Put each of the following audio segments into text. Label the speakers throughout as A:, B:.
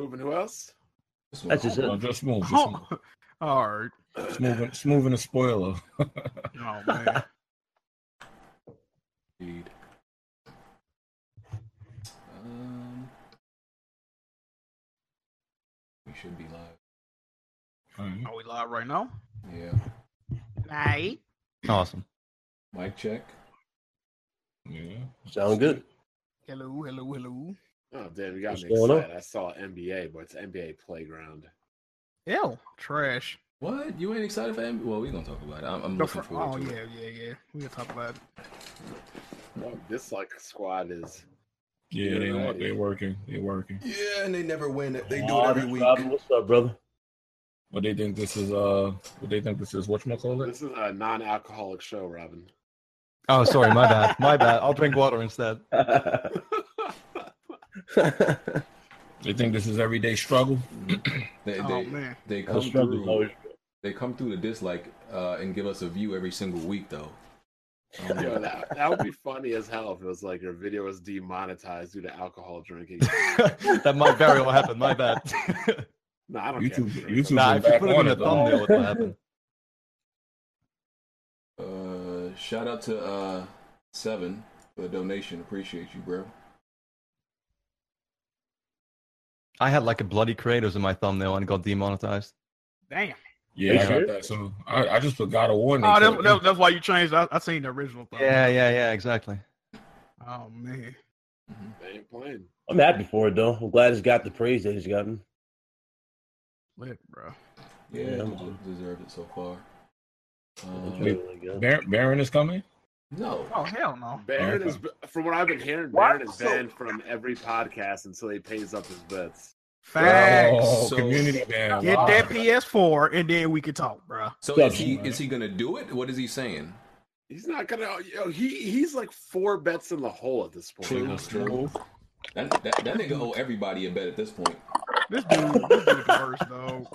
A: moving. Who else?
B: That's just
C: Hold
B: it.
C: on, just move. Just move.
D: Oh, all right.
C: It's moving. It's moving a spoiler.
D: Oh man.
B: Indeed. Um, we should be live.
C: Alright.
D: Are we live right now?
B: Yeah.
D: Night.
E: Awesome.
B: Mic check.
C: Yeah.
B: Sound good.
D: Hello, hello, hello.
A: Oh damn, you got
B: What's
A: me
B: going on?
A: excited. I saw NBA, but it's NBA Playground.
D: Ew, trash.
B: What? You ain't excited for NBA? Well, we're gonna talk about it. I'm, I'm
D: The
B: looking
D: fir-
B: forward
D: oh
B: to it.
D: yeah, yeah, yeah. We can talk about it.
A: Oh, this like squad is
C: Yeah, they are. They working. They working.
B: Yeah, and they never win it. They do it
E: Marvin,
B: every week.
E: Robin, what's up, brother?
C: What they think this is? Uh, what they think this is? What you call it?
A: this is a non-alcoholic show, Robin.
E: Oh, sorry, my bad. My bad. I'll drink water instead.
C: They think this is everyday struggle.
B: They,
D: Oh
B: they,
D: man.
B: they come through.
E: That's
B: They come through the dislike uh, and give us a view every single week, though. Um, I don't
A: Yo,
B: know.
A: that, that would be funny as hell if it was like your video was demonetized due to alcohol drinking.
E: that might very well happen. My bad.
A: No, I don't
C: YouTube.
A: care.
C: YouTube.
E: nah,
C: is
E: if you
C: back
E: put it on
C: on
E: a
C: it though.
E: thumbnail, it will happen.
B: Uh, shout out to uh, Seven for the donation. Appreciate you, bro.
E: I had like a bloody Kratos in my thumbnail and got demonetized.
D: Damn.
C: Yeah, I
E: Are you
C: got that. So I, I just forgot a warning.
D: Oh, that's, that's, that's why you changed. I, I seen the original. Thing.
E: Yeah, yeah, yeah, exactly.
D: Oh man.
B: Mm-hmm.
A: They ain't playing.
F: I'm happy for it though. I'm glad it's got the praise that it's gotten.
D: Lit, bro.
B: Yeah,
F: Yeah,
B: you
F: I'm
B: de- deserved it so far.
F: I'm
B: Um,
F: trying to, like, uh,
C: Bar- Baron is coming.
B: no,
D: Oh hell no.
A: Baron is, from what I've been hearing, Baron is banned from every podcast until he pays up his bets.
D: Facts.
C: Oh,
B: So-
C: community band.
D: Get
C: Wow.
D: that PS4 and then we can talk, bro.
B: so is he is he gonna do it? What is he saying?
A: He's not gonna. Yo, he he's like four bets in the hole at this point.
B: True, true. That, that, that nigga owe everybody a bet at this point.
D: This dude, this dude the worst though.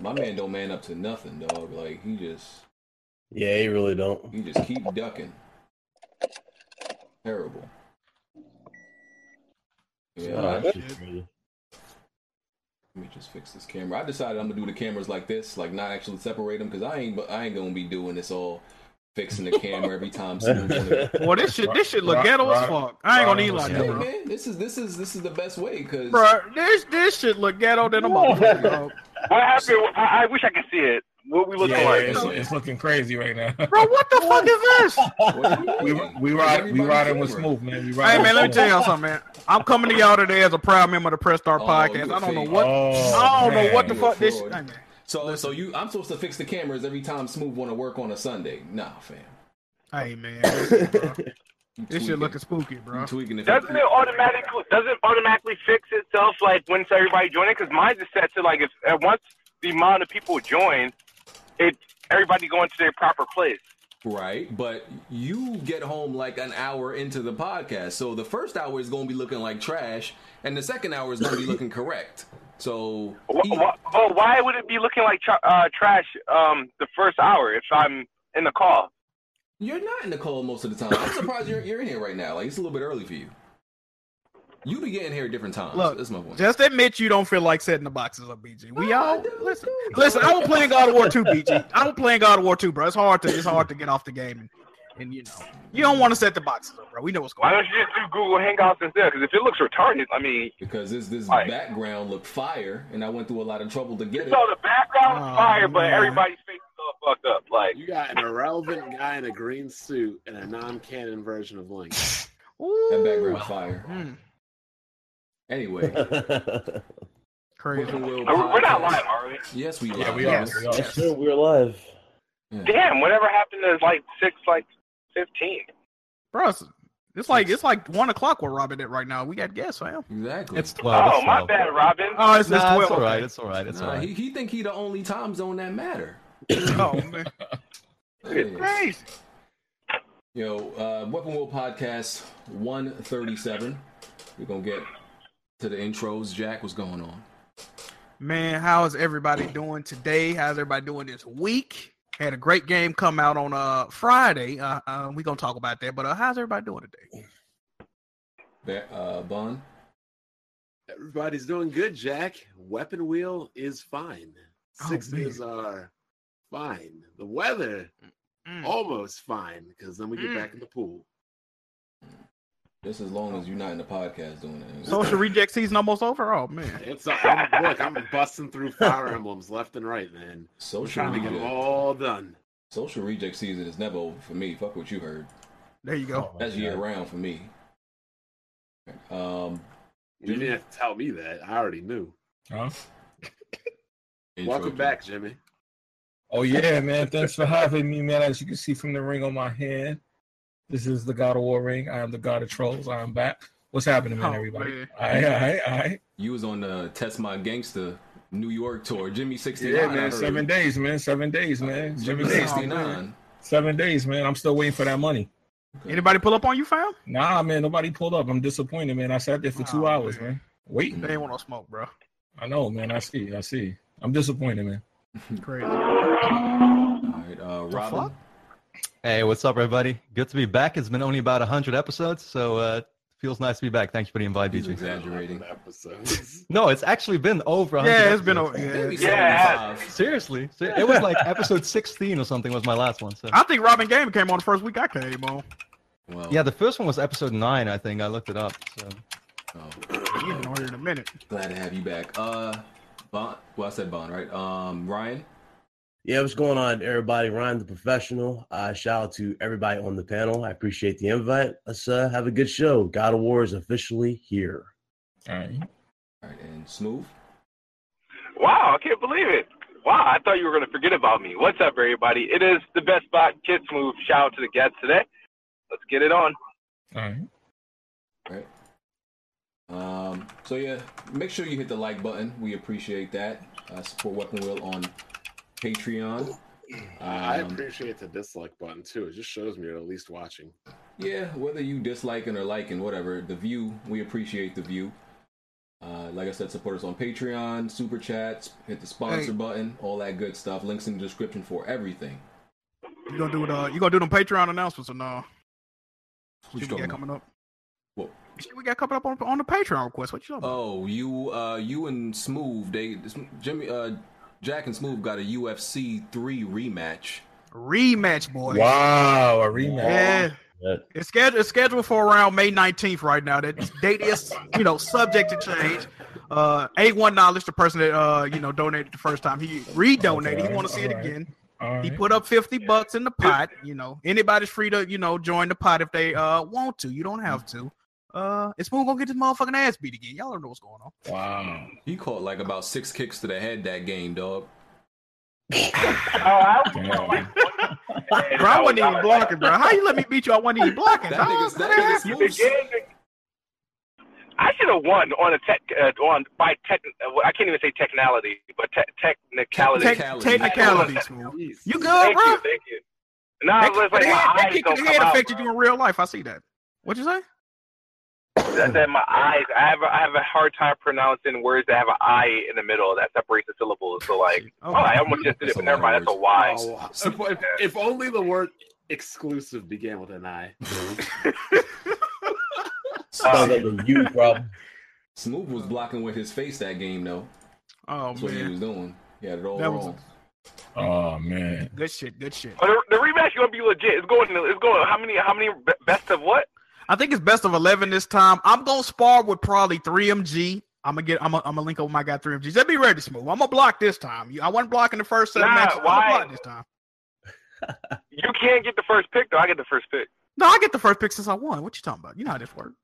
B: My man don't man up to nothing, dog. Like he just
F: Yeah, you really don't.
B: he just keep ducking. Terrible. Yeah,
F: Uh,
B: let
F: that's just crazy.
B: me just fix this camera. I decided I'm gonna do the cameras like this, like not actually separate them, cause I ain't but I ain't gonna be doing this all fixing the camera every time. someone wanna-
D: Well, this shit, this shit look
C: Right,
D: ghetto as
C: right,
D: fuck. I ain't gonna eat
C: right.
D: like
B: Hey
D: that, bro.
B: man, this is this is this is the best way, cause
D: Bro, this this shit look ghetto than a motherfucker. dog.
G: What happened? I, I wish I could see it. What we looking
C: Yeah,
G: like?
C: it's, it's looking crazy right now.
D: Bro, what the fuck is this?
B: what do
C: we
B: you mean?
C: we ride we
B: Everybody's
C: riding with
G: Oh,
B: camera.
C: smooth, man. We riding
D: Hey man, let me
C: with
D: tell y'all something, man. I'm coming to y'all today as a proud member of the Press Star
B: Oh,
D: Podcast.
B: you
D: I don't know
B: fake.
D: what
C: Oh,
D: I don't know what the
B: man.
D: fuck this.
B: Fraud.
D: Hey, man.
B: So so you I'm supposed to fix the cameras every time Smooth wanna work on a Sunday. Nah, fam.
D: Hey man, listen, bro.
B: You
D: this shit
B: tweaking.
D: looking spooky, bro.
B: You tweaking if
G: Doesn't it automatically doesn't automatically fix itself like once everybody joins it? Because mine is set to like if uh, once the amount of people join, it everybody going to their proper place.
B: Right, but you get home like an hour into the podcast, so the first hour is going to be looking like trash, and the second hour is going to be looking correct. So,
G: Wh-
B: he-
G: wh- oh, why would it be looking like tra- uh, trash um, the first hour if I'm in the call?
B: you're not in the cold most of the time. I'm surprised you're, you're in here right now. Like it's a little bit early for you. You be getting here at different times.
D: Look,
B: That's my point.
D: Just admit you don't feel like setting the boxes up, BG. We
B: No, I
D: all
B: don't,
D: listen.
B: dude.
D: Listen, I was playing God of War 2, BG. I was playing God of War 2, bro. It's hard to it's hard to get off the game and, and you know you don't want to set the boxes up, bro. We know what's
G: Why
D: going on.
G: don't you just do Google Hangouts instead? Because if it looks retarded, I mean,
B: because this this
G: Right.
B: background looked fire, and I went through a lot of trouble to get it.
G: so the background
D: Oh,
G: is fire, but
D: man.
G: everybody's face is all fucked up. Like,
A: You got an irrelevant guy in a green suit and a non-canon version of Link.
B: That
D: Ooh.
B: background fire.
D: Mm,
B: Anyway,
D: crazy.
B: Broken Will
G: we're we're not
B: podcast.
G: live, are we?
B: Yes, we
C: Yeah,
B: live.
C: we are.
D: Yes,
C: We are.
D: yes.
F: Sure, Oh, we're alive.
G: Damn, whatever happened to like six, like fifteen.
D: Bro, it's, it's like it's like one o'clock where Robin at right now. We got guests, fam.
B: Exactly.
E: It's 12.
G: oh,
E: it's
G: my
E: 12.
G: bad, Robin.
D: Oh, it's, it's
E: Nah,
D: twelve.
E: it's all right. It's all right. It's all
B: Nah,
E: right.
B: he, he think he the only time zone that matter.
D: Oh man,
B: Yeah.
D: crazy.
B: Yo, uh, Weapon Will Podcast 137. We're going to get to the intros. Jack, what's going on?
D: Man, how is everybody doing today? How's everybody doing this week? Had a great game come out on uh Friday. Uh, uh we gonna talk about that. But uh, how's everybody doing today?
B: Ba- uh, Bun?
A: Everybody's doing good, Jack. Weapon wheel is fine.
D: Oh,
A: Sixes are fine. The weather
D: Mm.
A: almost fine because then we get
D: Mm.
A: back in the pool.
B: Just as long as you're not in the podcast doing it.
D: Social reject season almost over. Oh man,
A: It's i I'm, look, I'm busting through fire emblems left and right, man. I'm
B: Social
A: trying to get
B: reject.
A: them all done.
B: Social reject season is never over for me. Fuck what you heard.
D: there you
G: Oh,
D: go.
B: That's year round for me. Um,
A: You didn't have to tell me that. I already knew.
H: Huh?
B: intro
A: Welcome
B: to-
A: back, Jimmy.
H: Oh yeah, man. Thanks for having me, man. As you can see from the ring on my hand, this is the God of War ring. I am the God of Trolls. I am back. What's happening, man?
D: Oh,
H: everybody.
D: man.
H: All right, all right, all right.
B: You was on the Test My Gangster New York tour, Jimmy sixty
H: Yeah,
B: nine.
H: man. Seven days, man. Seven days, man.
B: Jimmy
H: Seven days.
B: sixty
H: man.
B: nine.
H: Seven days, man. I'm still waiting for that money.
D: Anybody pull up on you, fam?
H: Nah, man. Nobody pulled up. I'm disappointed, man. I sat there for two
D: Oh,
H: hours,
D: man.
H: man. Waiting.
D: They ain't want no smoke, bro.
H: I know, man. I see. I see. I'm disappointed, man.
D: Crazy.
B: All right, uh, Robin.
E: Hey, what's up, everybody? Good to be back. It's been only about 100 episodes, so uh, it feels nice to be back. Thanks for the invite,
B: He's
E: BJ.
B: exaggerating.
A: Episodes.
E: No, it's actually been over 100
D: Yeah, it's been
E: episodes.
D: over. Yeah.
B: Maybe
G: Yeah.
B: 75.
E: Seriously, ser- it was like episode 16 or something was my last one. So
D: I think Robin Game came on the first week I came on.
B: Well,
E: yeah, the first one was episode nine, I think. I looked it up. So
B: oh,
D: You ain't on here in a minute.
B: glad to have you back. Uh, Bon. Well, I said Bon, right? Um, Ryan.
F: Yeah, what's going on, everybody? Ryan the Professional. Uh, shout out to everybody on the panel. I appreciate the invite. Let's uh, have a good show. God of War is officially here.
H: All right.
B: All right, and Smooth.
G: Wow, I can't believe it. Wow, I thought you were going to forget about me. What's up, everybody? It is the best spot, Kids Move. Shout out to the guests today. Let's get it on.
H: All right.
B: right? Um, so yeah, make sure you hit the like button. We appreciate that. Uh, support Weapon Wheel on Patreon.
A: I
B: Um,
A: appreciate the dislike button too. It just shows me you're at least watching.
B: Yeah, whether you disliking or liking, whatever the view, we appreciate the view. Uh, like I said, support us on Patreon, super chats, hit the sponsor
D: Hey.
B: button, all that good stuff. Links in the description for everything.
D: You gonna do the you gonna do them Patreon announcements or no?
B: What
D: Shit we
B: you talking
D: got
B: about?
D: coming up.
B: What?
D: Shit we got coming up on on the Patreon request. What you talking about?
B: Oh, you, uh, you and Smooth, they, Jimmy, uh, Jack and Smooth got a UFC three rematch.
D: Rematch, boys.
H: Wow, a rematch.
D: Yeah.
F: Yeah.
D: It's scheduled, it's scheduled for around May 19th right now. That date is, you know, subject to change. Uh, A1 Knowledge, the person that, uh, you know, donated the first time, he redonated. He want to see it
H: Alright.
D: again.
H: All right.
D: He put up 50 bucks in the pot. You know, anybody's free to, you know, join the pot if they uh want to. You don't have to. Uh, it's going to get this motherfucking ass beat again. Y'all don't know what's going on.
H: Wow.
B: He caught like about six kicks to the head that game, dog.
G: Oh, I,
H: Damn.
D: Bro, I
G: oh,
D: wasn't even blocking, bro. How you let me beat you? I wasn't even blocking.
B: That nigga's that nigga's
G: The
B: Smooth's
G: game- I should have won on a tech uh, on by tech. uh, I can't even say technicality, but te- technicality.
D: Tech-
B: Technicality.
D: technicalities, man. You good,
G: thank
D: bro?
G: you, thank you. No, I
D: That,
G: was
D: that
G: like,
D: head,
G: my
D: that kick
G: eyes
D: to
G: don't
D: the
G: come
D: head
G: out,
D: affected
G: bro.
D: you in real life. I see that. What you say?
G: That, that my eyes. I have a, I have a hard time pronouncing words that have an I in the middle that separates the syllables. So like, oh, I almost just did it,
B: That's a
G: but never
B: lot
G: mind.
B: of
G: That's a Y.
A: Oh, if, if, if only the word exclusive began with an I.
F: Sounds like a you problem.
B: Smooth was blocking with his face that game, though.
D: Oh
B: That's what he
D: man,
B: was doing. He had it all
D: That was-
B: wrong.
H: Oh man.
D: good shit, good shit.
G: Oh, the, the rematch gonna be legit. It's going. It's going. How many? How many be- best of what?
D: I think it's best of eleven this time. I'm gonna spar with probably three MG. I'm gonna get. I'm gonna, I'm gonna link up with my guy three MG. Just be ready, smooth. I'm gonna block this time. You- I wasn't blocking the first set. of
G: Nah,
D: matches. I'm gonna
G: why?
D: block this time.
G: You can't get the first pick though. I get the first pick.
D: No, I get the first pick since I won. What you talking about? You know how this works.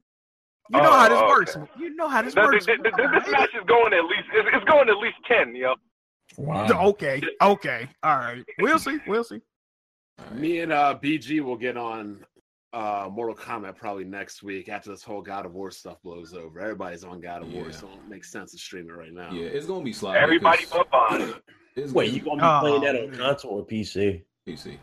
D: You know
G: Oh,
D: how this
G: okay.
D: works. Smooth. You know how this
G: The- the-
D: works.
G: the- the-
D: Come on,
G: this match is going at least. It's, it's going at least ten. Yo.
D: man.
H: Wow.
D: Okay, okay, all right. We'll see. We'll see.
A: Me and uh, BG will get on uh, Mortal Kombat probably next week after this whole God of War stuff blows over. Everybody's on God of War,
B: Yeah.
A: so it makes sense to stream it right now.
B: Yeah, it's gonna be sloppy.
G: Everybody
B: 'cause
G: but Bond.
B: It's
F: Wait, you
B: gonna
F: gonna be playing
D: Oh,
F: that on
D: man.
F: console or PC?
B: you see.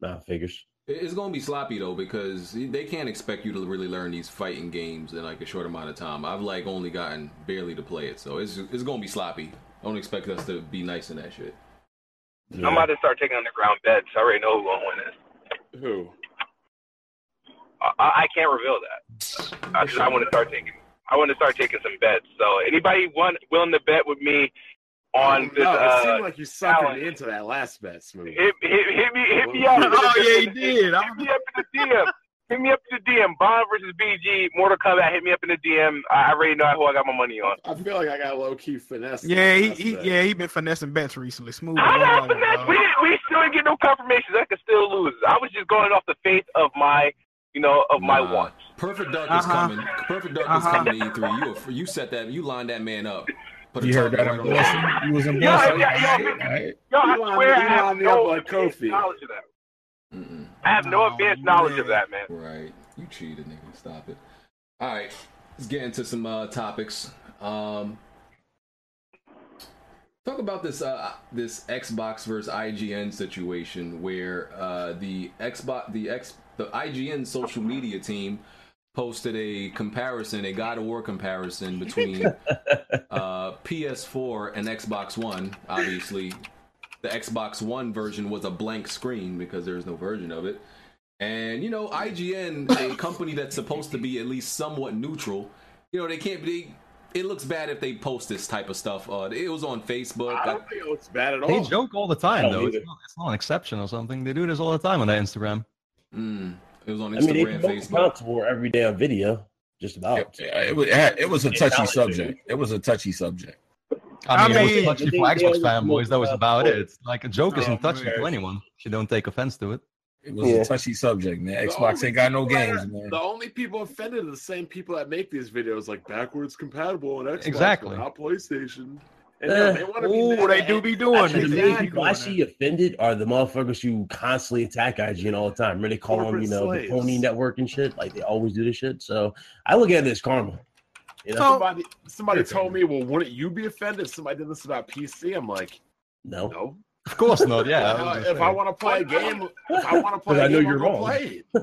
F: Nah, figures.
B: It- It's gonna be sloppy though because they can't expect you to really learn these fighting games in like a short amount of time. I've like only gotten barely to play it, so it's it's gonna be sloppy. I don't expect us to be nice in that shit.
F: Yeah.
G: I'm about to start taking underground beds. I already know who gonna win this.
A: Who?
G: I, I I can't reveal that. I, I want to start taking. I want to start taking some bets. So anybody want willing to bet with me on
A: Oh,
G: this?
A: no,
G: uh,
A: it seemed like you suckered
G: challenge.
A: me into that last bet, Smooth.
G: hit, hit, hit me, hit me
A: Oh,
G: up.
D: yeah, he did. I-
G: Hit me up in the DM. Hit me up in the DM. Bond versus BG, Mortal Kombat. Hit me up in the DM. I I already know who I got my money on.
A: I feel like I got low key finesse.
D: Yeah, he,
A: That's
D: he
A: bad.
D: yeah he been finessing bets recently. Smooth.
G: I
D: as well,
G: got finesse.
D: bro.
G: We didn't, we still didn't get no confirmations. I could still lose. I was just going off the faith of my, you know, of my
B: Nah.
G: wants.
B: Perfect Duck is
D: Uh-huh.
B: coming. Perfect Duck is
D: Uh-huh.
B: coming to E3. You a- you set that. You lined that man up. Put a
H: You heard that
B: target right
H: in
B: on his
H: Boston. You was in
G: Yo,
H: Boston.
G: yeah, yo,
H: All right.
G: Yo, I
A: You lined-
G: swear I
A: you
G: have
A: lined me
G: no
A: up like
G: advanced
A: Kofi.
G: knowledge of that.
B: Mm-mm.
G: I have no
D: Oh,
G: advanced knowledge
D: man.
G: of that, man.
B: Right. You cheated, nigga. Stop it. All right. Let's get into some uh, topics. Um, talk about this uh, this Xbox versus IGN situation where uh, the Xbox the X the IGN social media team posted a comparison, a God of War comparison between uh, PS4 and Xbox One. Obviously, the Xbox One version was a blank screen because there's no version of it. And you know, IGN, a company that's supposed to be at least somewhat neutral, you know, they can't be. It looks bad if they post this type of stuff. Uh, it was on Facebook.
A: I don't think it looks bad at all.
E: They joke all the
F: I
E: time,
F: don't
E: though. It's
F: either.
E: not, it's not an exception or something. They do this all the time on their Instagram.
B: Mm, it was on
F: I mean, they
B: Instagram,
F: promote
B: Facebook.
F: console war every damn video, just about.
H: Yeah, It, was, it was a touchy subject. It was a touchy subject.
E: I mean,
D: I
E: it
D: mean-
E: was touchy for
F: They- they
E: Xbox
F: always
E: fanboys. That was
F: promote
E: about
F: console.
E: it. It's like a joke
D: Oh,
E: isn't touching
D: man.
E: to anyone. If you don't take offense to it.
H: It was
F: Yeah.
H: a touchy subject, man.
A: The
H: Xbox
A: only
H: ain't got no
A: people that-
H: games, man.
A: The only people offended are the same people that make these videos, like backwards compatible on Xbox,
E: Exactly.
A: but not PlayStation. And
F: Eh.
A: yeah, they want to be
D: Ooh,
A: mad
D: they
A: at-
D: do be doing
A: Actually,
D: it.
A: the
D: They
A: main
D: be
A: people
D: doing
F: Why
D: it.
F: she offended are the motherfuckers who constantly attack IGN all the time. Really call them,
A: Corporate
F: you know, the
A: slaves.
F: pony network and shit. Like they always do this shit. So I look at it as karma. You know?
D: So-
A: Somebody, somebody told me, well, wouldn't you be offended if somebody did this about PC? I'm like,
F: no.
A: no.
E: Of course not. Yeah. I was
A: Uh,
E: gonna
A: if
E: say.
A: I want to play a game, if I want to play
F: Because
A: a
F: I know
A: game,
F: you're
A: I'm gonna
F: wrong.
A: play it.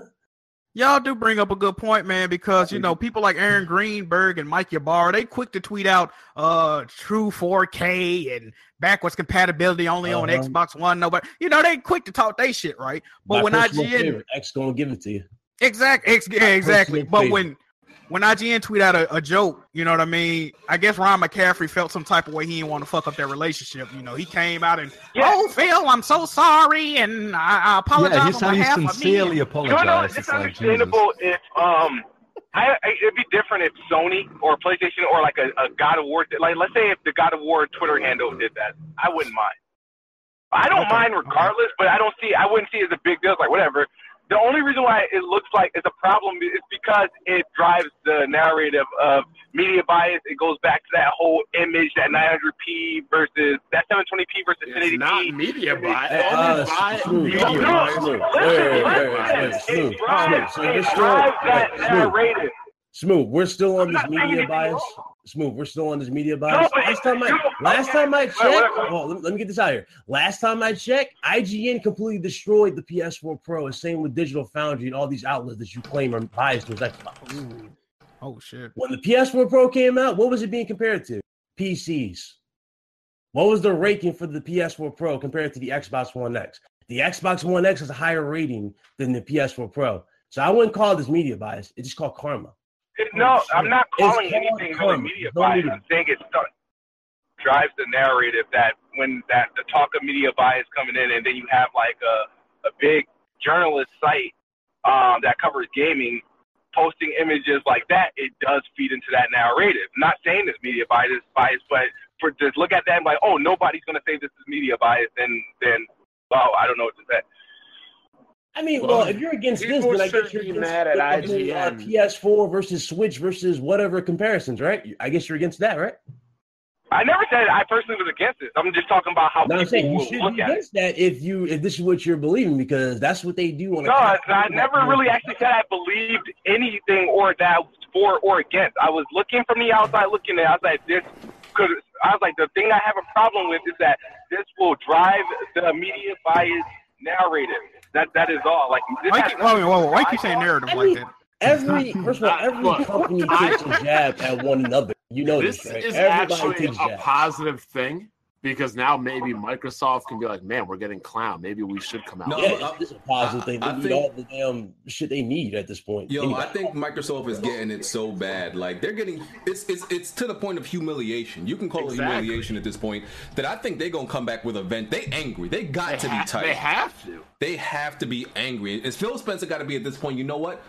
D: Y'all do bring up a good point, man, because you know people like Aaron Greenberg and Mike Yabar, they quick to tweet out uh true 4K and backwards compatibility only on
F: Uh-huh.
D: Xbox One. Nobody, you know, they quick to talk they shit, right? But
F: My
D: when
F: personal
D: IGN,
F: favorite, X gonna give it to you.
D: Exact, ex- yeah, exactly.
F: personal
D: But
F: favorite.
D: when when IGN tweet out a, a joke, you know what I mean? I guess Ron McCaffrey felt some type of way. He didn't want to fuck up their relationship. You know, he came out and
G: Yeah.
D: oh Phil, I'm so sorry, and I, I apologize
E: yeah, here's
D: on
E: how you
D: behalf of
E: sincerely
D: me.
E: apologize.
G: No, no,
E: It's
G: it's
E: like, Jesus.
G: understandable if um, I, I it'd be different if Sony or PlayStation or like a, a God of War, like let's say if the God of War Twitter handle did that, I wouldn't mind. I don't
D: Okay.
G: mind regardless, but I don't see, I wouldn't see it as a big deal. It's Like whatever. The only reason why it looks like it's a problem is because it drives the narrative of media bias. It goes back to that whole image that 900p versus that 720p versus
A: It's
G: 1080p.
A: not media buy.
F: Hey,
A: only
F: uh,
A: buy
F: Smooth,
A: media
F: Smooth,
A: buy.
F: Smooth,
G: Listen,
F: Smooth,
G: listen,
F: Smooth,
G: it drives,
F: Smooth,
G: it
F: Smooth,
G: drives that
F: Smooth, Smooth.
G: narrative.
F: Smooth, we're still on
G: I'm
F: this
G: not saying
F: media
G: anything
F: bias.
G: wrong.
F: Smooth, we're still on this media bias.
G: but-
F: last time I
G: no,
F: last
G: okay.
F: time I
G: Wait,
F: checked,
G: wait, wait.
F: oh, let, me, let me get this out of here. Last time I checked, IGN completely destroyed the PS4 Pro. And same with Digital Foundry and all these outlets that you claim are biased towards Xbox.
D: Ooh. Oh shit!
F: When the PS4 Pro came out, what was it being compared to? PCs. What was the rating for the PS4 Pro compared to the Xbox One X? The Xbox One X has a higher rating than the PS4 Pro. So I wouldn't call this media bias. It's just called karma.
G: No,
F: shit.
G: I'm not
F: It's
G: calling
F: called
G: anything really
F: karma.
G: media
F: No
G: bias.
F: media.
G: I'm saying it start, drives the narrative that when that the talk of media bias coming in, and then you have like a a big journalist site um, that covers gaming posting images like that. It does feed into that narrative. I'm not saying it's media bias, bias, but for just look at that and be like, oh, nobody's gonna say this is media bias, then then well, I don't know what to say.
F: I mean, well,
A: Well,
F: if you're against this,
A: people
F: then I guess
A: shouldn't
F: you're
A: be
F: against
A: mad at
F: the fucking, uh,
A: IGN.
F: PS4 versus Switch versus whatever comparisons, right? You- I guess you're against that, right?
G: I never said I personally was against this. I'm just talking about how
F: No, I'm saying
G: people
F: you
G: will
F: should
G: look
F: be
G: at it.
F: against that if you if this is what you're believing because that's what they do on. a-
G: No, I, I never really actually said I believed anything or that I was for or against. I was looking from the outside, looking at. it. I was like, this could. I was like, the thing I have a problem with is that this will drive the media bias narrative. That that is all. Like, this
D: Why
G: has
D: keep, whoa, whoa, whoa, why you keep saying narrative
F: I
D: like
F: mean,
D: that?
F: Every first of all, every
A: Look,
F: company
A: I-
F: takes a jab at one another. You know this,
A: This
F: right?
A: is
F: Everybody
A: actually
F: takes
A: a
F: jabs.
A: positive thing because now maybe Microsoft can be like, man, we're getting clown. Maybe we should come out.
B: No,
A: with
B: I'm-
A: it."
F: yeah, it's, it's a positive thing. They
B: I- I
F: need
B: think-
F: all the damn shit they need at this point.
B: Yo,
F: Anyway.
B: I think Microsoft is getting it so bad. Like they're getting it's it's it's to the point of humiliation. You can call it
A: Exactly.
B: humiliation at this point. That I think they're gonna come back with a vent. They angry. They got
A: they,
B: to
A: ha-
B: be tight.
A: they have to.
B: They have to be angry. It's Phil Spencer got to be at this point. You know what?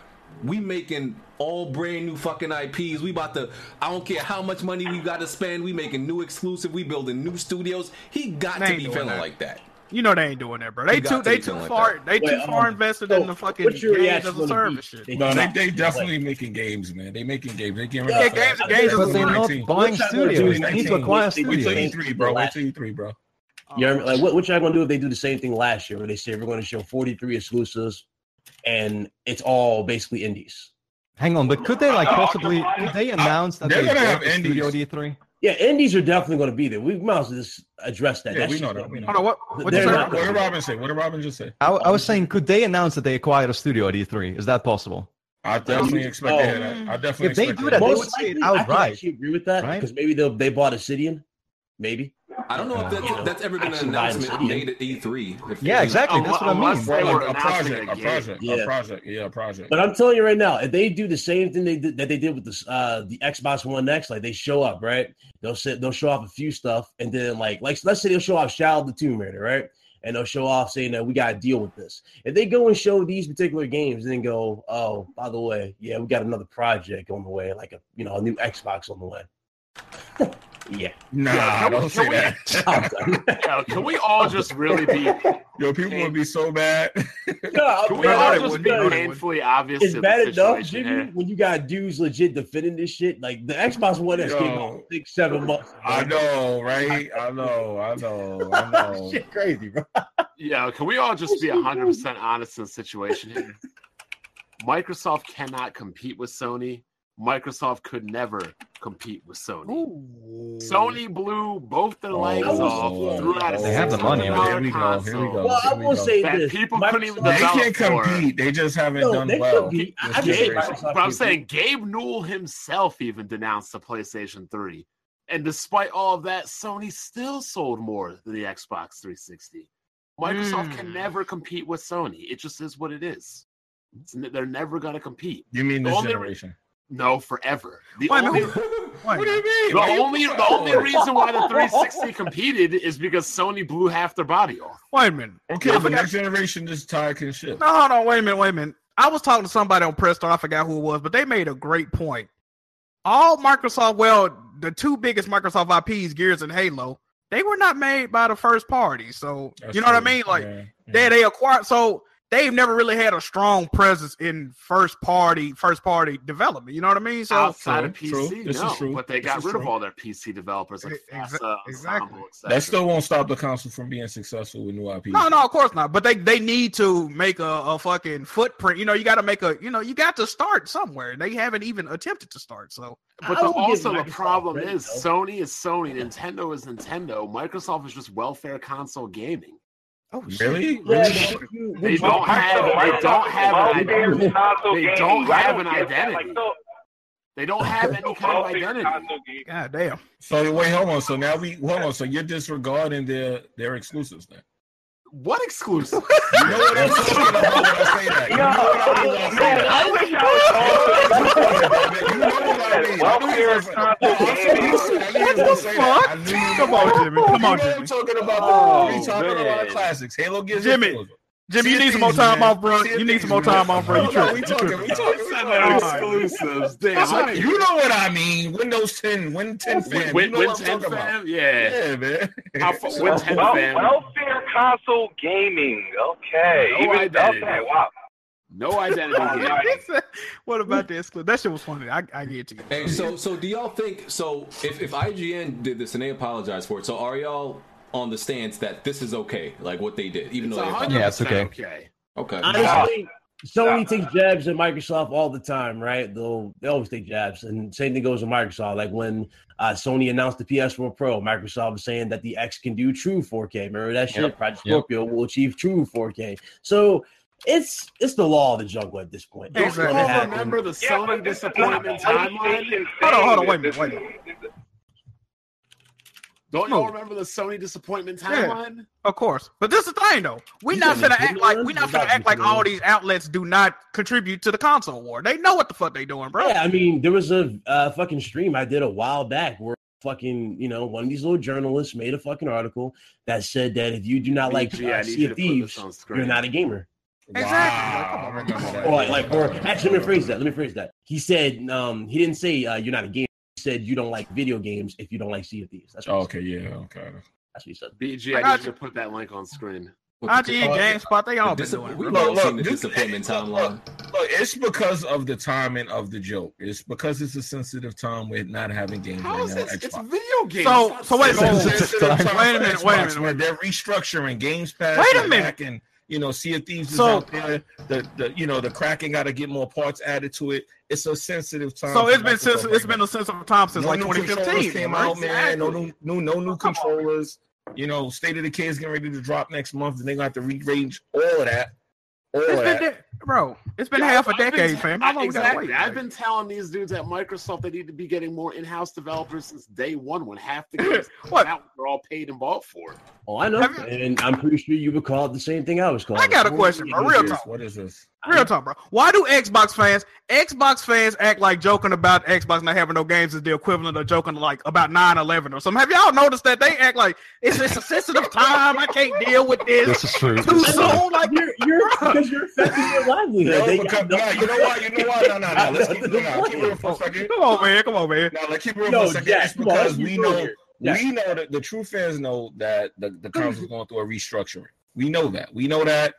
B: We making all brand new fucking IPs. We about to. I don't care how much money we got to spend. We making new exclusive. We building new studios. He got
D: They
B: to
D: ain't
B: be
D: doing
B: feeling
D: that.
B: like that.
D: You know they ain't doing that, bro. They
B: You got
D: too
B: to
D: they
B: be
D: too
B: doing like
D: far they too
F: Wait,
D: far
F: um,
D: invested
F: so
D: in the fucking
F: what's your
D: games
F: reaction
D: as
F: when
D: a
F: the
D: service
F: beat-
D: shit.
F: they-
H: No,
F: Nah,
H: no, they
F: like-
H: definitely making games, man. They making games. They getting rid
F: Yeah,
H: of
D: games-
H: that.
D: games
E: But
D: is
E: they're not
D: 19.
E: buying
F: Which I-
E: studios. They need to
H: 19.
E: acquire
H: Wait till
E: studios.
H: E three, bro. Wait till E three, bro.
F: You know what I mean? Like, what, what y'all gonna do if they do the same thing last year, where they say we're gonna show 43 exclusives, and it's all basically indies?
E: Hang on, but could they like possibly? Could they announce that
H: They're
E: they
H: gonna
E: bought
H: have
E: the
H: indies.
E: studio D three?
F: Yeah, indies are definitely gonna be there. We might as well just address that.
H: Yeah,
F: That
H: we
F: shit's
H: know that.
F: gonna be-
H: We know
D: Hold on, what what you
F: They're
H: What
D: say?
F: not-
H: did what did Robin say? What did Robin just say?
E: I, I was saying, could they announce that they acquired a studio at E three? Is that possible?
H: I definitely expect to hear that. I definitely
E: If they
H: expect
E: do
H: to
E: that,
H: hear
E: they
F: Most
E: would say it
F: likely, I
E: outright.
F: can actually agree with that
E: Right?
F: because maybe they they bought Obsidian, maybe.
B: I don't know if that's, that's ever been an
F: Actually buying
B: announcement
F: studios.
B: made at E E3. If-
E: Yeah, exactly. That's what I mean.
A: Unless-
H: Bro,
A: They
H: like
A: were
H: a
A: announcing
H: project,
A: a
H: a
A: game.
H: project,
F: Yeah.
H: a project, yeah, a project.
F: But I'm telling you right now, if they do the same thing they did, that they did with this, uh, the Xbox One X, like they show up, right? They'll sit, they'll show off a few stuff, and then like, like let's say they'll show off Shadow of the Tomb Raider, right? And they'll show off saying that we got to deal with this. If they go and show these particular games and then go, oh, by the way, yeah, we got another project on the way, like a you know a new Xbox on the way. yeah,
H: nah,
A: Can we-
H: don't
A: can
H: say
A: we-
F: I'm
H: that.
F: done.
A: Yeah, can we all just really be?
H: Yo, people would be so bad.
F: No, I'm-
A: Can we
F: no,
A: all
F: I'm
A: just
F: just
A: be
F: done.
A: painfully obvious?
F: it's
A: of
F: bad
A: the
F: enough,
A: situation
F: Jimmy,
A: here?
F: when you got dudes legit defending this shit. Like the Xbox One X came
H: Yo.
F: out six, seven months.
H: I know, right? I know, I know, I know.
F: shit, crazy, bro.
A: Yeah, can we all just be hundred percent honest in the situation here? Microsoft cannot compete with Sony. Microsoft could never compete with Sony.
D: Ooh.
A: Sony blew both their
H: Oh,
A: lights
F: I was-
A: off, threw out a
E: They have the money,
A: $600
H: Here we go, here we go.
A: console.
F: Well, I
H: Here we
F: will
H: go.
F: say
A: That
F: this:
A: people couldn't even
H: They
A: develop-
F: Microsoft-
H: can compete. They just haven't
F: No,
H: done
F: they
H: well.
F: compete. I- I
H: Let's
F: just
H: get
A: Gabe,
F: think
H: straight.
F: Microsoft
A: but I'm
F: compete.
A: saying Gabe Newell himself even denounced the PlayStation 3. And despite all of that, Sony still sold more than the Xbox 360. Microsoft can
H: Hmm.
D: Mm.
A: never compete with Sony. It just is what it is. It's n- They're never going to compete.
H: You mean this
A: Only re-
H: generation?
A: No, forever. The
D: Wait,
A: only,
D: wait,
H: What do you mean?
A: the
H: Why you-
A: only, the only reason why the 360 competed is because Sony blew half their body off.
D: wait a minute.
H: Okay, but next generation just tired can shit.
D: No, hold on. Wait a minute. Wait a minute. I was talking to somebody on Press Start. I forgot who it was, but they made a great point. All Microsoft, well, the two biggest Microsoft IPs, Gears and Halo, they were not made by the first party. So
H: That's
D: you know what I
H: true.
D: mean? Like
H: Yeah,
D: they they acquired. So they've never really had a strong presence in first party first party development. You know what I mean? So
A: Outside of
H: true,
A: PC,
H: true. This is
A: no,
H: true.
A: but they
H: This
A: got
H: is
A: rid of
H: true.
A: all their PC developers like
D: E- exa-
A: FASA,
D: exactly.
A: Ensemble, etc.
H: that still won't stop the console from being successful with new IP.
D: No, no, of course not. But they they need to make a, a fucking footprint. You know, you got to make a. You know, you got to start somewhere. They haven't even attempted to start. So
A: But
F: I
A: the,
F: don't give
A: also the
F: Microsoft
A: problem
F: credit,
A: is
F: though.
A: Sony is Sony, Nintendo is Nintendo, Microsoft is just welfare console gaming.
D: oh
H: Really?
F: Yeah,
H: Really?
F: but if you-
A: They
F: would you-
A: don't have they don't have an
G: Welfare
A: identity.
G: console
A: They
G: games.
A: don't
G: I
A: have an
G: get that.
A: identity.
G: Like, so-
A: They don't have any kind of
G: welfare
A: identity.
G: console games.
D: God damn.
H: So wait, hold on. So now we hold on. So you're disregarding their their exclusives then.
A: What exclusive?
H: You know what I'm talking about when I say that. You know what I mean when I say
G: Man,
H: that.
G: I wish I was
H: You know what I mean. I knew you was gonna say- I knew you was gonna say that. I knew you was
D: Come
H: gonna-
D: on, Jimmy. Come on,
H: You know what
D: Jimmy.
H: I'm talking about.
A: Oh,
H: We talking about
A: man.
H: classics. Halo gives
D: Jimmy,
H: exclusive.
D: Jimmy, you
H: See
D: need
H: it
D: some more
H: is,
D: time
H: man.
D: off, bro.
H: See it
D: You need
H: is,
D: some more
H: man.
D: time off, bro. You
H: No, no,
D: tripping.
H: we
D: You
H: talking,
D: tripping.
H: we talking, we
A: Said
H: talking.
A: that exclusives. Damn.
D: That's
A: I
D: right.
A: can't-
H: You know what I mean. Windows 10, Win 10 fan.
A: Win,
H: you know
A: win
H: what I'm
A: 10
H: talking about.
A: fam? Yeah.
H: Yeah, man.
A: How fu- win 10
G: Well,
A: fam?
G: welfare console gaming. Okay.
A: No
G: Even
A: identity.
G: okay, wow.
A: No identity here.
D: what about the exclusive? That shit was funny. I, I get to you.
B: And so, so do y'all think? So, if, if IGN did this and they apologize for it, so are y'all on the stance that this is okay, like what they did, even
A: It's
B: though they
A: 100%
E: Yeah, it's okay.
A: okay.
B: okay,
F: Honestly, Sony takes jabs at Microsoft all the time, right? They'll they always take jabs, and same thing goes with Microsoft. Like when uh, Sony announced the PS4 Pro, Microsoft was saying that the X can do true 4K. Remember that shit? Project
E: Yep.
F: Scorpio will achieve true 4K. So it's it's the law of the jungle at this point.
D: Don't
F: It's
D: you
A: You
F: gonna
D: all
A: all
F: happen.
A: remember the
G: Yeah, but
A: Sony
G: this is not
A: disappointment
G: a PlayStation
A: timeline?
G: thing.
D: Hold on, hold on, wait a minute,
G: This
D: wait a
G: is-
A: Don't y'all remember the Sony disappointment
D: Yeah.
A: timeline?
D: Of course, but this is the thing though. We
F: You
D: not
F: got
D: gonna
F: no
D: act like we
F: videos?
D: not
F: You
D: gonna
F: got
D: act like all
F: videos?
D: these outlets do not contribute to the console war. They know what the fuck they doing, bro.
F: Yeah, I mean, there was a uh, fucking stream I did a while back where fucking, you know, one of these little journalists made a fucking article that said that if you do not like
A: BG,
F: uh,
A: I need you
F: Sea
A: to
F: of
A: put this
F: Thieves,
A: on screen.
F: you're not a gamer.
D: Exactly.
H: Wow, I remember that.
F: Or like, like, or actually, let me phrase that. Let me phrase that. He said, um, he didn't say uh, you're not a gamer. He said you don't like video games if you don't like Sea of Thieves. That's what, he, said.
H: Oh, Okay, yeah, okay.
F: That's what he said.
A: BG, I,
D: I got
A: need you to put that link on screen.
D: IGN, GameSpot, they all been
B: Dis-
D: doing it.
B: We've
D: bro.
H: Look,
B: all
H: look,
B: seen the
H: you-
B: disappointment
H: look,
B: timeline.
H: Look, it's because of the timing of the joke. It's because it's a sensitive time with not having games
A: How
H: right
A: is
H: now on
A: this? It's
H: Xbox.
A: video games.
D: So-
A: Oh, It's not
D: so wait,
H: It's a
D: hold on.
A: sensitive.
H: sensitive
E: Wait a
H: time
D: minute,
H: for
D: wait a minute,
H: Xbox,
D: wait a
H: where They're restructuring Games Pass.
D: Wait a
H: they're
D: minute.
H: backing, you know, Sea of Thieves is
D: So-
H: out there. The, the you know the Kraken got to get more parts added to it. It's a sensitive time.
D: So
H: for
D: it's been
H: Microsoft
D: since
H: right
D: it's
H: now.
D: been a sense of time since
H: no
D: like
H: new controllers
D: 2015.
H: came
D: right?
H: out, man. No
D: Exactly.
H: new, new no new
D: Come on.
H: controllers. You know, State of the Kids getting ready to drop next month, and they gonna have to rearrange all of that. All of
D: It's been
H: that.
D: de- bro. It's been
A: Yeah,
D: half a
A: I've been te-
D: decade, fam.
A: I-
D: How long
A: exactly.
D: we gotta wait?
A: I've been telling these dudes at Microsoft they need to be getting more in-house developers since day one. When half the games
D: What?
A: come out, they're all paid and bought for.
F: Oh, I know,
D: Have you-
F: and I'm pretty sure you would call it the same thing I was calling.
D: I got a
F: it.
D: question, bro.
H: What
D: Real
H: is this?
D: talk.
H: What is this?
D: Real talk, bro. Why do Xbox fans, Xbox fans act like joking about Xbox not having no games is the equivalent of joking like about 9-11 or something? Have y'all noticed that they act like it's it's a sensitive time? I can't deal with this.
E: This is true.
D: Too
E: This is true.
D: soon, like
F: You're, you're because you're affecting their livelihood.
H: No,
F: They
H: because,
F: got
H: no,
F: nothing-
H: you know why? You know why? No, no, no. Let's keep, no, no, keep it real for a second.
D: come on, man, come on, man.
H: No, let's keep it real
F: No,
H: for a second.
F: Jack,
H: it's
F: come on,
H: because
F: let's
H: we
F: be real
H: know
F: here. Jack.
H: we know that the true fans know that the, the console's going through a restructuring. We know that. We know that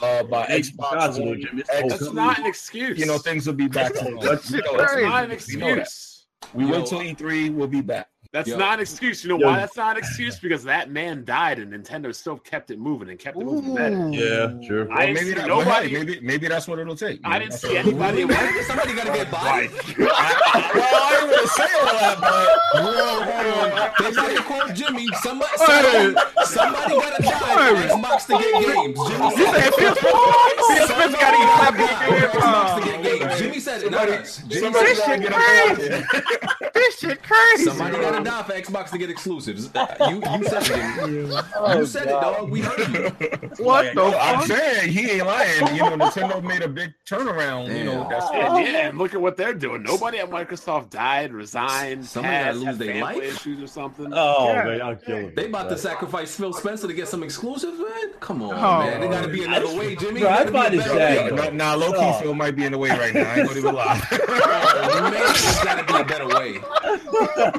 H: uh, by
F: Hey,
H: Xbox
F: God's gonna
H: One,
F: give this
H: X-
F: whole
A: That's not an excuse.
H: you know, things will be back to normal.
D: That's
H: We know
A: That's
D: crazy.
A: not an
H: We know that.
A: excuse.
H: We
B: Yo.
H: wait till E3, we'll be back.
A: That's
B: Yo.
A: not an excuse. You know
F: Yo.
A: why that's not an excuse? Because that man died, and Nintendo still kept it moving and kept it moving. better.
D: Ooh.
F: Yeah, sure.
A: I
H: Well,
A: ain't
H: maybe,
A: see
H: that, well,
A: nobody.
H: hey, maybe maybe that's what it'll take.
A: I
H: man.
A: didn't
H: That's
A: see
H: what it'll
A: anybody.
B: Somebody gotta get bodied.
H: take. well, I didn't want to say all that,
B: Whoa, hold on. They gotta quote Jimmy. Somebody,
D: Hey.
B: somebody, somebody gotta die for Xbox to get games. Jimmy
D: You said Phil
B: said it.
D: Smith, Phil Smith got to
B: Somebody
D: clap
B: gotta die for Xbox to
D: back
B: get games. Jimmy said it. Not us.
H: but
B: Jimmy
H: somebody
D: This
H: gotta
D: shit
H: get up out
D: crazy.
H: there.
D: in. This shit crazy.
B: Somebody gotta die for Xbox to get exclusives. Uh, You, you said it. Jimmy. You said it, dog. We heard you.
D: What the
H: Yo, I'm
D: fuck?
H: saying he ain't lying. You know, Nintendo made a big turnaround. You know,
B: Damn.
H: that's
A: Yeah,
F: Oh,
A: yeah, and look at what they're doing. Nobody at Microsoft died, resigned,
B: Somebody gotta
A: passed,
B: lose
A: had
B: their
A: family
B: life?
A: issues or something.
F: Oh
D: Yeah.
F: man, I'm killing.
B: They about to
F: say.
B: sacrifice Phil Spencer to get some exclusives, man. Come on,
D: Oh.
B: man. There gotta be another way, Jimmy.
F: Bro, I find it sad,
H: Yeah,
F: though.
B: way.
H: nah, nah, low key
F: Oh.
H: Phil might be in the way right now. I ain't gonna even lie.
B: Oh, man, there's gotta be a better way.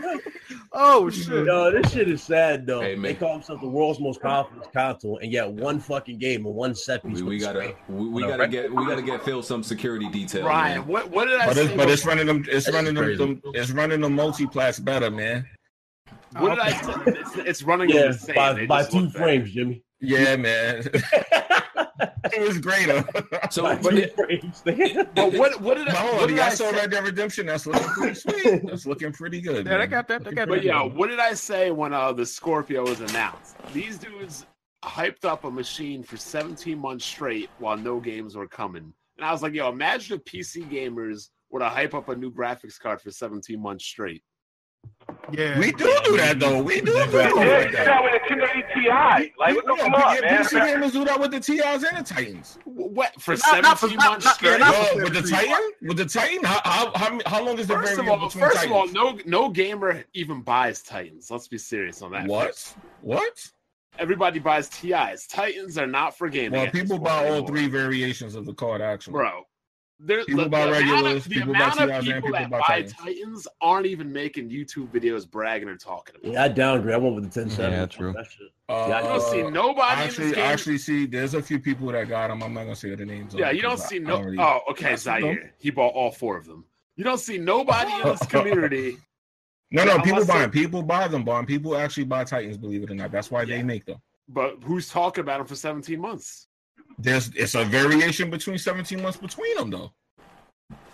D: Oh shit.
F: Yo, this shit is sad though.
B: Hey, man.
F: they call themselves the world's most powerful console, and yet one fucking game and one set piece.
B: We,
F: with
B: we
F: the
B: gotta,
F: screen.
B: we, we gotta get, we gotta get Phil some security details.
A: Brian,
B: man.
A: what, what did I
H: but it's
A: say?
H: but it's running them. It's
B: That's
H: running them,
B: crazy.
H: them. It's running the multiplats better, man.
A: what did I say? It's, it's running yeah,
F: Yeah,
A: the same.
F: by,
A: They
F: by
A: just
F: two
A: look better.
F: frames, Jimmy.
H: Yeah, man. it was greater. but
B: So,
F: By
B: but
F: two
B: it-
F: frames. They-
A: But what what did I, what
H: hold on,
A: did
H: y'all
A: I
H: Oh, saw
A: say?
H: Red Dead Redemption. That's looking pretty sweet. That's looking pretty good.
D: Yeah, they
H: man.
D: got that. They got
A: But
D: that.
A: yeah, what did I say when uh, the Scorpio was announced? These dudes hyped up a machine for 17 months straight while no games were coming. And I was like, yo, imagine if PC gamers were to hype up a new graphics card for 17 months straight.
D: Yeah.
H: We do do that though. We do do that.
G: Yeah, you did that with a 1080 Ti. Like, what the
H: yeah,
G: fuck,
H: P-
G: man?
H: PC gamers do that with the TIs and the Titans.
A: Wh- What for
D: Not-
A: 17
D: not for- not-
A: months
D: not-
A: straight?
D: not-
H: Yo, with the Titan, with the Titan, how how how, how long is the
A: First of
H: variant
A: all,
H: between
A: first of all,
H: Titans?
A: no no gamer even buys Titans. Let's be serious on that.
H: what what?
A: Everybody buys TIs. Titans are not for gaming.
H: Well,
A: at this
H: people
A: point
H: buy all
A: anymore.
H: three variations of the card. Actually,
A: bro. There,
H: People
A: the,
H: buy
A: the amount
H: regulars,
A: of, the
H: people buy
A: amount of
H: CRs, and
A: people,
H: people
A: that
H: buy
A: buy
H: Titans.
A: Titans. aren't even making YouTube videos bragging or talking about. it.
F: yeah, I downgrade. I went with the ten seven.
E: Yeah, true.
H: Uh,
F: Yeah,
A: You don't see nobody
H: I actually,
A: in this
H: I
A: game.
H: actually see. There's a few people that got them. I'm not gonna say the names. of
A: yeah,
H: them
A: you don't
H: 'cause I-
A: see
H: I
A: no.
H: don't really-
A: Oh, okay,
H: I don't-
A: Zaire. He bought all four of them. You don't see nobody in this community.
H: no,
A: yeah,
H: no.
A: I'm
H: People
A: not
H: buy
A: saying-
H: them. People buy them. Bomb. People actually buy Titans. Believe it or not, that's why they
A: Yeah.
H: make them.
A: But who's talking about him for 17 months?
H: There's it's a variation between 17 months between them though.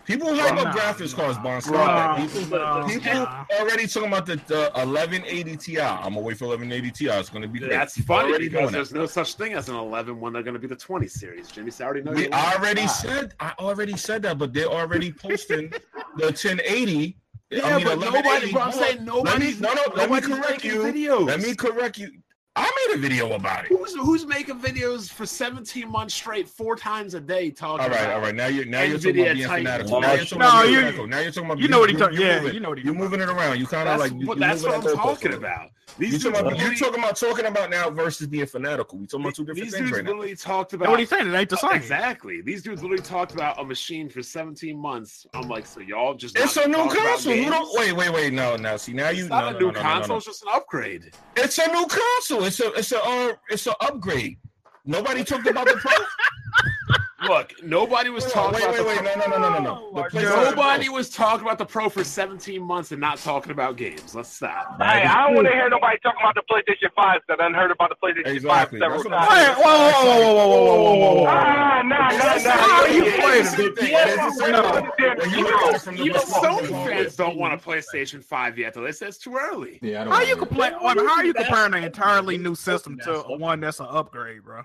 H: People hype
D: Bruh.
H: up graphics cards, Bond.
A: Bruh.
H: Stop that. People,
D: Bruh.
H: people already talking about the, the 1180 Ti. I'm gonna wait for 1180 Ti. It's gonna be great.
A: That's
H: People
A: funny
H: already
A: because
H: doing
A: there's no such thing as an 11 when they're going to be the 20 series. Jimmy, so I already know.
H: that. we
A: you're lying.
H: already
A: Ah.
H: said. I already said that, but they're already posting the 1080
A: Yeah,
H: I mean,
A: but
H: 1180
A: nobody. But I'm
H: was-
A: saying
H: Let
A: nobody.
H: me, no, no, let me correct you.
A: Videos.
H: Let me correct you. I made a video about it.
A: Who's who's making videos for 17 months straight, four times a day, talking?
H: All right,
A: about
H: all right. Now you're now you're
A: NVIDIA
H: talking about being
A: Titan.
H: fanatical. Now you're talking about
D: No,
H: being
D: you-
H: fanatical. Now you're talking about
D: you know what he
H: you're-
D: talking-
H: you're
D: yeah,
H: moving.
D: you know what he
H: You're
D: talking
H: moving it around. You kind of
A: That's,
H: like you-
A: what-
H: you're
A: that's what
H: moving
A: I'm
H: that goalpost a
A: talking
H: little bit.
A: about.
H: You
A: These
H: talking
A: dudes,
H: about you
A: literally-
H: talking about talking about now versus being fanatical. We talking about two different
A: these
H: things
A: dudes
H: right now.
A: literally talked
D: That's what
A: about
D: he's saying. It ain't the same.
A: exactly. These dudes literally talked about a machine for 17 months. I'm like, so y'all just
H: It's
A: not
H: a new
A: talk about
H: console. You
A: games?
H: don't wait, wait, wait. No, no. See now you
A: It's not
H: no,
A: a
H: no,
A: new
H: no, no, no,
A: console.
H: no.
A: It's just an upgrade.
H: It's a new console. It's a it's a uh, it's an upgrade. Nobody talked about the pro.
A: Look, nobody was
H: Hold on,
A: talking
H: wait,
A: about
H: wait,
A: the
H: wait.
A: pro.
H: No, no, no, no, no, no. The PlayStation Pro.
A: Nobody was talking about the pro for 17 months and not talking about games. Let's stop.
G: Hey, I don't want to hear nobody talking about the PlayStation 5 because I done heard about the PlayStation
H: Exactly.
G: 5 several
H: That's what I'm
G: times.
H: saying.
D: Wait, whoa, whoa, whoa, whoa, whoa, whoa, whoa, whoa, whoa.
G: Ah, nah, nah,
H: That's
G: nah.
H: not how you
G: Yeah,
H: play
G: yeah,
H: the big thing.
G: yeah,
H: That's the same
G: no.
H: thing. When you
A: Even,
H: look at it from the
A: even
H: perspective of
A: Sony
H: all
A: fans
H: this.
A: don't want a PlayStation 5 yet, though. They said it's too early.
B: Yeah, I don't.
D: How
B: want
D: you
B: it.
D: compare? I mean, how are you comparing an entirely new system to one that's an upgrade, bro?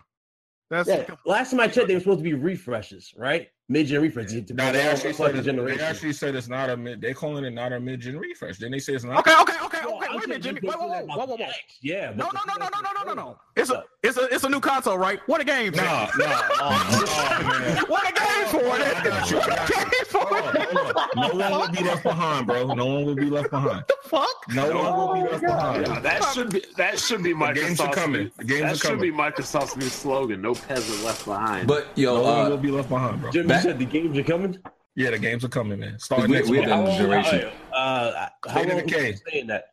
D: That's
F: Yeah. Last time I checked, they were supposed to be refreshes, right? Mid-gen refreshes.
H: No, they actually said
F: fucking
H: it's, they
F: generation.
H: actually said it's not a mid. They calling it not a mid gen refresh. Then they say it's not.
D: okay, okay, okay,
F: No,
D: okay.
F: I'm
D: Wait a
F: saying
D: minute, Jimmy.
F: just
D: Wait, whoa,
F: go
D: whoa,
F: through that
D: whoa, whoa, whoa.
F: box. Yeah.
D: No,
F: but
D: no,
F: the-
D: no, no, no, no, no, no, no. It's a, it's a, it's a new console, right? What a game!
H: No, no.
D: What a game for
H: I got you. I got you.
D: it!
H: Hold on, hold on. No one will be left behind, bro. No one will be left behind.
D: Fuck!
H: No one will be left behind.
A: Yeah, that should be that should be
H: The games are
A: Microsoft's
H: coming.
A: new,
H: The games
A: that
H: are
A: should
H: coming.
A: be Microsoft's new slogan. No peasant left behind.
B: But
H: No
B: yo,
H: one will
B: uh,
H: be left behind, bro.
F: Jimmy
B: Back-
F: said the games are coming.
H: Yeah, the games are coming, man. Start
B: We-
H: next
B: we
H: month.
B: done.
F: long-
B: duration.
F: Uh, how
H: State
F: long
H: of the
F: we've
H: K.
F: been saying that?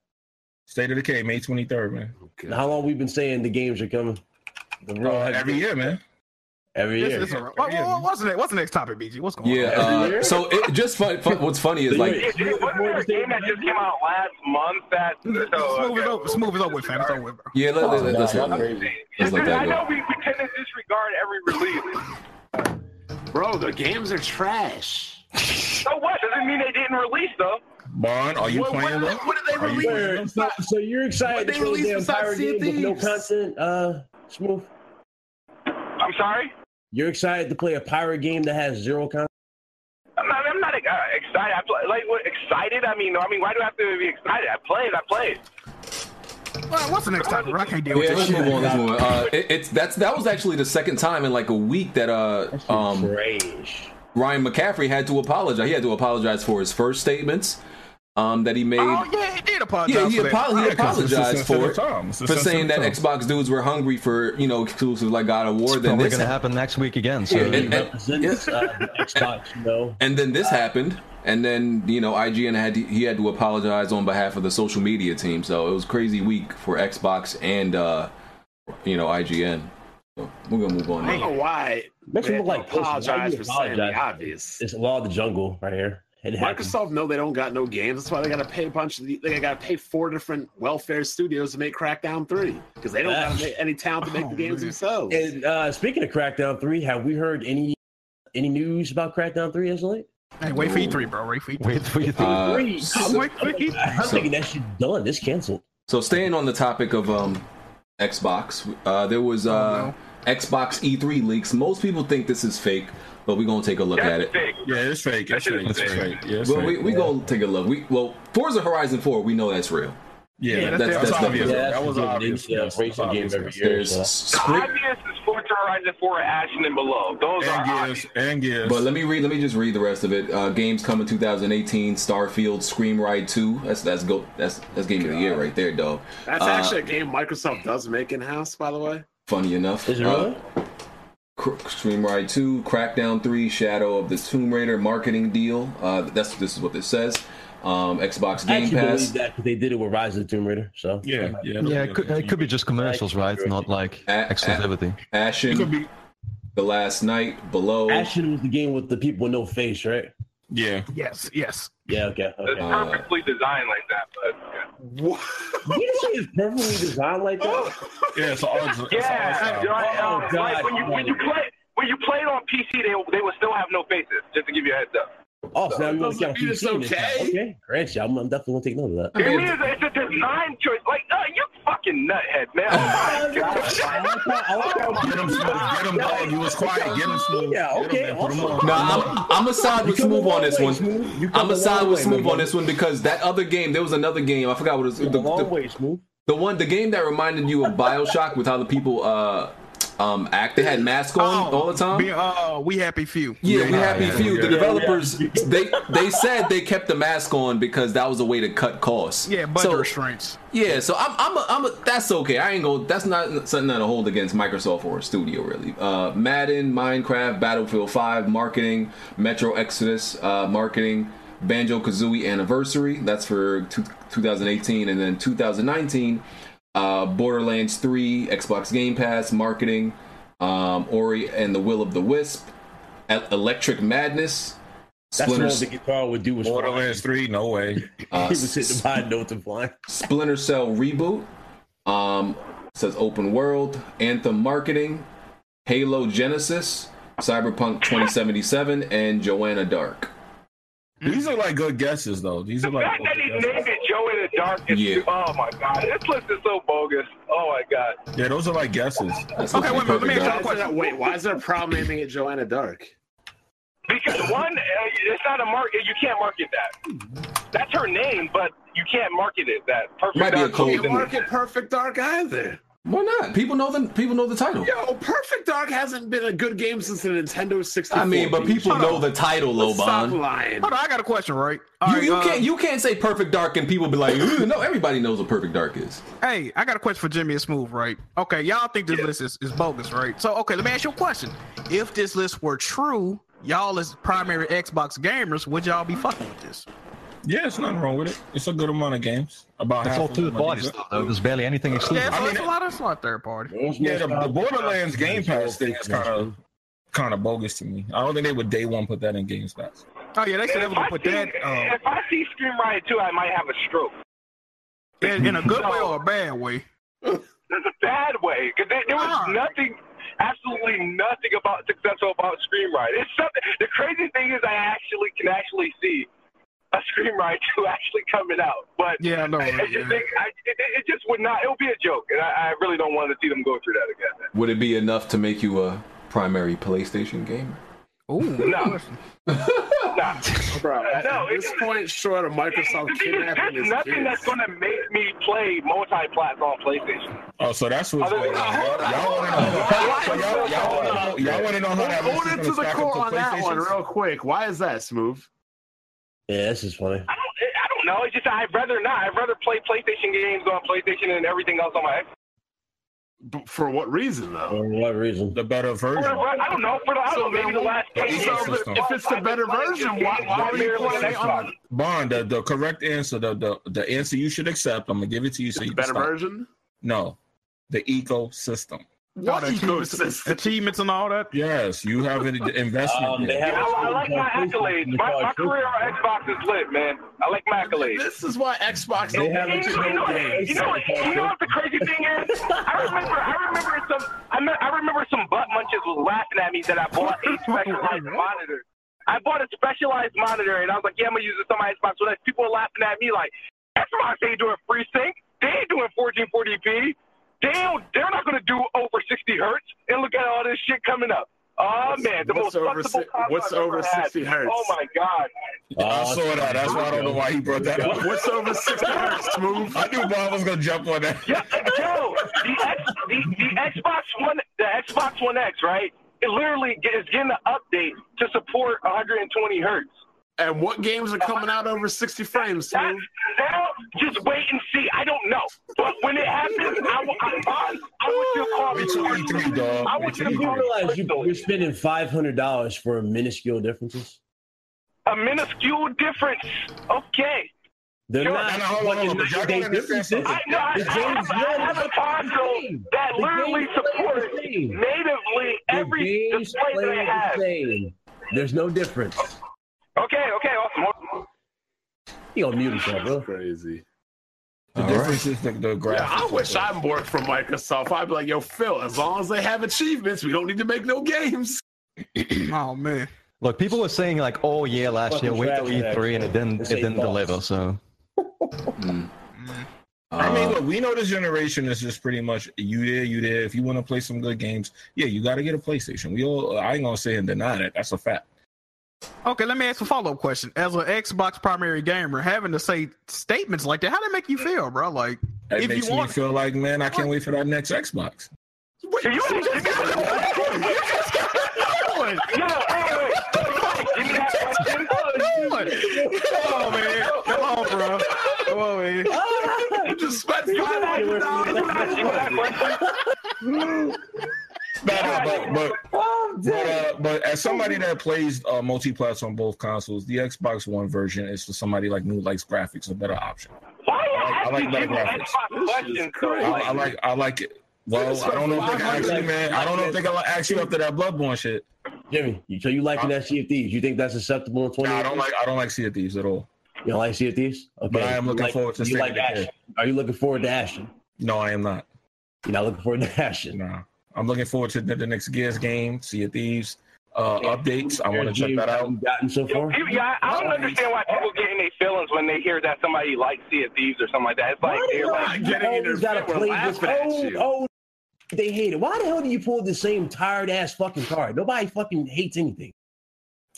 H: State of the K, May twenty third, man.
A: Okay.
F: How long we've been saying the games are coming?
A: Oh,
F: The real
H: Uh, every year, man.
F: Every
D: This
F: year.
D: is a, what, what, what's the next- what's the next topic, BG? What's going
B: yeah.
D: on?
B: Uh, so it just fun, fun. What's funny is like
G: yeah, dude, wasn't there a game that just came out last month that
D: Let's
G: so,
D: move it
G: okay.
D: over. Let's move it over with, fam. It's over with, bro.
B: yeah. Let, let, let, let's let,
G: Dude,
B: let's let
G: I
B: that
G: know
B: go.
G: we, we tend to disregard every release.
A: Bro, the games are trash.
G: so what? Doesn't mean they didn't release though.
H: Bond, are you
A: What- what
H: playing?
A: did they-
H: though?
A: what did they
H: Are you
A: release?
H: playing
F: Where-
H: them?
F: so, so you're
A: What
F: excited
A: they
F: to play
A: released
F: damn
A: besides
F: pirate
A: Sea of
F: game with no
A: Thieves?
F: content, uh, Smooth?
G: I'm sorry.
F: You're excited to play a pirate game that has zero content?
G: I'm not. I'm not uh, excited. I play, like what? Excited? I mean, I mean, why do I have to be excited? I played. I played.
D: Well, what's the next topic? Bro? I can't deal with
B: Yeah,
D: this
B: let's
D: shit.
B: move on. Let's move on. Uh, it, it's that's that was actually the second time in like a week that uh um
F: Trash.
B: Ryan McCaffrey had to apologize. He had to apologize for his first statements um that he made.
D: Oh yeah, he did apologize.
B: yeah, he,
D: for that.
B: apo- he
H: Yeah, 'cause it's a
B: apologized for
H: sensitive
B: it.
H: time. It's a
B: for saying that
H: sensitive
B: Xbox dudes were hungry for you know exclusive like God of War. Then
E: Probably
B: this
E: going to happen next week again. So
B: Yeah,
F: It
B: and-
F: represents uh, the Xbox, you know.
B: And then this happened, and then you know IGN had to, he had to apologize on behalf of the social media team. So it was crazy week for Xbox and uh you know IGN. So we're gonna move on.
A: I don't know
B: Now.
A: why.
F: Makes
A: they
F: him look
A: had to
F: like pussy. Why
A: apologize
F: you
A: for saying the
F: apologize?
A: obvious.
F: It's Law of the Jungle right here. It happens.
A: Microsoft know they don't got no games. That's why they got to pay a bunch of. The, they got to pay four different welfare studios to make Crackdown three because they don't
F: Ah.
A: have any talent to make
D: Oh,
A: the games
D: man.
A: themselves.
F: And uh, speaking of Crackdown Three, have we heard any any news about Crackdown Three as of late?
D: Hey, wait for E3, bro. Wait for E3.
E: wait, wait.
B: Uh,
F: Three.
B: so-
D: wait for E3.
F: I'm
B: So-
F: thinking that shit's done. It's canceled.
B: So staying on the topic of um, Xbox, uh, there was uh, Xbox E3 leaks. Most people think this is fake, but we're gonna take a look at
G: That's
B: it.
G: big.
H: time. Yeah, it's fake. It's
G: That
H: fake.
G: shit
H: It's
G: is
H: fake.
G: fake.
H: Yeah, it's
B: Well,
H: fake.
B: we we gonna take a look. We well, Forza Horizon 4, we know that's real.
H: Yeah,
D: Yeah,
H: that's,
D: that's-
H: that's,
B: that's
H: obvious.
B: the-
F: yeah,
H: that was
F: that's the
H: obvious.
F: big, uh,
H: Yes,
F: racing
H: that's
F: game
H: obvious.
F: every year.
B: There's
F: Yeah.
G: The
B: script.
G: obvious is Forza Horizon 4, Ashen, and below. Those are
H: And
G: obvious.
H: gives. And gives.
B: But uh, let me read. Let me just read the rest of it. Uh, games coming 2018: Starfield, Scream Ride 2. That's that's go. That's that's game of the year right there, dog.
A: That's
B: Uh,
A: actually a game Microsoft does make in house, by the way.
B: Funny enough,
F: Is it
B: uh,
F: really?
B: Cr- Scream Ride 2, Crackdown 3, Shadow of the Tomb Raider marketing deal. Uh, that's this is what this says. Um, Xbox
F: I
B: Game
F: actually
B: Pass.
F: believe that 'cause they did it with Rise of the Tomb Raider. So
H: yeah, yeah,
E: yeah, it could, it could be just commercials, right? Not like
B: Uh, uh,
E: exclusivity.
H: It could
B: Ashen,
H: be.
B: The Last Night, Below.
F: Ashen was the game with the people with no face, right?
H: Yeah.
D: Yes, yes.
F: Yeah. Okay.
G: It's
F: Okay.
B: Uh,
G: perfectly designed like that. But
A: What?
F: Did you say it's perfectly designed like that?
H: Yeah, it's an odd. It's an odd
G: yeah,
H: style.
G: you're right,
F: Oh,
G: um, like
F: God.
G: when you when you play when you play it on PC, they they will still have no faces. Just to give you a heads up.
F: Oh, so now we want
A: Doesn't
F: to count
A: mean it's
F: PC. this time.
A: okay.
F: Okay. Great. yeah, I'm, I'm definitely gonna take note of that.
G: It is. It's a design choice. Like, uh, you fucking nuthead, man. Oh my god.
F: I like how- I like how-
H: Get him, smooth. Get him, dog. You was quiet. Get him, smooth.
F: Yeah,
H: Get
F: okay,
H: him, man. Put him
F: awesome.
H: on.
B: No, I'm I'm a side
F: You
B: with
F: come a
B: Smooth
F: long
B: on this
F: way,
B: one.
F: Smooth. You come
B: I'm
F: a
B: a side
F: long
B: with
F: way,
B: Smooth
F: man.
B: on this one because that other game, there was another game. I forgot what it was. The,
F: You're a long
B: the,
F: way, smooth.
B: the one, the game that reminded you of Bioshock with how the people uh um act. They had masks on
D: Oh,
B: all the time.
D: Be, uh, we happy few.
B: Yeah, we happy
I: yeah,
B: few.
I: yeah.
B: The developers they they said they kept the mask on because that was a way to cut costs.
D: Yeah, budget
B: so,
D: restraints.
B: yeah. So I'm I'm a, I'm a, that's okay. I ain't go. That's not something that'll hold against Microsoft or a studio really. Uh, Madden, Minecraft, Battlefield Five, marketing, Metro Exodus, uh, marketing, Banjo Kazooie Anniversary. That's for two, 2018, and then 2019, uh, Borderlands Three, Xbox Game Pass, marketing, um, Ori and the Will of the Wisp, E- Electric Madness.
F: That's
B: Splinter-
F: what the guitar would do was
H: Borderlands 3, no way.
F: fly.
B: uh,
F: He was hitting the high notes and flying.
B: Splinter Cell reboot. Um, says open world, Anthem marketing, Halo Genesis, Cyberpunk 2077, and Joanna Dark.
H: These are like good guesses, though. These
G: The
H: are like.
G: fact that he
H: good
G: named
H: guesses.
G: it Joe in the Dark is
B: Yeah.
G: oh my god. This list is so bogus. Oh my god.
H: Yeah, those are like guesses.
B: That's
D: Okay,
B: supposed to be
D: wait a minute, let me
B: perfect,
A: Why
D: ask
B: Dark.
A: is there- wait, why is there a problem naming it Joanna Dark?
G: Because one, uh, it's not a market. You can't market that. That's her name, but you can't market it. That perfect.
B: Might be a
G: Dark
B: code
G: Kingdom.
A: Can't market Perfect Dark either.
B: Why not? People know the people know the title.
A: Yo, Perfect Dark hasn't been a good game since the Nintendo 64.
B: I mean, but people know the title,
A: Stop
B: Loban.
A: lying.
D: Hold on, I got a question, right? All
B: You,
D: right,
B: you
D: uh,
B: can't you can't say Perfect Dark and people be like, "Ooh, no, everybody knows what Perfect Dark is.
D: Hey, I got a question for Jimmy and Smooth, right? Okay, y'all think this list is, is bogus, right? So, okay, let me ask you a question. If this list were true, y'all as primary Xbox gamers, would y'all be fucking with this?
H: Yeah, it's nothing wrong with it. It's a good amount of games. About
E: It's
H: half
E: all
H: of
E: to the
H: them are
E: party
H: good.
E: stuff, though. There's barely anything
D: Yeah,
E: exclusive.
D: so
H: I mean,
D: it's a lot of it's a lot of third party.
H: Yeah, the, the Borderlands Game Pass thing is kind of kind of bogus to me. I don't think they would day one put that in Game Pass.
D: Oh yeah, they
G: If
D: should ever
G: I,
D: put
G: see,
D: that uh,
G: if I see Scream Riot 2, I might have a stroke.
D: in, in a good way or a bad way.
G: That's a bad way because there was
D: Ah.
G: nothing, absolutely nothing about successful about Scream Riot. It's something. The crazy thing is, I actually can actually see a Scream Riot 2 actually coming out, but
D: Yeah, I know.
G: I, I
D: right,
G: just
D: yeah.
G: think I, it, it just would not. It would be a joke, and I, I really don't want to see them go through that again.
B: Would it be enough to make you a primary PlayStation gamer?
D: Ooh, good
G: No.
D: question.
G: Nah.
A: Bro, at
G: No,
A: this
G: it's-
A: point, short of Microsoft
G: The thing is,
A: kidnapping
G: there's
A: his
G: nothing
A: kids.
G: that's going to make me play multi-platform PlayStation.
H: Oh, so that's what's
G: Hold on,
H: going on.
G: hold on,
H: Y'all want to know? so y'all- y'all wanna know- Y'all want to know how that
A: Hold
H: list
A: it
H: is
A: to
H: gonna
A: the
H: stack up
A: core on that one,
H: PlayStations?
A: real quick. Why is that smooth?
F: Yeah, this is funny.
G: I don't. I don't know. It's just I'd rather not. I'd rather play PlayStation games on PlayStation and everything else on my.
A: B- for what reason, though?
F: For what reason?
H: The better
G: For the-
H: version.
G: I don't know. For the, I
A: So
G: don't know. Maybe
A: then
G: the last.
H: the
G: 10 years,
H: ecosystem.
A: If it's the better version, why, why are you putting it on
H: Bond, the, the correct answer, the, the the answer you should accept. I'm gonna give it to you so you
A: the
H: can
A: better
H: stop.
A: version?
H: No, the ecosystem.
A: What
D: Oh, the achievements-
A: ecosystem?
D: achievements and all that.
H: Yes, you have an investment.
F: Um,
H: here.
F: they have
G: Yeah, I, I like my accolades. My, my career on Xbox is lit, man. I like my accolades.
A: This is why Xbox
F: They
A: don't
F: have
A: make
G: You know, you know,
A: no
G: what-
A: games.
G: you know, what- you know what the crazy thing is? I remember, I remember some, I, me- I remember some butt munches was laughing at me that I bought a specialized monitor. I bought a specialized monitor, and I was like, yeah, I'm gonna use this on my Xbox. So that people were laughing at me like, Xbox ain't doing FreeSync. They ain't doing 1440p. They don't, they're not gonna do over 60 hertz. And look at all this shit coming up. Oh man, the
A: what's
G: most
A: over
G: flexible
A: si-
G: console
A: what's
G: I've
A: over
G: ever had.
A: 60 hertz?
G: Oh my god.
H: I saw that. That's why I don't know why he brought that up.
A: What's over 60 hertz, smooth?
H: I knew Bond was gonna jump on that.
G: Yeah, yo, the, X, the, the Xbox One, the Xbox One X, right? It literally ge- is getting an update to support 120 hertz.
A: And what games are coming out over 60 frames,
G: That,
A: smooth?
G: now, just wait and see. I don't know, but when it happens, I will. I, I, I would
H: Wait
G: still
H: till
G: call it.
H: E3, dog.
G: I would
H: Wait till
G: just
H: E3.
G: call
F: You realize you,
G: it
F: you're spending five hundred dollars for minuscule differences.
G: a minuscule difference. Okay.
F: They're
G: Yo,
F: not.
H: no, no, hold on, hold on, but y'all
F: they
H: gotta understand
F: differences.
H: something.
G: I know. I,
F: The
G: I,
F: game's
G: have, I have a console that
F: The
G: literally
F: games play the
G: supports
F: same.
G: natively every
F: the games
G: display that
F: play
G: it has.
F: the same. There's no difference.
G: Okay. Okay. Awesome.
F: You gonna mute himself, bro?
A: Crazy.
H: The
B: All
H: difference is the, the graphics.
A: Yeah, I wish I worked for Microsoft. I'd be like, yo, Phil, as long as they have achievements, we don't need to make no games.
D: Oh man.
E: Look, people were saying like, "Oh yeah, last
F: Fucking
E: year, wait till E
F: trash,
E: E3," and it didn't,
F: It's
E: it
F: eight
E: didn't
F: bucks.
E: deliver. So
B: Mm.
D: Mm.
H: I mean, look, we know this generation is just pretty much you there, you there. If you want to play some good games, yeah, you got to get a PlayStation. We all, I ain't gonna say and deny that. That's a fact.
D: Okay, let me ask a follow up question. As an Xbox primary gamer, having to say statements like that, how that make you feel, bro? Like,
H: That
D: If
H: makes
D: you
H: me
D: want-
H: feel like, man, I can't wait for that next Xbox.
D: what, you just got another one. You just got another one.
G: Yo, hey, wait, give me that question.
D: Come on, man. Come on, bro. Come on, man.
F: Ah!
D: You just spent
F: You
D: five
F: got
D: hundred
F: it.
D: dollars.
G: Give me that- give me that question.
H: Nah, but but
F: I'm
H: but,
F: dead.
H: uh, but as somebody that plays uh, multi-plats on both consoles, the Xbox One version is for somebody like me who likes graphics a better option.
G: Why you
H: I
G: asking
H: like
G: like, people
H: graphics.
G: Xbox
A: This is
G: questions? though?
H: I, I like I like it. Well, I don't know if they can ask you, man. I don't know if they can ask you after that Bloodborne shit.
F: Jimmy, you, so you liking that Sea of Thieves? You think that's acceptable in 20?
H: Nah, I don't like I don't like Sea of Thieves at all.
F: You don't like Sea of Thieves? Okay.
H: But I am
F: You
H: looking
F: like-
H: forward to
F: you
H: State
F: like
H: of Decay.
F: action. Are you looking forward to action?
H: No, I am not.
F: You're not looking forward to action.
H: Nah, I'm looking forward to the, the next Gears game, Sea of Thieves uh, updates. I want to check
F: James,
H: that
F: have
H: out.
F: you gotten so
G: Yo,
F: far?
G: people- yeah, I I don't understand why people get in their feelings when they hear that somebody likes Sea of Thieves or something like that. It's like
F: Why the
G: they're
F: hell
G: like,
F: do
A: getting in
F: you
A: their
F: always gotta
A: fit? We're
F: play this
A: laughing at
F: old,
A: you.
F: old they hate it. Why the hell do you pull the same tired ass fucking card? Nobody fucking hates anything.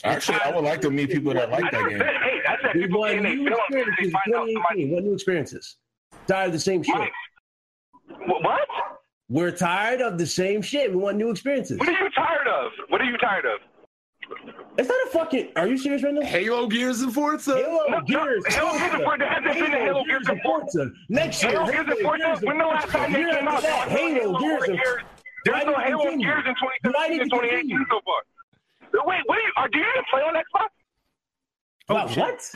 H: Actually, I would like to meet people that
G: I
H: like that
G: never
H: game.
G: said hate. I said
F: We
G: people
F: want
G: get in their
F: new
G: feelings when they
F: experiences.
G: find out somebody.
F: 2018. What new experiences? Tired of the same shit.
G: Mike, wh- What?
F: We're tired of the same shit. We want new experiences.
G: What are you tired of? What are you tired of?
F: It's not a fucking. Are you serious right now?
A: Halo Gears and Forza.
F: Halo
G: No, no,
F: Gears.
G: Halo Gears and Forza. There hasn't been a Halo Gears and Forza.
F: Next year.
G: Halo Gears and Forza. When the last time they
F: Year
G: came
F: after that,
G: out? there was
F: Halo
G: no
F: Gears and Why
G: There's no
F: did it
G: Halo
F: continue?
G: Gears in
F: Why did
G: 2017
F: it
G: and 2018
F: continue?
G: so far. Wait, what do you? Are, do you even play on Xbox?
F: Wow, what?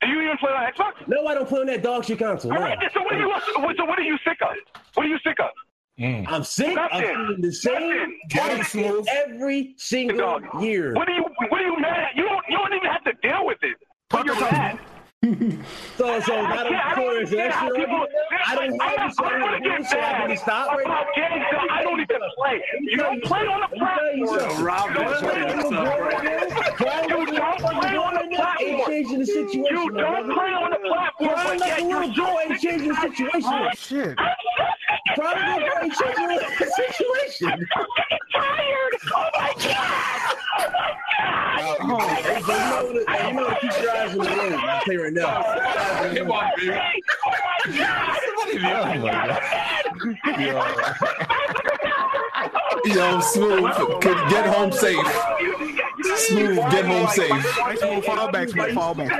G: Do you even play on Xbox?
F: No, I don't play on that dog shit console.
G: All
F: No.
G: right, so what are you? So what are you sick of? What are you sick of?
H: Mm.
F: I'm sick
G: Nothing.
F: of feeling the
G: Nothing.
F: same
H: Get it,
F: bullshit
H: Smooth.
F: every single
G: Dog.
F: year.
G: What are you? What are you mad at? You don't. You don't even have to deal with it. But you're mad.
F: So, so I
G: I can't-
F: don't
G: I don't
F: care. So
G: understand
F: that's
G: how
F: your
G: people.
F: argument. I don't
G: I
F: have to
G: I want
F: say
G: to get
F: it, so I
G: mad
F: can stop right now.
G: about games that I don't even play. You don't play on the
F: Let me tell you
G: platform.
F: something.
A: Rob,
G: You don't
A: that's
G: play on
A: what I'm
G: the
A: saying.
G: You don't play on the platform.
F: Ain't changing the situation.
G: You
F: my
G: don't
F: brother.
G: play on the platform,
F: Crying
G: but
F: like
G: yet
F: a
G: you're
F: little boy
G: so
F: ain't changing the situation.
D: Shit.
F: Crying like a boy ain't changing the situation.
G: tired. Oh my
H: Wow,
F: Hey, but you know what- hey, you know what? Keep your eyes on the road. I'll tell you right now.
A: Come on, baby.
B: Oh my God.
H: you- yo.
E: Yo, smooth. Get, get home safe. Smooth. Get home safe.
D: Nice little fallback, smooth fallback.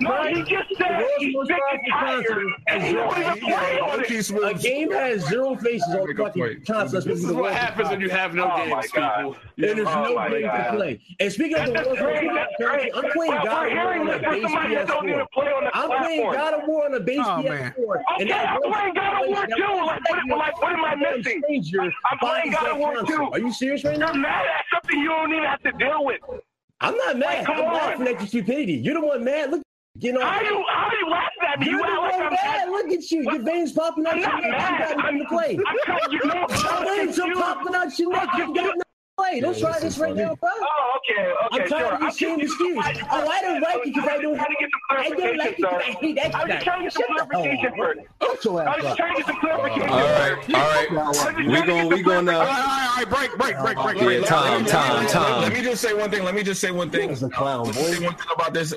G: No, he just said he's sick and tired, and he don't even play on it.
H: Low-key
F: A
H: Smooth.
F: game has zero faces on the
H: Make a
F: fucking
H: point.
F: console. That's
A: This is what happens when you have no
G: Oh, my
A: games,
G: God.
A: people. Uh,
F: And there's
G: Oh
F: no
G: my
F: game to
G: God.
F: play. And speaking
G: That's
F: of the
G: just great.
F: Warzone,
G: That's great.
F: I'm playing
G: But
F: God
G: we're
F: of War
G: hearing
F: on a
G: this from
F: base
G: somebody that don't
F: PS4.
G: even play on the
F: I'm playing
G: platform.
F: God of War on a base
D: Oh, man.
F: PS4.
G: Okay,
F: that
G: I'm
F: one
G: playing God of War
F: situation-
G: too. Like, what- like, what am I missing?
F: Stranger
G: I'm
F: buys
G: playing God
F: that
G: of War
F: console.
G: too.
F: Are you serious right now?
G: You're mad at something you don't even have to deal with.
F: I'm not mad.
G: come
F: I'm
G: on.
F: laughing at your stupidity. You're the one mad. Look, you know.
G: How you, how you laughing at me?
F: You're
G: You
F: the
G: act like
F: one
G: I'm
F: mad.
G: mad.
F: Look at you. Your veins popping out.
G: I'm
F: You
G: not mad.
F: got nothing
G: I'm,
F: to play.
G: I'm trying you know. I'm
F: Your veins are
G: confused.
F: popping out. You neck. You got nothing to play. Don't try this right now, bro.
G: Oh, okay, okay,
F: I'm tired
G: sure.
F: of these same
G: confused.
F: excuses. Oh, I don't like it because I don't-
G: I'm trying to get some
F: I don't like it
G: clarification,
F: because I
G: sir.
F: hate that
G: I'm
F: guy.
G: just trying to get
F: Shut
G: some
F: the
G: clarification
F: hell up.
G: first.
F: Shut your ass
G: I'm just
F: up.
G: trying to get some clarification
E: All
G: first.
E: right. All right. We going we uh, going
D: All right, all right,
E: to.
D: all right. Break, break, break, break,
E: Yeah,
D: break.
E: time, time,
H: Let
E: time.
H: me just say one thing. Let me just say one thing.
F: He's a clown,
H: Let me say one thing about this.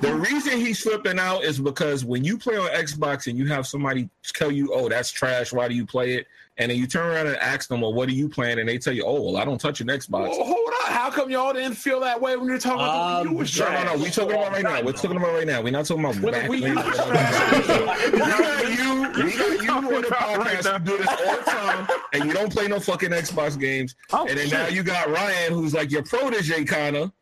H: The reason he's flipping out is because when you play on Xbox and you have somebody tell you, "Oh, that's trash. Why do you play it?" and then you turn around and ask them, "Well, what are you playing?" and they tell you, "Oh, well, I don't touch an Xbox."
A: Well, hold on. How come y'all didn't feel that way when you're talking about the
F: Um,
A: Wii U was
H: No, no,
A: trash?
H: no. We're talking about right now. We're talking about right now. We're not talking about
A: When the
H: back
A: Wii U
H: later.
A: was trash.
H: We got you. We got you on the podcast. who do this all the time, and you don't play no fucking Xbox games.
D: Oh,
H: and then
D: shit.
H: now you got Ryan, who's like your protege, kinda,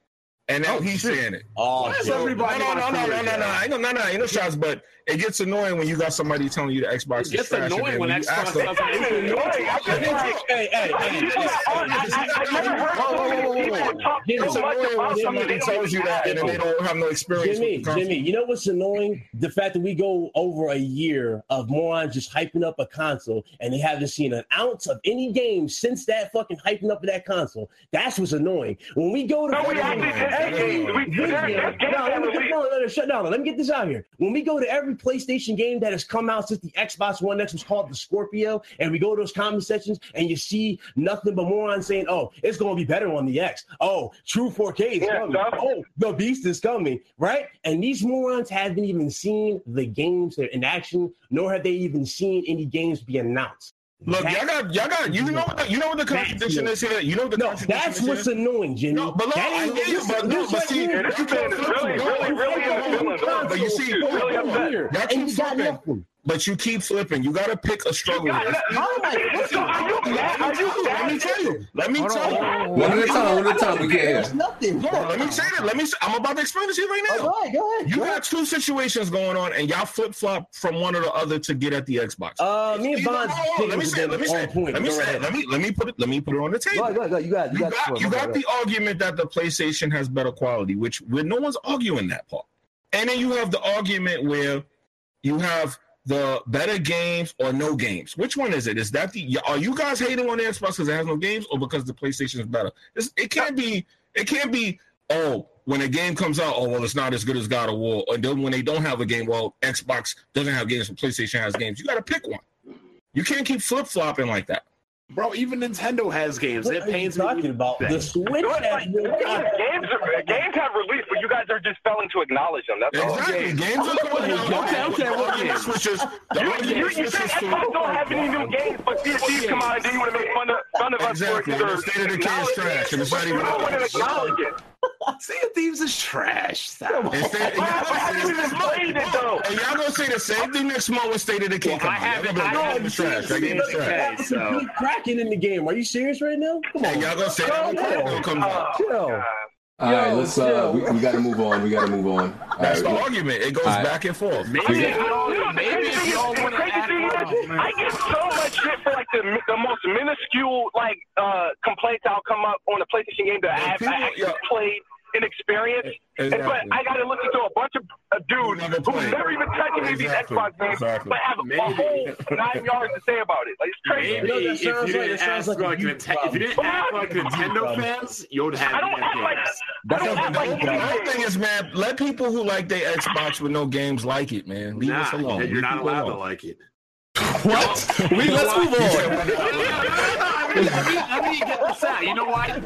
H: and now he's saying it.
F: Oh,
A: is
F: shit.
A: everybody-
H: No, no, no, no, no, no, no. I know, no, no, ain't no shots, but it gets annoying when you got somebody telling you the Xbox
A: It
H: is
A: gets
H: trash. and
A: annoying
H: then
A: when
H: you
A: Xbox
H: ask them-
A: doesn't even know
G: Hey, I'm
A: what
G: just like,
F: Hey, hey,
G: I,
F: hey.
G: I, I, I never heard so
H: Whoa, whoa, whoa, whoa,
G: many
H: whoa.
G: people talk so
H: It's
G: much about
H: annoying when
G: something they
H: somebody
G: don't
H: tells you
G: even
H: that and then they
G: have.
H: don't have no experience. with
F: Jimmy,
H: the console.
F: Jimmy, you know what's annoying? The fact that we go over a year of morons just hyping up a console and they haven't seen an ounce of any game since that fucking hyping up of that console. That's what's annoying. When we go to
G: No, we
F: fucking
G: actually did that
F: every
G: game. We-
F: video-
G: there- there's games
F: No,
G: that
F: let me-
G: released.
F: no, no, no, shut down. Let me get this out here. When we go to every every PlayStation game that has come out since the Xbox One X was called the Scorpio, and we go to those comment sections and you see nothing but morons saying, "Oh, it's going to be better on the X." Oh, true 4K is
G: Yeah,
F: coming.
G: dog.
F: Oh, the beast is coming, right? And these morons haven't even seen the games that are in action, nor have they even seen any games be announced.
H: Look,
F: That-
H: y'all got, y'all got, you know, what the, you know what the
F: That's
H: contradiction
F: it.
H: is here. You know what the
F: no,
H: contradiction
F: that's
H: is
F: what's
H: here?
F: annoying, Jimmy.
H: No, but look,
F: That
H: I
F: is-
H: hear you, but no,
F: listen,
H: but see,
G: Yeah,
F: listen,
G: this has been really, really, really in the feelings.
H: But you see,
G: Dude, really upset.
F: here,
H: Y'all
F: and you
H: keep
F: got
H: flipping.
F: nothing.
H: But you keep flipping. You got to pick a struggle.
G: God, that-
F: Oh my-
G: So are you mad? Are you
H: Let me
G: mad?
H: tell you. Let me
D: Hold on,
H: tell you.
D: hold on, hold
E: One
H: Let me
E: at a
H: tell you.
E: time, one at a time. We can't hear.
F: There's nothing.
H: Hold on, let me say that. Let me. s- I'm about to explain this to you right now.
F: All right, go ahead.
H: You got two situations going on, and y'all flip flop from one or the other to get at the Xbox.
F: Uh, me and
H: Either-
F: Bonds.
H: hold on, let me say. it, Let me say.
F: on
H: it,
F: point.
H: Let me
F: Go
H: say.
F: ahead.
H: it, Let me. Let me put it. Let me put it on the
F: Go
H: table.
F: ahead, go ahead, go ahead. You got, you
H: You
F: got,
H: got, you got the argument that the PlayStation has better quality, which where no one's arguing that part. And then you have the argument where you have the better games or no games. Which one is it? Is that the are you guys hating on the Xbox because it has no games or because the PlayStation is better? It's, it can't be. It can't be. Oh, when a game comes out, oh well, it's not as good as God of War. Or then when they don't have a game, well, Xbox doesn't have games, and PlayStation has games. You got to pick one. You can't keep flip flopping like that.
A: Bro, even Nintendo has games.
F: What
A: It
F: are you
A: pains me.
F: talking about? The Switch
G: No, it's like,
F: has been out.
G: games, are- games have released, but you guys are just failing to acknowledge them. That's
C: Oh,
G: all.
H: Exactly.
A: Okay.
H: Games are coming out.
A: Okay, okay,
H: The
A: what
H: argument
A: games?
H: switches. The
G: You,
H: argument
G: you, you say
H: switches to-
G: Xbox don't have any new games, but these these come out and then you want to make fun of, fun of us
H: Exactly.
G: for it.
H: The state of the kid is trash, and it's not
G: You
H: even
G: don't want to
H: out.
G: acknowledge it.
A: Sea of Thieves is trash. Stop.
H: It's state-
G: Why- why haven't you even played it, though?
H: And y'all gonna say the same thing next month when State of the King
A: Well, I
H: comes out. Y'all
A: haven't.
H: gonna
A: I
H: be like,
A: haven't
H: "That's
A: seen
H: trash. That
A: Sea
H: game
A: of
H: is
A: Thieves
H: trash."
A: yet, so
F: Complete cracking in the game. Are you serious right now? Come on,
H: And y'all gonna say that when Crackdown comes out.
F: chill.
C: All right, let's. Uh, we, we got to move on. We got to move on. All
H: That's
C: right,
H: the argument. It goes
C: Alright.
H: back and forth.
A: maybe
C: We
A: if y'all,
G: Dude, the
A: maybe
G: crazy
A: if
G: thing is-
A: y'all
G: the
A: want to
G: crazy
A: act
G: thing is,
A: on
G: I get so much shit for like the, the most minuscule like uh, complaints that'll come up on a PlayStation game that I
H: Yeah,
G: have
H: people-
G: I actually
H: yeah. E,
G: played and experienced. And-
H: Exactly.
G: But I got to listen to a bunch of uh, dudes
H: Who never
G: who's
H: played.
G: never even touched any of these
H: Exactly.
G: Xbox games,
H: Exactly.
G: but have a
A: Maybe.
G: whole nine yards to say about it. Like it's crazy.
A: Maybe
F: No, that
A: if you
F: sounds like-
A: didn't
F: that sounds
A: act
F: like a
A: like
F: you
A: Nintendo, if you didn't
G: problem.
A: act like Nintendo fans, you'd have
G: I don't
A: that
G: act like
A: games.
H: The
G: I don't act like
H: the whole
G: anything.
H: thing is, man, let people who like their Xbox with no games like it, man. Leave us
A: Nah,
H: alone.
A: you're
H: Leave
A: not
H: people
A: allowed to
H: alone.
A: like it.
E: What? We let's move on.
A: I mean, I mean, I mean, get this out. You know why?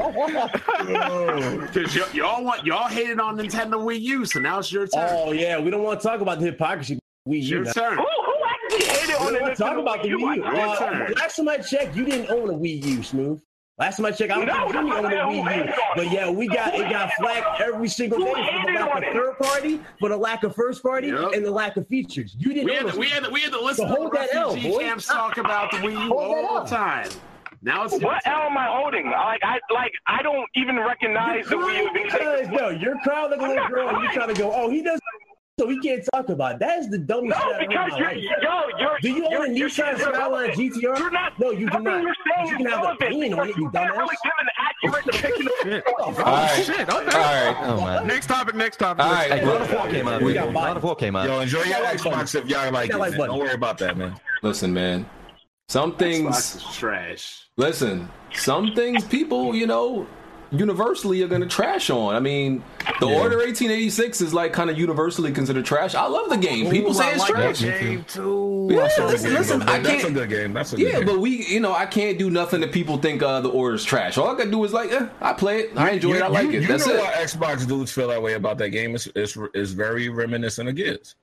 A: Because y- y'all want y'all hated on Nintendo Wii U, so now it's your turn.
F: Oh yeah, we don't want to talk about the hypocrisy. We
A: It's
F: you
A: your
F: know.
A: turn.
G: Who, who actually hated
F: We
G: on
F: don't
G: the
F: want to talk
G: Nintendo
F: about the
G: Wii
F: Wii U.
G: U? I-
A: Your
F: Uh,
A: turn.
F: last time I checked, you didn't own a Wii U, Smooth. Last time I checked, I don't
G: No,
F: think
G: that's
F: you owned
G: what
F: a
G: I'm saying.
F: Wii U. But yeah, we got it got flack every single
G: Who
F: day for the
G: hated
F: lack
G: on
F: of
G: it?
F: third party, for the lack of first party,
A: Yep.
F: and the lack of features. You didn't
A: We
F: own
A: had,
F: a
A: to, we, had to, we had to listen to
F: So
A: the
F: hold that L,
A: refugee
F: boy.
A: camps talk about the Wii U
F: Hold that
A: all
F: L.
A: the time. Now it's your
G: What
A: turn.
G: L am I holding? Like I like I don't even recognize the Wii U. as anything.
F: Because no, your crowd look a little girl and you try to go, oh, he does so he can't talk about. it. That is the dumbest
G: No,
F: shit I've
G: Oh, because
F: heard in my
G: you're,
F: life.
G: yo, you're.
F: Do you own
G: you're,
F: a
G: you're-
F: Nissan
G: you're-
F: Skyline GTR?
G: You're not.
F: No, you do
G: nothing
F: not.
G: You're
F: You
G: saying
F: can
G: is
F: have an
G: relevant
F: opinion on
G: because
F: it, you
G: can't
F: dumbass.
G: really give an accurate depiction of
D: Shit.
F: What the
D: Oh,
F: fuck?
E: right.
D: shit.
E: All
D: Okay.
E: right.
B: Oh man.
D: Next topic. Next topic.
E: All right.
B: Hey, God of War came out.
F: We
B: We
F: got
B: God of War came out.
H: Yo, enjoy your
F: like
H: Xbox if y'all like
F: Hit that
H: it.
F: like
H: man.
F: button.
H: Don't worry about that, man.
C: Listen, man. Some things.
A: Xbox is trash.
C: Listen, some things people, you know, universally are gonna trash on. I mean, the Order 1886 is like kind of universally considered trash. I love the game. People say it's trash.
D: Game two.
C: Yeah,
H: That's a good
C: listen,
H: game,
C: listen,
H: though.
C: I
H: That's a
C: can't.
H: good game. That's a good
C: Yeah,
H: game.
C: but we, you know, I can't do nothing that people think uh, the order's trash. All I can do is like, eh, I play it, I enjoy it, I like
H: you,
C: it.
H: You
C: That's
H: know
C: it.
H: why Xbox dudes feel that way about that game. It's it's, it's very reminiscent of Gears.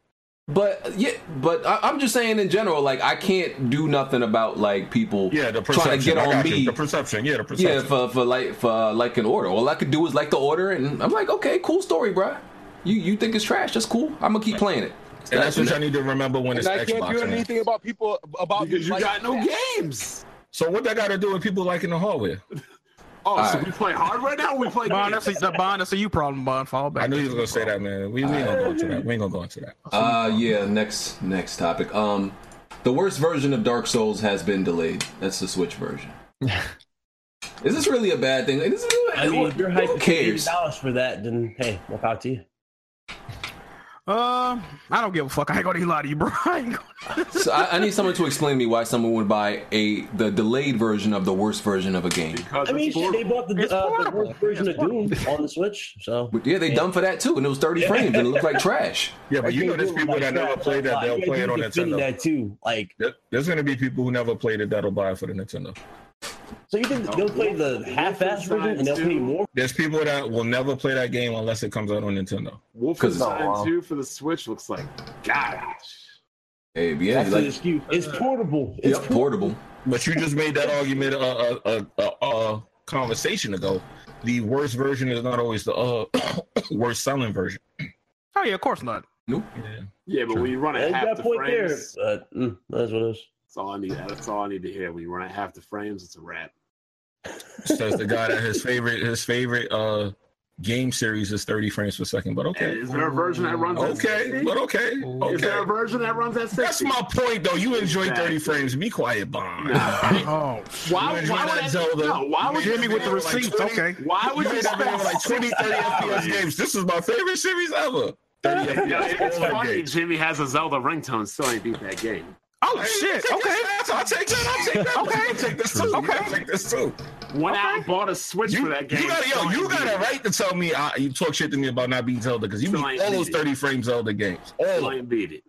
C: But yeah, but I, I'm just saying in general, like I can't do nothing about like people
H: Yeah, the perception.
C: trying to get
H: I
C: on
H: got
C: me.
H: you. The perception. Yeah, the perception.
C: Yeah, for, for like for uh, like an order. All I could do is like the order, and I'm like, okay, cool story, bruh. You you think it's trash? That's cool. I'm gonna keep playing it.
H: and that's what I need to remember when it's
J: And I can't
H: Xbox.
J: do
H: man.
J: anything about people about
A: Because you
J: like-
A: got no games.
H: So what that got to do with people liking the hallway?
A: Oh, so
C: right.
A: we play hardware now. or We play
D: Bond,
A: games.
D: that's a, the Bond, that's a you problem, Bond. Fall back.
H: I knew he was gonna say that, man. We, we ain't gonna go into that. We ain't gonna go into that.
C: Uh yeah. Next next topic. Um, the worst version of Dark Souls has been delayed. That's the Switch version. Is this really a bad thing? Is this-
F: I mean, if you're hyped
C: who
F: for eighty
C: cares?
F: dollars for that, then hey, walk out to you.
D: Um, I don't give a fuck. I ain't gonna even lie to you, bro. I ain't gonna...
C: So I, I need someone to explain to me why someone would buy a the delayed version of the worst version of a game.
A: Because
F: I mean,
A: it's
F: shit, they
A: portable.
F: bought the,
D: It's
F: uh, the
D: portable.
F: worst version
D: It's
F: of Doom on the Switch, so
C: But yeah, they dumb for that too, and it was 30 frames and it looked like trash.
H: Yeah, but you know, there's people that never played that. They'll
F: You
H: play it on
F: gotta do
H: Nintendo.
F: That too, like
H: There- There's gonna be people who never played it that'll buy it for the Nintendo.
F: so you think they'll play the half-ass version and they'll pay more.
H: There's people that will never play that game unless it comes out on Nintendo.
C: Because-
A: Wolfenstein 2 for the Switch looks like gosh.
C: Hey, yeah,
F: That's the
C: like
F: excuse. It's portable. It's
C: yep, portable.
H: But you just made that argument a a, a, a a conversation ago. The worst version is not always the uh, worst selling version.
D: Oh yeah, of course not.
A: Yeah, but when you run
F: They
A: at half
F: got
A: the
F: point
A: frames,
F: there, but mm, that's what it is.
A: that's all I need. That's all I need to hear. When you run at half the frames, it's a wrap.
H: Says the guy that his favorite his favorite uh game series is 30 frames per second. But
A: And
H: okay,
A: is there a version that runs at
H: Oh, okay,
A: 60?
H: but okay,
A: Is there a
H: okay.
A: version that runs at 60?
H: That's my point, though. You enjoy 30
A: Exactly.
H: frames. Be quiet, Bond.
A: Nah.
D: Oh,
A: Why,
H: You
A: why
H: enjoy
A: would
H: that
A: I,
H: Zelda.
A: no, why
H: You
A: would
H: enjoy
D: Hit me with the
H: Like
D: receipts.
H: 20
D: Okay.
A: Why
H: You
A: would you
H: made that video
A: spend
H: like 20, 30 FPS games. This is my favorite series ever. 30
A: Yeah, it's
H: FPS
A: funny.
H: games.
A: Jimmy has a Zelda ringtone, still ain't beat that game.
D: oh shit.
H: Take
D: Okay.
H: this, ass. I'll take that. I'll take that.
D: Okay.
H: I'll take this too.
D: Okay.
H: I'll take this too.
A: Went out and bought a Switch for
H: You,
A: that game.
H: you gotta,
A: still
H: yo,
A: ain't
H: you
A: beat
H: got a
A: it.
H: right to tell me I, you talk shit to me about not beating Zelda because you
A: Still
H: beat
A: ain't
H: all those
A: beat it.
H: 30 frame Zelda games. All
A: Still
H: of them.
A: ain't beat it.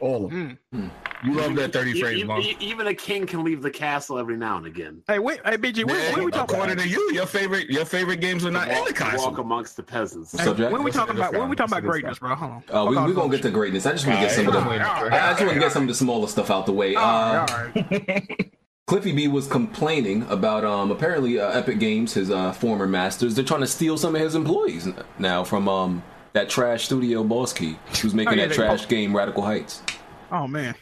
H: All of them.
F: Hmm.
H: You love that 30
A: E-
H: frames,
A: e-
H: mom.
A: e- even a king can leave the castle every now and again.
D: Hey, wait. Hey, BG. When, when we talking
H: Man,
D: about?
H: According to you, your favorite your favorite games are not in the
A: Walk, walk
H: console.
A: amongst the peasants.
D: Hey,
C: Subject.
D: when we talking about? When we talking about
H: Listen to
D: greatness,
H: this
D: bro? Hold on.
C: Uh, we
D: Fuck
C: we
D: off.
C: gonna get to greatness. I just want to get some of
D: All
C: the.
D: right, all
C: I I
D: right,
C: just want to get some of the smaller stuff out the way.
D: all
C: Uh,
D: right, all right.
C: Cliffy B was complaining about um apparently uh, Epic Games, his uh, former masters, they're trying to steal some of his employees n- now from um that trash studio boss key who's making
D: Oh, yeah,
C: that
D: they
C: trash
D: poach-
C: game Radical Heights.
D: Oh man.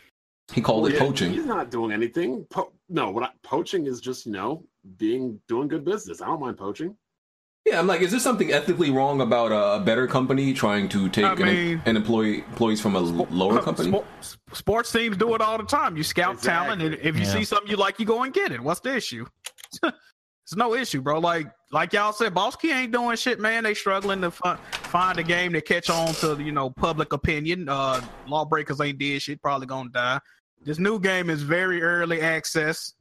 C: He called
D: Oh,
C: it
A: Yeah,
C: poaching.
A: He's not doing anything. Po- no, what I, poaching is just you know being doing good business. I don't mind poaching.
C: Yeah, I'm like, is there something ethically wrong about uh, a better company trying to take
D: I
C: an,
D: mean-
C: an employee employees from a l- lower company?
D: Spor- sports teams do it all the time. You scout talent, and if you
B: Yeah.
D: see something you like, you go and get it. What's the issue? it's no issue, bro. Like like y'all said, Bosky ain't doing shit, man. They struggling to fi- find a game to catch on to you know public opinion. Uh, lawbreakers ain't did shit. Probably gonna die. This new game is very early access.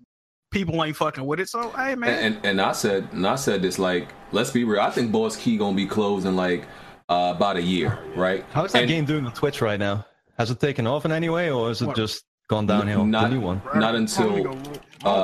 D: People ain't fucking with it. So hey, man.
C: And, and and I said and I said this like, let's be real. I think Boss Key gonna be closed in like uh, about a year, right?
B: How's that
C: And-
B: game doing on Twitch right now? Has it taken off in any way, or has it
D: What?
B: just gone downhill?
C: Not-
B: the new one.
C: Not
D: Probably
C: until
D: gonna-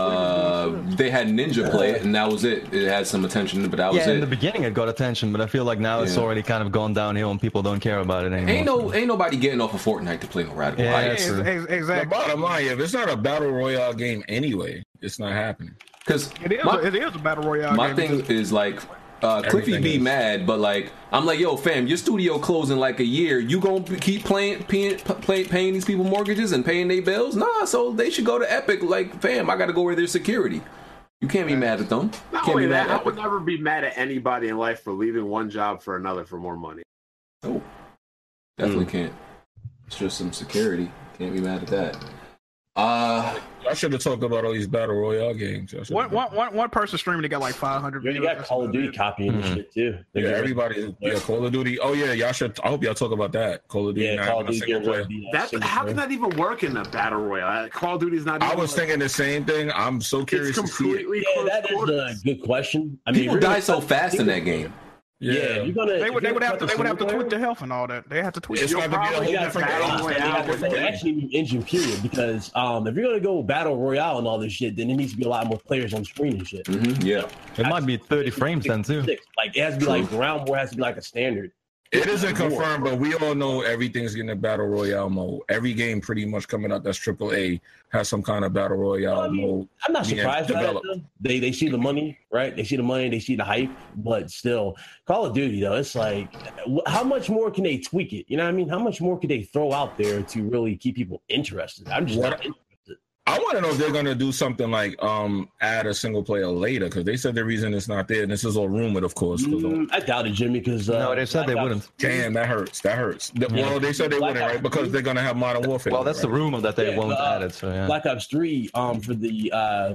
C: uh, they had Ninja play it, and that was it. It had some attention, but that was
B: Yeah, in the
C: it.
B: beginning it got attention, but I feel like now it's
C: Yeah.
B: already kind of gone downhill and people don't care about it anymore.
C: Ain't no ain't nobody getting off of Fortnite to play no Radical
B: Yeah.
D: Yeah,
C: Heights.
D: ex-
B: true.
D: ex-
H: The
D: exactly.
H: bottom line, if it's not a battle royale game anyway, it's not happening.
C: Because
D: It is, a, it is a battle royale
C: my
D: game.
C: thing is like uh, Cliffy
H: Everything
C: be
H: is.
C: mad, but like I'm like, yo, fam, your studio closing like a year. You gonna p- keep playing, paying, p- play, paying these people mortgages and paying their bills? Nah, so they should go to Epic. Like, fam, I gotta go where there's security. You can't be mad at them. You
A: Not
C: can't
A: only
C: be
A: that,
C: mad
A: I
C: at
A: would
C: Epic.
A: never be mad at anybody in life for leaving one job for another for more money.
C: No, definitely
B: Hmm.
C: can't. It's just some security. Can't be mad at that. Uh,
H: I should have talked about all these battle royale games. I should've-
D: One, one, one, one person streaming that got like 500
F: You already
D: views.
F: got
D: That's
F: Call of
D: about it.
F: Duty copying
B: Mhm.
F: and shit too.
H: Yeah,
F: They're-
H: everybody. Yeah, Call of Duty. Oh yeah, y'all should. I hope y'all talk about that. Call of Duty.
F: Yeah,
H: not
F: Call
H: even
F: of
H: a
F: Duty
H: single
F: games
H: player.
F: already be, uh,
A: That
F: single
A: how
F: player.
A: can that even work in a battle royale? Uh, Call of Duty's not.
H: I
A: even
H: was
A: like-
H: thinking the same thing. I'm so
A: it's
H: curious to see it.
A: completely
F: Yeah,
A: close
F: that is a
A: quarters.
F: good question. I mean,
C: people
F: really-
C: die so fast in that game.
F: Yeah,
H: Yeah,
F: you're gonna.
D: They would, they would have to, they would have to
F: that.
D: tweet the health and all that. They have to tweet.
H: it's
A: You'll
H: about to
A: probably
H: be a whole
A: got
H: different
A: battle
H: game.
A: royale with
F: They
A: that.
F: actually need engine period because um, if you're gonna go battle royale and all this shit, then it needs to be a lot more players on screen and shit.
C: hmm yeah,
B: It might be 30 frames then, too.
F: Six. Like it has to be like ground war has to be like a standard.
H: It isn't confirmed, but we all know everything's getting a battle royale mode. Every game pretty much coming out that's triple A has some kind of battle royale
F: I mean,
H: mode.
F: I'm not
H: Yeah,
F: surprised by that.
H: developed.
F: Though. They they see the money, right? They see the money, they see the hype, but still, Call of Duty though, it's like, wh- how much more can they tweak it? You know what I mean? How much more could they throw out there to really keep people interested? I'm just
H: What-
F: not interested.
H: I want to know if they're gonna do something like um add a single player later because they said the reason it's not there. And this is all rumored, of course. 'cause, um,
F: Mm, I doubt it, Jimmy, because uh,
B: no, they said they
F: Black Ops-
B: wouldn't.
H: Damn, that hurts. That hurts. The- Well, they said they
F: Black
H: wouldn't, right?
F: Ops
H: Because
F: three?
H: they're gonna have Modern Warfare.
B: Well, that's the
H: right?
B: rumor that they
F: Yeah,
B: won't
F: but, uh,
B: add it. So yeah.
F: Black Ops Three um, for the uh,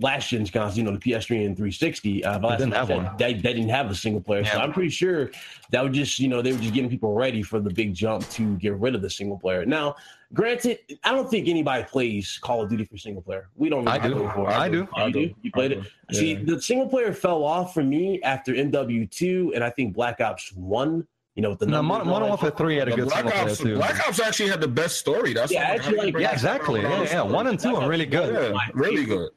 F: last gen's consoles, you know, the PS3 and 360. Uh, last
B: didn't have
F: that,
B: one.
F: They, they didn't have a single player, so
B: Yeah.
F: I'm pretty sure that would just, you know, they were just getting people ready for the big jump to get rid of the single player. Now, granted, I don't think anybody plays Call of Duty for single player. We don't.
B: I do.
F: play for it.
B: I do.
F: You do. You played it. See, the single player fell off for me after MW2 and I think Black Ops One. You know, with the
B: No,
F: numbers
B: Modern,
F: and all
B: Modern
F: that
B: Warfare 3 had a
H: The
B: good
H: Black
B: single player,
H: Ops,
B: too.
H: Black Ops actually had the best story. That's
F: Yeah,
H: what-
F: actually, like-
B: Yeah, exactly. Yeah, yeah. One and two are really good.
H: Yeah, really good.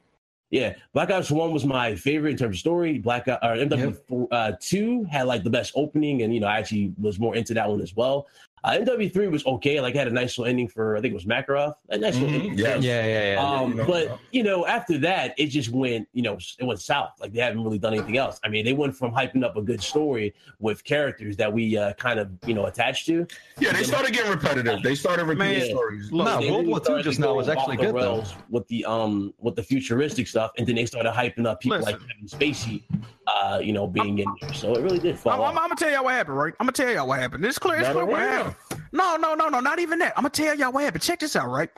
F: Yeah, Black Ops One was my favorite in terms of story. Black Ops or MW uh, Two had like the best opening, and you know I actually was more into that one as well. Uh, MW Three was okay, like had a nice little ending for I think it was Makarov, a nice little ending.
H: Mm-hmm. Yeah.
B: Yeah, yeah, yeah.
F: Um,
H: you know,
F: but you know, after that, it just went, you know, it went south. Like they haven't really done anything else. I mean, they went from hyping up a good story with characters that we uh, kind of, you know, attached to.
H: Yeah, they started getting repetitive. They started repeating
F: Man.
H: stories.
B: Nah,
F: they
B: World
F: really
B: War II
F: started
B: just
F: to
B: now
F: go
B: was actually
F: off the
B: good, though.
F: rails with the um with the futuristic stuff, and then they started hyping up people like Kevin Spacey, uh, you know, being in there. So it really did fall.
D: I'm, I'm,
F: off.
D: I'm gonna tell y'all what happened, right? I'm gonna tell y'all what happened. It's clear. It's
H: Not
D: clear what
H: around.
D: happened. No, no, no, no, not even that. I'm gonna tell y'all what happened. Check this out, right?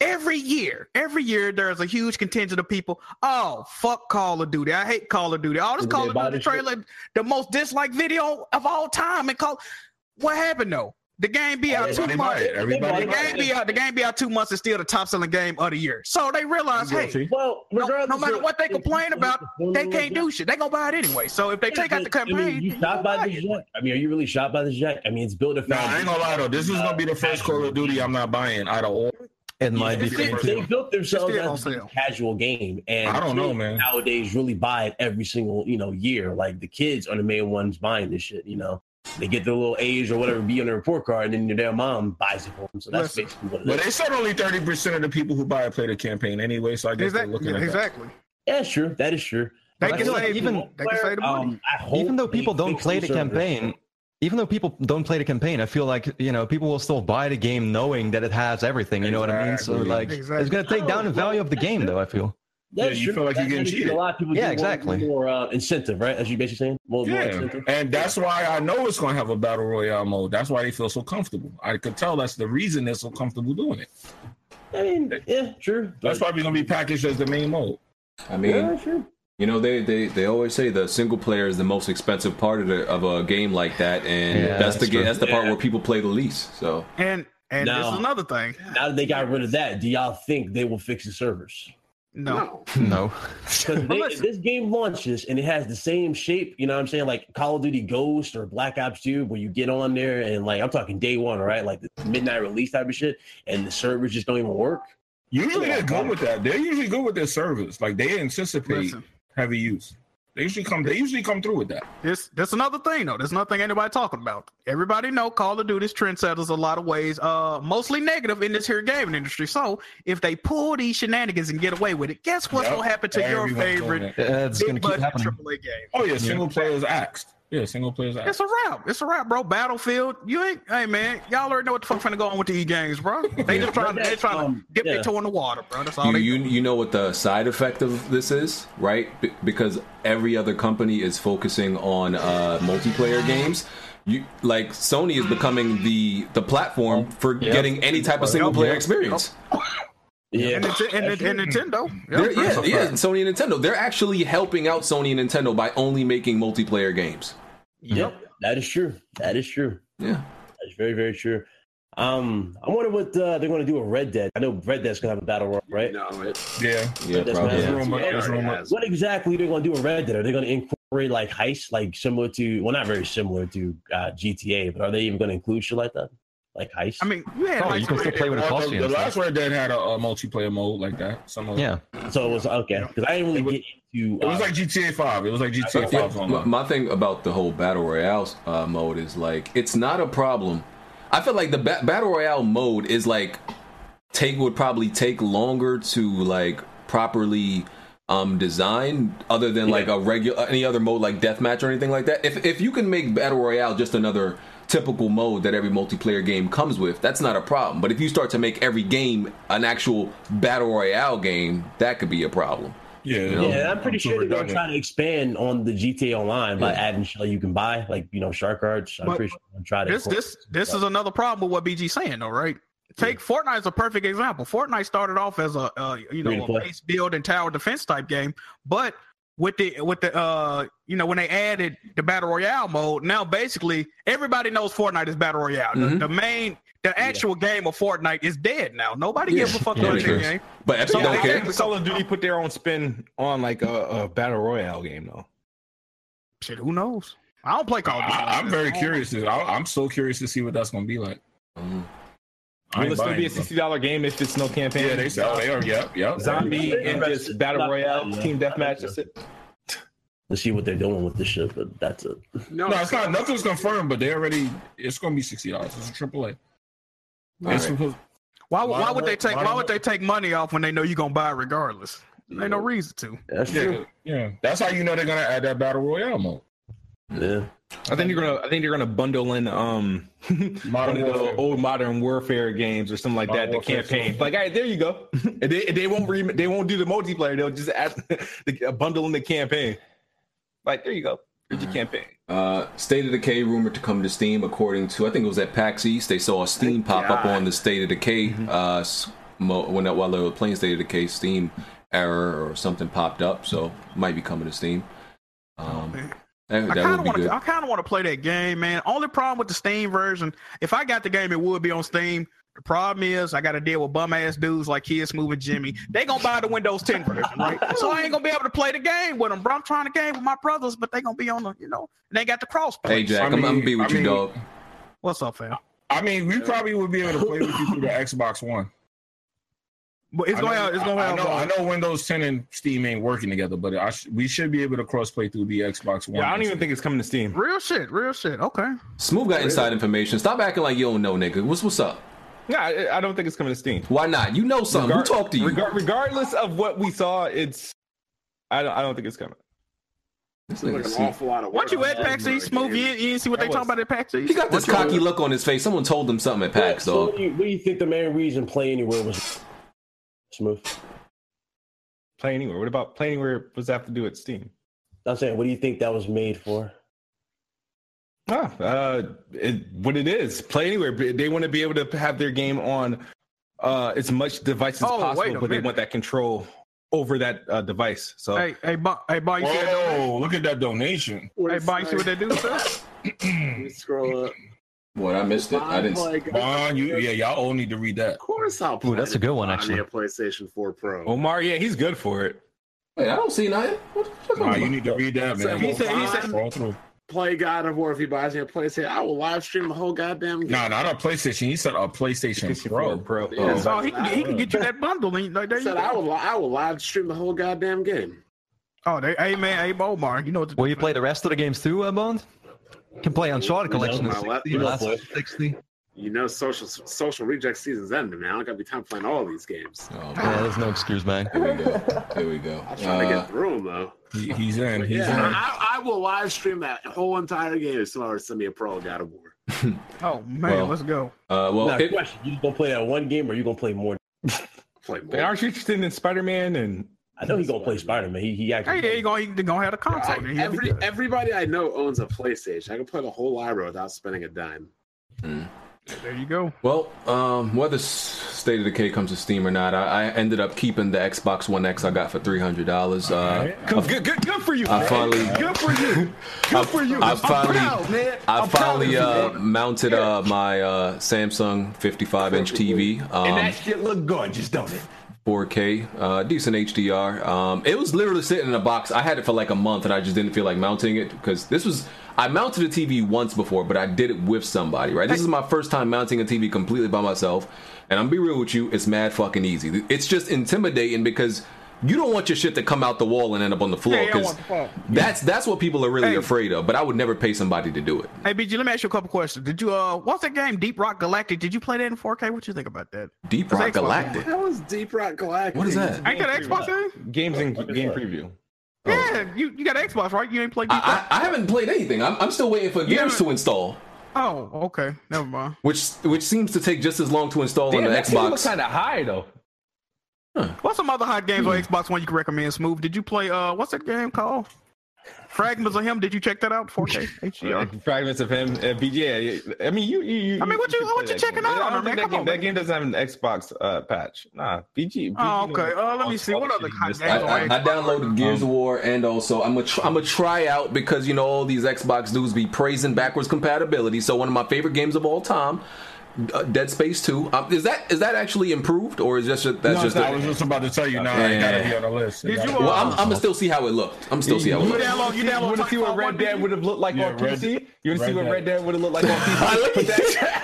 D: Every year, every year, there's a huge contingent of people. Oh, fuck Call of Duty. I hate Call of Duty. All this
F: Did
D: Call
F: they
D: of
F: buy
D: Duty
F: this shit?
D: trailer, the most disliked video of all time. And Call, what happened though? The game be out two
H: Everybody buy
D: months.
H: it. Everybody
D: The
H: buy
D: game
H: it.
D: be out. The game be out two months and still the top selling game of the year. So they realize, hey,
F: well,
D: no,
F: regardless
D: no matter
F: of-
D: what they complain about, they can't do shit. They gonna buy it anyway. So if they
F: Yeah,
D: take out the
F: but, I mean,
D: campaign,
F: you
D: then
F: shot
D: gonna
F: by
D: buy
F: this
D: it.
F: jack. I mean, are you really shot by this jack? I mean, it's built a
H: Nah, I ain't
F: foundation.
H: gonna lie though. This is gonna be the first Call of Duty I'm not buying out of all.
B: It might be
D: it's-
B: for me,
D: it's-
B: too.
F: they built themselves
D: It's still
F: as
D: on
F: a
D: sale.
F: casual game, and
H: I don't know,
F: kids
H: man.
F: Nowadays, really buy it every single you know year. Like the kids are the main ones buying this shit. You know, they get their little age or whatever, be on their report card, and then their mom buys it for them. So that's
D: Listen.
F: basically what it
H: But
F: is.
H: they said only thirty percent of the people who buy it play the campaign anyway. So I guess they're
D: Exactly.
H: looking at that.
D: exactly.
F: Yeah, sure, that is true.
D: They
B: But I
D: can
B: feel like
D: save
B: even-
D: even they can save the money.
F: Um, I hope
B: even though
F: they
B: people don't
F: fix
B: play the
F: these servers.
B: campaign even though people don't play the campaign i feel like you know people will still buy the game knowing that it has everything you know what i mean so
H: Exactly.
B: like it's
D: Exactly.
B: going to take down the value of the game though i feel
H: Yeah,
F: That's
H: you
F: true.
H: feel like you're
F: That's
H: getting
F: what
H: cheated.
F: A lot of people
B: Yeah,
F: do want
B: exactly.
F: More uh, incentive, right? As you basically saying, more, more
H: Yeah,
F: incentive.
H: and that's why I know it's gonna have a battle royale mode. That's why they feel so comfortable. I could tell that's the reason they're so comfortable doing it.
F: I mean, yeah, true.
H: That's probably gonna be packaged as the main mode.
C: I mean,
F: yeah, true.
C: You know, they, they, they always say the single player is the most expensive part of, the, of a game like that, and
B: Yeah,
C: that's, the
B: that's
C: game,
B: true.
C: that's the part
F: Yeah.
C: where people play the least. So
D: And and this
F: No.
D: is another thing.
F: Now that they got rid of that, do y'all think they will fix the servers?
D: No.
B: no
F: Because
D: Well,
F: if
D: listen.
F: this game launches and it has the same shape, you know what I'm saying? Like Call of Duty Ghost or Black Ops 2, where you get on there and like I'm talking day one, all right? Like the midnight release type of shit, and the servers just don't even work.
H: Usually
F: Yeah.
H: they're good with that. They're usually good with their service. Like they anticipate
D: Listen.
H: heavy use. They usually come. They usually come through with that.
D: This that's another thing though. There's nothing anybody talking about. Everybody know Call of Duty's trendsetters a lot of ways, uh mostly negative in this here gaming industry. So if they pull these shenanigans and get away with it, guess what's
H: Yep.
D: gonna happen to your
H: Everyone's doing
D: favorite
H: that.
B: Uh, it's going
D: big
B: to keep
D: budget
B: happening
D: AAA game?
H: Oh yeah, single players axed. Yeah, single players axed.
D: It's a wrap. It's a wrap, bro. Battlefield. You ain't hey man, y'all already know what the fuck finna go on with the E games, bro. They just trying to they trying to
F: Um,
D: dip
F: yeah.
D: their toe in the water, bro. That's all
C: you,
D: they
C: you, you know what the side effect of this is, right? B- because every other company is focusing on uh, multiplayer games. You like Sony is becoming the the platform for
B: Yeah.
C: getting any type of single player
B: Yeah.
C: experience.
F: Yeah.
D: and, Nite- and, and Nintendo. Yeah,
C: They're-
D: bro.
C: yeah, yeah, Sony and Nintendo. They're actually helping out Sony and Nintendo by only making multiplayer games.
F: Yep. That is true. That is true.
C: Yeah.
F: That's very, very true. Um, I wonder what uh, they're gonna do with Red Dead. I know Red Dead's gonna have a battle royale, right?
A: No, it,
H: Yeah,
C: Yeah,
F: That's
C: probably.
F: mad.
H: There's rumor-
A: it
H: there's
A: already
H: rumor-
A: has.
F: What exactly they're going to do in Red Dead? Are they going to incorporate like heists, like similar to, well, not very similar to uh, GTA, but are they even going to include shit like that, like heist?
D: I mean, you had
B: Oh,
D: like
B: you can still play with a
H: Well,
B: costume
H: the, the last Red Dead had a, a multiplayer mode like that. Some of
B: yeah
F: so it was okay because I didn't really
H: It was-
F: get into.
H: It
F: uh,
H: was like GTA Five. It was like GTA
C: Yeah,
H: Five
C: my,
H: online.
C: my thing about the whole battle royale uh, mode is like it's not a problem. I feel like the ba- battle royale mode is like take would probably take longer to like properly um design other than like a regular any other mode like deathmatch or anything like that. If if you can make battle royale just another typical mode that every multiplayer game comes with, that's not a problem. But if you start to make every game an actual battle royale game, that could be a problem.
H: Yeah,
F: yeah, I'm pretty
H: too
F: sure they're going to
H: redundant.
F: try to expand on the GTA Online by
C: Yeah.
F: adding shit you can buy, like you know, shark cards. I'm
D: But-
F: pretty sure they're going to try to.
D: this this this is another problem with what BG saying though, right? Take Fortnite as a perfect example. Fortnite started off as a uh,
F: Free
D: you
F: to
D: know a
F: play.
D: base build and tower defense type game, but with the with the uh you know when they added the battle royale mode, now basically everybody knows Fortnite is battle royale.
F: Mm-hmm.
C: Mhm.
D: The, the main the actual game of Fortnite is dead now. Nobody
C: Yeah.
D: gives a fuck
C: Yeah,
D: about
C: it
D: that
C: is.
D: game.
C: But Epic
D: So
C: don't
D: they-
C: care.
D: they-
E: Call of Duty put their own spin on like a, a battle royale game though.
D: Shit, who knows? I don't play Call of Duty.
H: I, am very curious. To, I, I'm so curious to see what that's gonna be like.
C: Mhm.
H: I
E: Will Mm.
H: ain't
E: it still
H: buying
E: be a
H: it, though.
E: sixty dollar game if it's no campaign?
H: Yeah, they sell. They are. Yep, yep.
E: zombie and just battle royale team deathmatch. That's it.
F: Let's see what they're doing with this shit, but that's it.
A: No,
H: No, it's not. Nothing's confirmed, but they already. It's gonna be sixty dollars. It's a triple A. It's supposed-
D: Why, would-
H: Why
D: why would they
H: would-
D: take
H: why
D: why would
H: would-
D: they take money off when they know you're gonna buy it regardless? Ain't no reason to.
F: That's
H: yeah,
F: true.
H: yeah. That's how you know they're gonna add that battle royale mode.
F: Yeah.
E: I think they're gonna. I think they're gonna bundle in um
H: Modern
E: one of the
H: Warfare.
E: old modern warfare games or something like
H: Modern
E: that. The
H: Warfare
E: campaign.
H: two.
E: Like, all right, there you go. And they, they won't re, they won't do the multiplayer. They'll just add the, uh, bundle in the campaign. Like, there you go. Here's your campaign.
C: Uh, State of Decay rumored to come to Steam, according to I think it was at PAX East. They saw a Steam pop up on the State of Decay uh, s- mo- when while they were playing State of Decay, Steam error or something popped up, so might be coming to Steam. Um,
D: man.
C: that, that
D: I kind
C: would
D: of
C: be
D: want
C: good.
D: to. I kind of want to play that game, man. Only problem with the Steam version, if I got the game, it would be on Steam. The problem is, I got to deal with bum ass dudes like Kids Moving Jimmy. They gonna buy the Windows 10 version, right? so I ain't gonna be able to play the game with them, bro. I'm trying to game with my brothers, but they gonna be on the, you know, and they got the cross.
C: Hey
D: play.
C: Jack,
H: I
C: I am I'm gonna be
H: mean-
C: with you,
H: I mean-
C: dog.
D: What's up, fam?
H: I mean, we probably would be able to play with you through the Xbox One.
D: But it's
H: I
D: gonna
H: know-
D: have. It's gonna
H: I-
D: have.
H: I know,
D: uh,
H: I know Windows 10 and Steam ain't working together, but I sh- we should be able to cross play through the Xbox One.
E: Yeah, I don't even think it's coming to Steam.
D: Real shit, real shit. Okay.
C: Smooth got inside information. Stop acting like you don't know, nigga. What's what's up?
E: No, I, I don't think it's coming to Steam.
C: Why not? You know something.
E: Regar-
C: Who talked to you?
E: regar- regardless of what we saw, it's. I don't. I don't think it's coming.
C: This
A: Like
C: nigga
A: an
C: see-
A: awful lot of
D: Weren't
A: work.
D: you at PAX East, Smooth? You, you didn't see what they
E: That
D: talking about
E: was-
D: at PAX East?
C: He got this
D: Weren't you-
C: cocky look on his face. Someone told him something at PAX,
F: So what
C: dog.
F: do, you, what do you think the main reason play anywhere was? Smooth.
E: Play anywhere. What about play anywhere? What does that have to do with Steam?
F: I'm saying, what do you think that was made for?
E: Ah, uh, it, what it is. Play anywhere. but They want to be able to have their game on uh, as much device as
D: Oh, wait a
E: possible, but they
D: minute.
E: want that control over that uh, device. So
D: Hey, hey, Bon- hey, Bon, you see that? donation?
H: Whoa, look at that donation.
D: Hey, Bon, you see what that dude said?
A: Let me scroll up.
C: Boy, I missed it. I didn't.
A: Like,
H: Bond, you, yeah, y'all all need to read that.
A: Of course, I'll play.
B: Ooh, that's a good one,
A: it on
B: actually.
A: the PlayStation 4 Pro.
E: Omar, yeah, he's good for it.
C: Wait, I don't see nothing. What the fuck am
H: Nah,
C: I-
H: you need to read that,
A: So
H: man.
A: he said- he said-
H: Scroll through.
A: Play God of War if he buys me a PlayStation. I will live stream the whole goddamn game.
H: Nah, not a PlayStation. He said a PlayStation Pro.
E: bro.
A: Yeah,
C: Oh.
A: so
D: Oh, he can, he can get you that bundle. And, like, there
A: I
D: you
A: said I
D: go.
A: will. I will live stream the whole goddamn game.
D: Oh, they, hey man, hey Omar, you know what? To
B: Will you play the rest of the games too, uh, Bones? Can play Uncharted
A: No,
B: Collection
A: my
B: at
A: lap-
B: 60,
A: my
B: Last
A: lap-
B: 60.
A: You know, social social reject season's ending now. I don't got to be time playing all these games.
C: Oh,
B: Yeah,
C: man.
B: there's no excuse, man.
C: Here we go. Here we go.
A: I'm trying to
C: Uh,
A: get through them though.
H: He- he's in.
A: But
H: He's
A: yeah,
H: in.
A: I, I will live stream that whole entire game if someone were to send me a Pro God of War.
D: Oh man,
C: Well,
D: let's go.
C: uh, well,
F: now,
C: it-
F: question: You gonna play that one game, or you gonna play more?
A: Play more.
E: But aren't you interested in Spider Man and
F: I know he's gonna play Spider Man. He, he
D: Hey,
F: actually.
D: there you go. He gonna have a console.
A: I-
D: then. He'll be
A: every,
D: good.
A: everybody I know owns a PlayStation. I can play the whole library without spending a dime.
D: there you go.
C: well, um, whether S- State of Decay comes to Steam or not, I, I ended up keeping the Xbox One X I got for three hundred dollars. Uh,
E: good, good, good, good for you?
C: I
E: man.
C: finally-
E: good for you. Good for you.
C: I
E: I'm
C: finally-
E: proud, man.
C: I
E: I'm proud
C: finally
E: of you,
C: uh,
E: man.
C: mounted uh, my uh, Samsung 55-inch TV.
E: and
C: Um,
E: that shit look gorgeous, don't it?
C: 4K, uh, decent HDR. Um, it was literally sitting in a box. I had it for like a month, and I just didn't feel like mounting it because this was. I mounted a TV once before, but I did it with somebody. Right, this is my first time mounting a TV completely by myself, and I'm gonna be real with you, it's mad fucking easy. It's just intimidating because you don't want your shit to come out the wall and end up on the floor
D: Yeah, you don't
C: because
D: want the fall.
C: that's that's what people are really
D: Hey.
C: afraid of. But I would never pay somebody to do it.
D: Hey BG, let me ask you a couple questions. Did you uh, what's that game, Deep Rock Galactic? Did you play that in 4K? What you think about that?
C: Deep
D: That's
C: Rock
D: Xbox One.
C: Galactic.
A: That was Deep Rock Galactic.
C: What is that?
D: Ain't that an Xbox game?
E: Games and
F: Look at
E: game
F: that.
E: preview.
D: Yeah, you, you got Xbox right? You ain't played Deep
C: Oh. I,
D: Rock.
C: I, I haven't played anything. I'm, I'm still waiting for
D: You
C: games
D: haven't-
C: to install.
D: Oh, okay, never mind.
C: which which seems to take just as long to install on the Xbox.
E: kind of high though.
D: What's some other hot games on Xbox One you can recommend? Smooth. Did you play uh, what's that game called? Fragments of him. Did you check that out? 4K
C: Uh,
D: HDR.
E: Fragments of him, uh, BJ. I mean, you, you, you.
D: I mean, what you-
E: can
D: what
E: play
D: you
E: that
D: checking
E: game.
D: out
E: I
D: on,
E: don't
D: man?
E: think That
D: Come
E: game,
D: on,
E: that
D: man.
E: game doesn't have an Xbox uh, patch. Nah, BG.
D: Oh, okay. Uh, let me see. What other kind of
C: I,
D: games
C: I,
D: on
C: I downloaded Gears of War, and also I'm gonna tr- I'm gonna try out because you know all these Xbox dudes be praising backwards compatibility. So one of my favorite games of all time, uh, Dead Space Two. Um, is that is that actually improved or is just a, that's
H: No,
C: just?
H: it's not.
C: a-
H: I was just about to tell you. Now nah, it
C: Yeah.
H: gotta be on the list. It
D: Did
H: gotta
D: you
H: be-
C: well,
D: uh,
C: I'm, I'm gonna still see how it looked. I'm still see how it
D: You
C: looked.
D: download- you download
E: want to see what
D: 24
E: Red Dead
D: one,
E: would have looked like
H: Yeah,
E: on
H: Red
E: PC?
H: Dead.
E: You want to see
H: Red
E: what
H: Dead.
E: Red Dead would have looked like on PC? Put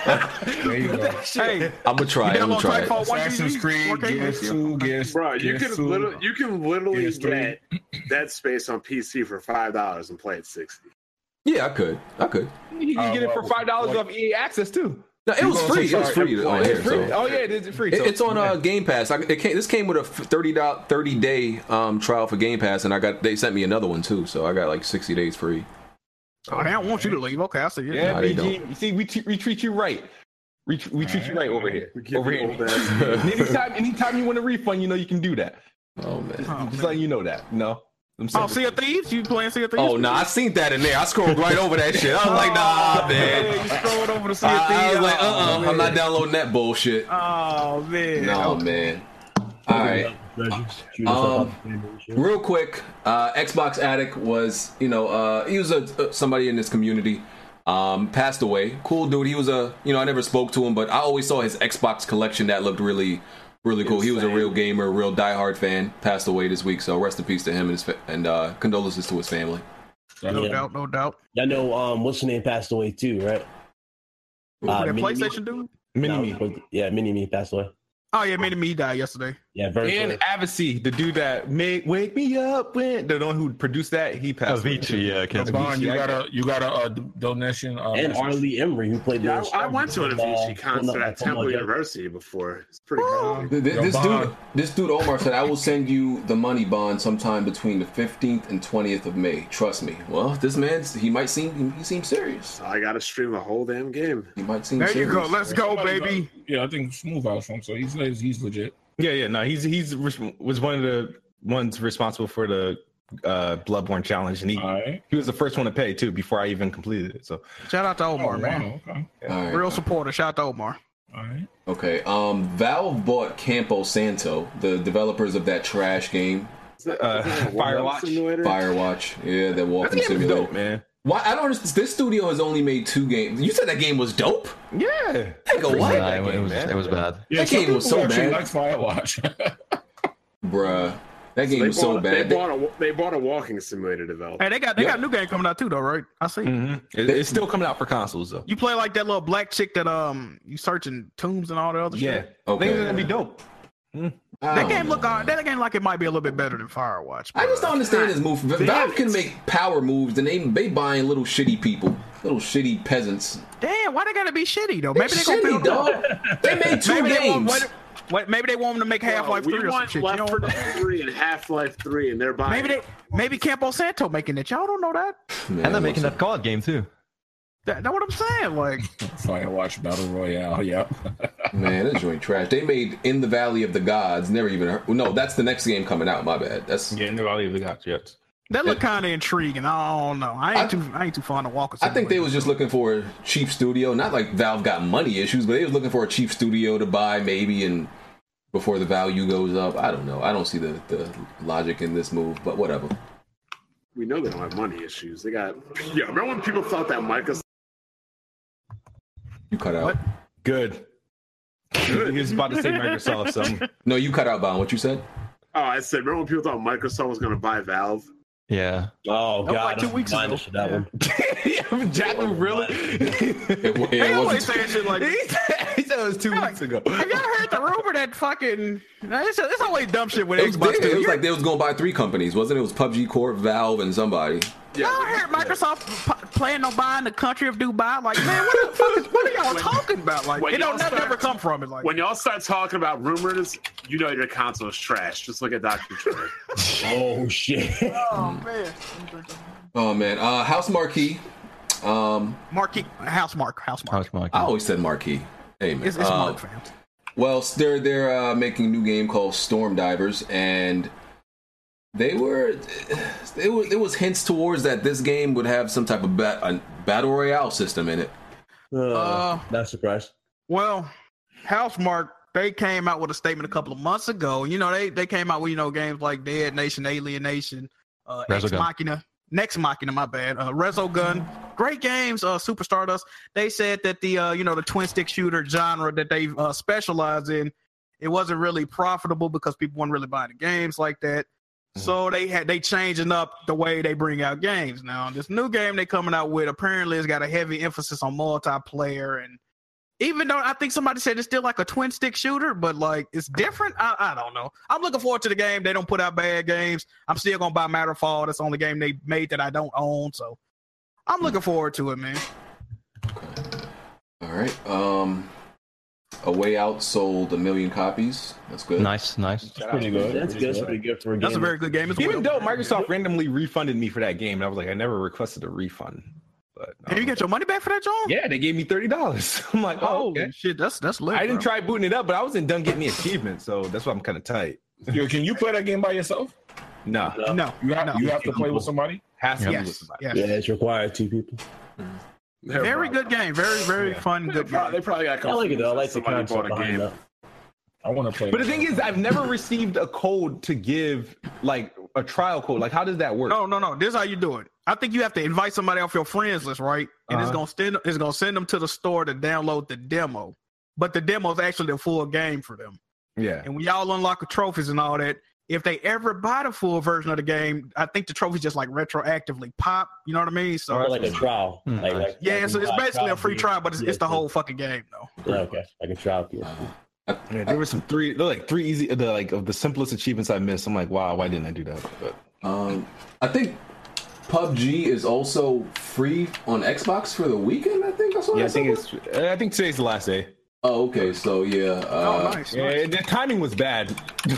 E: that-
H: There you
E: put
H: go.
E: that shit-
D: Hey,
C: I'm gonna try
D: you
C: it. I'm gonna
D: download
C: try it.
D: Titanfall 1
H: Assassin's
D: GG?
H: Creed,
D: 4K?
H: Gears Two, Gears,
A: Bro, you
H: Gears
A: can
H: Two.
A: literally you can literally
H: Yes,
A: get Dead Space on PC for five dollars and play at sixty.
C: Yeah, I could. I could.
E: You can
H: Oh,
E: get it for
H: well,
E: five dollars
H: well-
E: off EA Access too.
C: No, it
H: You
C: was
H: go
C: free.
H: so
C: It was
H: far-
C: free on here.
E: It's free.
C: So.
E: Oh yeah, it's free.
C: It-
E: so-
C: it's on
E: yeah.
C: uh, Game Pass. I, it came, this came with a f- 30 do- 30 day um, trial for Game Pass, and I got they sent me another one too, so I got like sixty days free.
D: Oh, I don't want you to leave. Okay, I see.
E: Yeah,
C: No, they
E: BG. You see, we, t- we treat you right. We, tr- we treat you right over here.
A: We give
E: over
A: you
E: here.
A: old ass
E: anytime, anytime you want a refund, you know you can do that.
C: Oh man.
D: Oh,
E: Just
D: man.
E: letting you know that. No. I'm
D: Oh,
E: sorry.
D: Sea of Thieves? You playing Sea of Thieves?
C: Oh no, I seen that in there. I scrolled right over that shit. I was like,
D: Oh,
C: nah,
D: You
C: man.
D: scrolled over to Sea of Thieves.
C: I, I was like, uh,
D: Oh,
C: uh-uh, I'm not
D: man.
C: downloading that bullshit.
D: Oh, man.
C: No, man. All right. Um, Real quick, uh, Xbox Addict was, you know, uh, he was a, uh, somebody in this community. Um, passed away. Cool dude. He was a, you know, I never spoke to him, but I always saw his Xbox collection that looked really, really cool. He was a
A: Insane.
C: real gamer, real diehard fan. Passed away this week, so rest in peace to him and his fa- and uh, condolences to his family.
D: No
F: Yeah.
D: doubt, no doubt.
F: Y'all know um, what's the name passed away too, right? Uh,
D: that
F: Mini Me-
D: PlayStation dude?
E: Mini
F: No,
E: me.
F: but- yeah, Mini Me passed away.
D: Oh, yeah, made me die yesterday.
F: Yeah, very
E: And Avicii, the dude that make wake me up when the one who produced that, he passed. away.
B: Avicii, yeah, okay.
E: Avicii,
H: Bond, you
E: I-
H: got a you got a uh, d- donation. Uh,
F: Um, And Arlie Emery, who played.
A: Yeah,
F: Little
A: I, I
F: Star,
A: went to an
F: uh,
A: Avicii concert
F: Puma-
A: at Temple
F: Puma-
A: University before. It's pretty crazy.
C: Th- th-
H: Yo,
C: This dude,
H: Bond.
C: this dude Omar said, "I will send you the money bond sometime between the 15th and 20th of May. Trust me." Well, this man's he might seem he seems serious.
A: So I got to stream the whole damn game.
C: He might seem
D: There you
C: serious.
D: go. Let's go,
H: Somebody got-
D: baby.
H: Yeah, I think Smooth out from. So he's he's legit.
E: Yeah, yeah. No, he's he's res- was one of the ones responsible for the uh Bloodborne challenge, and he
H: All right.
E: he was the first one to pay too before I even completed it. So
D: Shout out to Omar,
H: Oh,
D: man.
H: wow, Okay.
C: All right.
D: Real supporter. Shout out to Omar.
H: All right.
C: Okay. Um, Valve bought Campo Santo, the developers of that trash game,
A: Is that-
E: Uh,
A: is that a walking
E: Firewatch.
A: simulator?
C: Firewatch. Yeah, that walking
E: That game is
C: simulator.
E: dope, man.
C: Why? I don't understand. This studio has only made two games. You said that game was dope.
E: Yeah.
C: I go what?
B: Nah, it, was,
E: man.
B: it was bad.
H: Yeah,
C: That
H: some
C: game was
H: people
C: so
H: actually
C: bad.
H: Like Firewatch.
C: Bruh, that game
A: They
C: was so
A: bought-
C: bad.
A: They
C: They-
A: bought, a, they bought a walking simulator developer.
D: Hey, they got they
C: Yeah.
D: got a new game coming out too, though, right? I see.
E: Mhm. It- it's still coming out for consoles though.
D: You play like that little black chick that um you searching tombs and all the other
E: Yeah.
D: shit.
C: Okay.
E: Things are gonna be dope.
C: I
D: That
C: don't
D: game
C: know,
D: look
C: man.
D: all, that game like it might be a little bit better than Firewatch.
C: I just
D: but-
C: don't understand this move. Valve can make power moves, and they they buying little shitty people, little shitty peasants.
D: Damn, why they gotta be shitty though? Maybe they gonna
C: shitty
D: build up.
C: dog. They made two
D: Maybe they want
C: games.
D: wait, wait, maybe they want them to make Half Life
A: Bro,
D: Three
A: we
D: or some
A: want
D: shit. You
A: Left
D: don't
A: 4
D: know?
A: Dead 3 and Half Life 3, and they're buying.
D: Maybe they maybe Campo Santo making it. Y'all don't know that.
C: Man,
B: And they're making
C: what's
B: that card game too.
D: that that's what I'm saying. Like
H: Firewatch Battle Royale. Yep.
C: Man, that joint trash. They made In the Valley of the Gods. Never even heard. well, No, that's the next game coming out. My bad. That's.
E: Yeah, no, I'll leave the gods. Yes.
D: that look kind of intriguing. I don't know. I ain't
C: I-
D: too I ain't too fond of Walker.
C: I think they was just looking for a cheap studio. Not like Valve got money issues, but they was looking for a cheap studio to buy maybe, and before the value goes up. I don't know. I don't see the the logic in this move, but whatever.
A: we know they don't have money issues. They got. Yeah, remember when people thought that Microsoft
C: You cut out.
D: What?
E: Good. He was about to say Microsoft something.
C: No, you cut out, Bond. What you said?
A: Oh, I said, remember when people thought Microsoft was going to buy Valve?
B: Yeah.
F: Oh
D: That was
F: god,
D: like two
F: I'm
D: weeks
F: blind
D: ago.
F: as shit, That Oh,
D: Yeah.
F: one.
E: Jacqueline, really?
C: It, wa-
D: They
C: it
D: always
C: wasn't.
D: saying shit like.
E: he, said, he said it was two weeks ago.
D: Have y'all heard the rumor that fucking? Nah, It's, it's always dumb shit with
C: It was,
D: Xbox.
C: it
D: do.
C: was
D: You-
C: like they was gonna buy three companies, wasn't it? It was PUBG Corp, Valve, and somebody.
D: Y'all heard Microsoft p- planning on buying the country of Dubai? Like, man, what the fuck? Is, what are y'all talking about? Like,
A: when
D: it don't
A: y'all
D: never
A: start-
D: ever come from it. Like,
A: When y'all start talking about rumors, you know your console is trash. Just look at Dr. Dre.
F: Oh shit.
D: oh man,
C: Oh man, uh, House Marquee. Um,
D: Marky House Mark House Mark.
B: Ouch, Mike.
C: I always said Marquee. Hey man.
D: It's, it's
C: Uh,
D: Mark fam.
C: Well, s- they're they're uh, making a new game called Storm Divers, and They were, they were, there was hints towards that this game would have some type of ba- a battle royale system in it.
F: Uh,
D: Uh,
F: not surprised.
D: Well, Housemark, they came out with a statement a couple of months ago. You know, they they came out with you know games like Dead Nation, Alienation, uh, Ex
B: Resogun.
D: Machina, Next Machina, my bad, uh, Resogun, great games. Uh, Super Stardust. They said that the uh, you know the twin stick shooter genre that they uh, specialize in, it wasn't really profitable because people weren't really buying the games like that. So they had they changing up the way they bring out games now. This new game they coming out with apparently has got a heavy emphasis on multiplayer and even though I think somebody said it's still like a twin stick shooter, but like it's different. I, I don't know. I'm looking forward to the game. They don't put out bad games. I'm still gonna buy Matterfall. That's the only game they made that I don't own. So I'm looking forward to it, man.
C: All right. Um, A Way Out sold a million copies. That's good.
B: Nice, nice.
E: pretty good.
F: That's good. That's pretty good for a game.
D: That's a very good game. It's
E: Even
D: well-
E: though Microsoft randomly refunded me for that game, and I was like, I never requested a refund. But
D: Hey, you
E: um,
D: get your money back for that, John?
E: yeah, they gave me thirty dollars. I'm like, oh,
D: Holy
E: okay.
D: shit, that's that's lit.
E: I didn't
D: bro.
E: try booting it up, but I wasn't done getting the achievement, so that's why I'm kind of tight.
H: Yo, can you play that game by yourself?
E: Nah,
F: No.
D: No,
H: You have
D: No.
H: you have to play with somebody.
E: has to be with
D: yes,
E: somebody.
D: yes.
F: Yeah, it's required two people.
D: Very good game. Very very fun.
A: They
D: Good.
A: probably,
D: Game.
A: they probably got
F: I like it though. I like the
A: somebody
F: concept
A: bought a
F: behind
A: game.
F: that.
H: I want to play.
E: But the thing is, I've never received a code to give, like a trial code. Like, how does that work?
D: No, no, no. This is how you do it. I think you have to invite somebody off your friends list, right? And it's
E: Uh-huh.
D: gonna send it's gonna send them to the store to download the demo. But the demo is actually a full game for them.
E: Yeah,
D: And when y'all unlock the trophies and all that, if they ever buy the full version of the game, I think the trophies just like retroactively pop. You know what I mean? So
F: Or like a trial. Like,
B: Hmm, nice.
F: like-
D: yeah,
F: like
D: so it's
F: a
D: basically a free
F: period.
D: trial, but it's,
F: Yeah,
D: it's the whole fucking game though.
F: Yeah, okay, like a trial. Period.
E: yeah. There were some three, they're like three easy, the like of the simplest achievements I missed. I'm like, wow, why didn't I do that? But
C: Um, I think PUBG is also free on Xbox for the weekend. I think that's what
E: yeah,
C: I
E: I think
C: it's.
E: it's. I think today's the last day.
C: Oh, okay. So yeah. Uh,
D: oh, nice.
E: Yeah,
D: nice.
E: the timing was bad.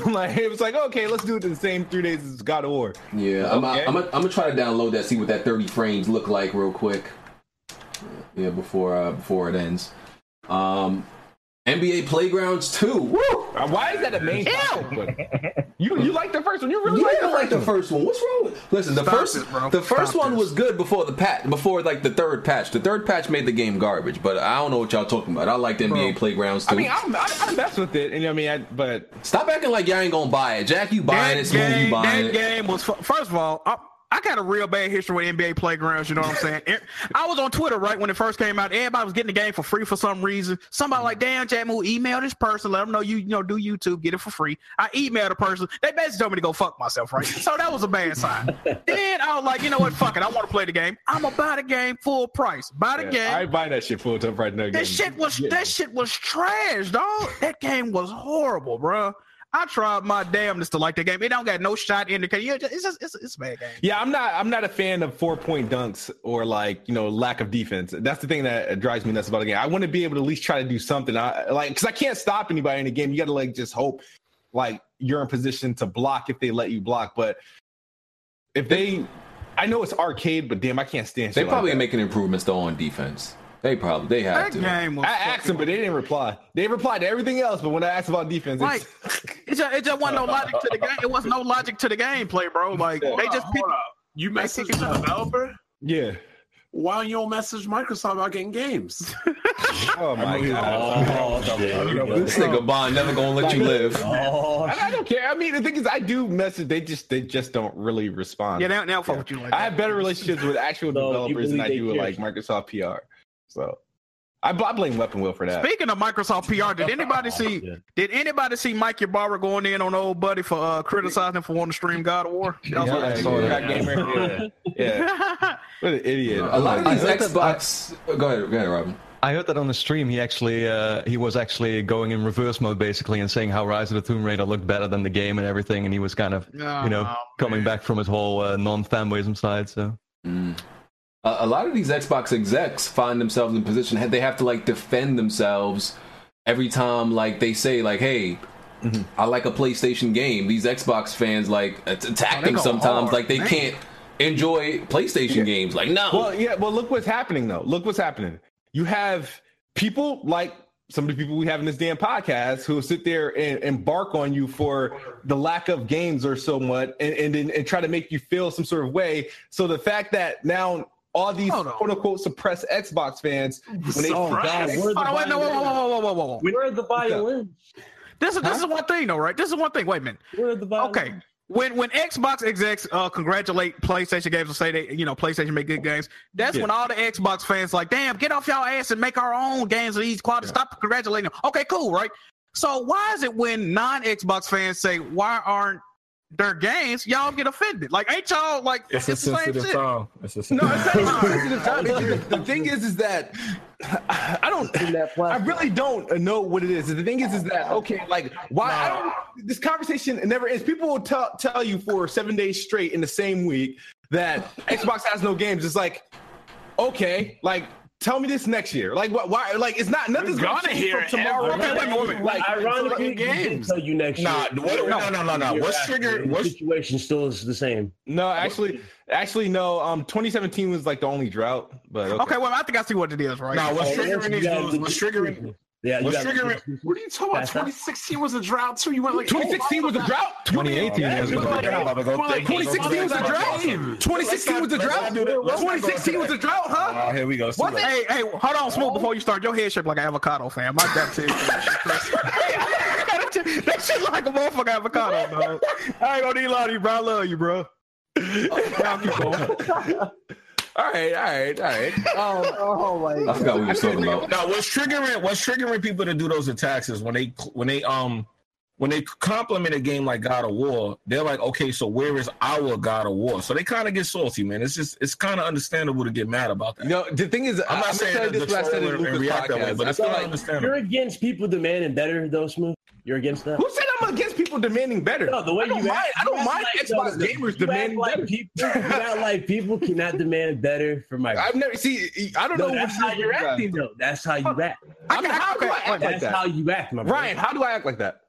E: like it was like, okay, let's do it in the same three days as God of War.
C: Yeah, I'm
E: Okay.
C: I'm, I'm, gonna try to download that, see what that 30 frames look like real quick. Yeah, before uh, before it ends. Um, NBA Playgrounds 2. Woo!
E: Uh, Why is that a main? topic? you you like the first one? You really
C: You
E: like the
C: didn't like
E: first
C: the
E: one?
C: first one. What's wrong with? Listen, the
D: Stop
C: first
D: it, bro.
C: the first
D: Stop
C: one
D: this.
C: was good before the patch, before like the third patch. The third patch made the game garbage, but I don't know what y'all talking about. I liked NBA Playgrounds 2.
E: I mean, I'm, I'm, I mess with it, and I mean, I, but
C: Stop acting like y'all ain't gonna buy it. Jack, you buying it?
D: that
C: Smooth,
D: game,
C: you buying
D: that
C: it?
D: game was fu- first of all. I, I got a real bad history with NBA playgrounds. You know what I'm saying? Er- I was on Twitter right when it first came out. Everybody was getting the game for free for some reason. Somebody like, damn, Jack Moore, email this person, let them know you you know do YouTube, get it for free. I emailed the person. They basically told me to go fuck myself, right? so that was a bad sign. then I was like, you know what? Fuck it. I want to play the game. I'm gonna buy the game full price. Buy the game.
E: yeah, I buy that shit full time right now.
D: That shit was that shit was trash, dog. That game was horrible, bro. I tried my damnedest to like that game. It don't got no shot indicator. Yeah, it's just it's, it's a bad game.
E: Yeah, I'm not. I'm not a fan of four point dunks or like you know lack of defense. That's the thing that drives me nuts about the game. I want to be able to at least try to do something. I like because I can't stop anybody in the game. You got to like just hope like you're in position to block if they let you block. But if they, I know it's arcade, but damn, I can't stand.
C: They
E: shit
C: probably
E: like that.
C: making improvements though on defense. They probably they have
D: That
C: to.
D: game was.
E: I asked them, but they didn't reply. They replied to everything else, but when I asked about defense,
D: like
E: it's,
D: it just, it just wasn't no logic to the game. It was no logic to the gameplay, bro. Like they just
A: Hold up. You message the developer?
E: yeah.
A: Why don't you don't message Microsoft about getting games?
E: Oh my god.
F: Oh, shit. Here we go.
C: This nigga Bond never gonna let you live.
F: Oh,
E: And I don't care. I mean, the thing is, I do message. They just they just don't really respond.
D: yeah, now now fuck with you like
E: I have
D: that.
E: better relationships with actual
F: No, you
E: developers than I
F: believe
E: do
F: they
E: with
F: care.
E: like Microsoft PR. So I, bl- I blame Weapon Will for that. Oh,
D: Speaking of Microsoft PR, did anybody see
F: shit.
D: did anybody see Mike Ybarra going in on old buddy for uh, criticizing him for wanting to stream God of War? Y'all saw
E: yeah,
D: that?
E: yeah, gamer. Yeah. yeah. What an idiot.
C: A lot of
B: I
C: these
B: heard that-
C: Xbox. Oh, Go ahead, go ahead, Robin.
B: I heard that on the stream. He actually uh, he was actually going in reverse mode basically and saying how Rise of the Tomb Raider looked better than the game and everything, and he was kind of
D: Nah,
B: you know
D: man.
B: coming back from his whole uh, non-fanboyism side. So
C: Mm. A, a lot of these Xbox execs find themselves in position they have to like defend themselves every time like they say like, "Hey,
E: Mhm.
C: I like a PlayStation game." These Xbox fans like at- attack
D: Oh, they
C: them
D: go
C: sometimes
D: hard,
C: like they
D: man.
C: can't enjoy PlayStation games. Like, no.
E: Well, yeah. Well, look what's happening though. Look what's happening. You have people like some of the people we have in this damn podcast who sit there and embark on you for the lack of games or so much and, and then and try to make you feel some sort of way. So the fact that now all these
D: Hold on.
E: quote unquote suppressed Xbox fans when they
A: So
E: forgot
A: pressed.
E: what-
D: Hold on, wait, no, whoa, whoa, whoa, whoa, whoa, whoa, whoa.
F: Where are the violins?
D: This is this is one thing though, right? This is one thing. Wait a minute.
F: Where are the violins?
D: Okay. When when Xbox execs uh, congratulate PlayStation games and say they you know PlayStation make good games, that's when all the Xbox fans like, damn, get off y'all ass and make our own games of these quality. Stop congratulating them. Okay, cool, right? So why is it when non Xbox fans say why aren't their games, y'all get offended? Like ain't y'all like
K: It's a
D: the same
K: sensitive
D: shit.
K: song. It's a
E: No,
K: sensitive
E: it's not even sensitive time. It's just- the thing is, is that I don't. I really don't know what it is. The thing is, is that okay? Like, why? I don't, this conversation never ends. People will tell tell you for seven days straight in the same week that Xbox has no games. It's like, okay, like. Tell me this next year. Like what? Why? Like it's not nothing's
A: You're
E: gonna
A: gonna
E: change
A: hear
E: from tomorrow.
A: every-
E: Okay, wait, wait, wait. Like
F: Ironically,
A: fucking
F: we did
A: games.
F: tell you next
H: Nah,
F: year.
H: what- no, no, no, no.
F: Year
H: What's
F: after,
H: trigger-
F: The
H: what's-
F: situation still is the same.
E: no, actually, actually, no. Um, 2017 was like the only drought. But okay,
D: Okay, well I think I see what it is, right?
H: Nah, what's
F: Oh,
H: triggering
F: you
H: these
F: gotta
H: dudes?
F: get
H: What's
F: the
H: triggering?
F: exclusive. Yeah, you
H: what's
F: gogot
H: triggering-
A: What are you talking about?
F: That's not-
A: 2016 was a drought too. You went like
E: 2016 was
A: Oh,
E: a drought.
B: 2018 was a drought.
E: was a drought. 2016 was a drought.
H: Let's not do that. Let's not go
E: 2016 was a drought, huh?
H: Oh, here we go.
E: What the-
D: Hey, hey, hold on, Smoke, before you start. Your head shaped like an avocado, fam. My gut said that shit- that shit like a motherfucking avocado, dog. I ain't gonna need a lot of you, bro. I love you, bro. Y'all keep going.
E: All right, all right, all right.
C: I forgot what we were talking about.
H: Now, what's triggering? What's triggering people to do those attacks is when they when they um when they compliment a game like God of War, they're like, okay, so where is our God of War? So they kind of get salty, man. It's just it's kind of understandable to get mad about that.
E: You know, the thing is,
H: I'm not saying
E: gonna
H: that
E: tell you
H: the
E: this what I said in
H: troller and
E: Lucas
H: react that way,
E: podcast.
H: but
E: I
H: it's
E: feel
H: kind of
E: like,
F: You're
H: understandable.
F: against people demanding better, though, Smooth. You're against that.
E: who said I'm against people demanding better?
F: No, the way
E: I don't
F: you
E: mind.
F: act-
E: I
F: you
E: don't
F: act
E: mind
F: like-
E: Xbox
F: no,
E: gamers
F: you act
E: demanding
F: like
E: better.
F: People, you act like people cannot demand better for my.
E: I've never
H: E-
E: see. I don't
F: No,
E: know
F: that's
E: what
F: how you're acting, though. That's how you act.
E: I mean, how do I
D: Okay,
E: act
D: wait,
E: like
F: That's
E: that?
F: how you act, my brother.
E: Ryan, how do I act like that?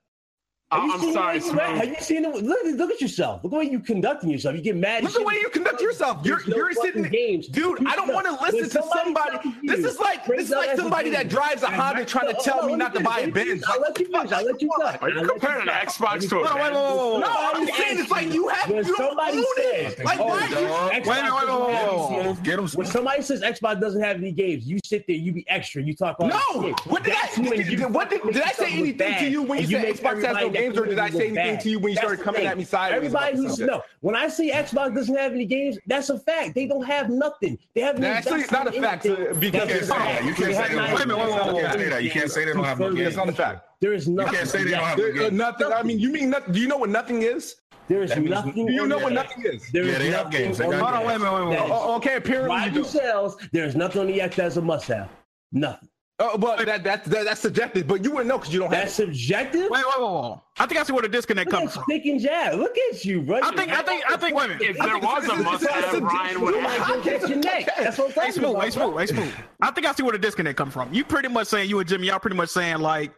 F: Have you
A: I'm
F: seen the
A: sorry,
F: way you act? Have
A: Smoke.
F: you seen it? Look, look at yourself. Look at the way you conducting yourself. You get mad.
E: Look at the way you conduct yourself. You're you're sitting.
F: games,
E: Dude, I don't want to listen to somebody. This is like this is like somebody that drives a Honda trying to tell me not to buy a Benz.
F: I'll let you finish. I'll let you talk.
A: Are you
F: I'll let
A: comparing an
F: talk.
A: Xbox to a
E: No, wait,
A: Madden?
E: wait, wait, wait, wait.
F: When
E: No, I'm
F: somebody
E: saying it's like
F: says-
E: you have you
F: when
E: don't
F: somebody
E: own
F: says,
E: it. Like
F: oh,
E: why you
F: Xbox
H: dog.
D: Wait, wait, wait,
F: doesn't have
D: wait, wait,
F: these
D: wait.
F: games.
H: Get them.
F: When somebody says Xbox doesn't have any games, you sit there, you be extra, you talk all this
E: No,
F: shit.
E: what did
F: That's
E: I?
F: when
E: Did,
F: you
E: did- what did,
F: fucking
E: did I
F: make
E: say
F: yourself look
E: anything
F: bad,
E: to you when you
F: and
E: said
F: make
E: Xbox has no
F: everybody
E: games, or did I
F: look
E: say anything
F: bad.
E: to you when you
F: That's
E: started
F: the
E: coming
F: thing.
E: at me sideways? about
F: Everybody who's
E: something?
F: no, when I say Xbox doesn't have any games, that's a fact. They don't have nothing. They have no.
E: That's actually not a fact, uh, because-
H: You can't say that. You can't say that.
E: Wait a minute, wait, wait, wait,
H: You can't say that. You can't say they don't have no
F: Confirm
H: games.
E: That's not a fact.
F: There is
H: You
F: nothing.
H: can't say they don't have no
E: There, uh,
H: games.
E: nothing. I mean, you mean nothing? Do you know what nothing is?
F: There is
H: That means-
F: nothing.
E: Do you
F: on
E: know
F: the
E: what
F: app.
E: nothing is?
F: There is
H: Yeah, they have
F: nothing
H: games. They
F: on
H: got
F: the app
H: games. Hold on,
D: wait a minute, wait
F: that
D: a
E: Oh,
F: is-
E: oh, okay,
F: Why
E: apparently you
F: do
E: don't.
F: sales? There's nothing on the app that's a must have. Nothing.
E: Oh, but that, that, that that's subjective. But you wouldn't know because you don't have.
F: That's subjective.
D: Wait, wait, wait, wait. I think I see where the disconnect
F: Look at
D: comes from.
F: stick and jab. Look at you, bro.
D: I think, I think, I think. Wait a minute.
A: If there was a must have, Ryan would have.
F: I get your neck. That's what I'm
D: Hey,
F: talking
D: smooth,
F: about.
D: hey, smooth, hey, smooth. I think I see where the disconnect come from. You pretty much saying you and Jimmy, y'all pretty much saying like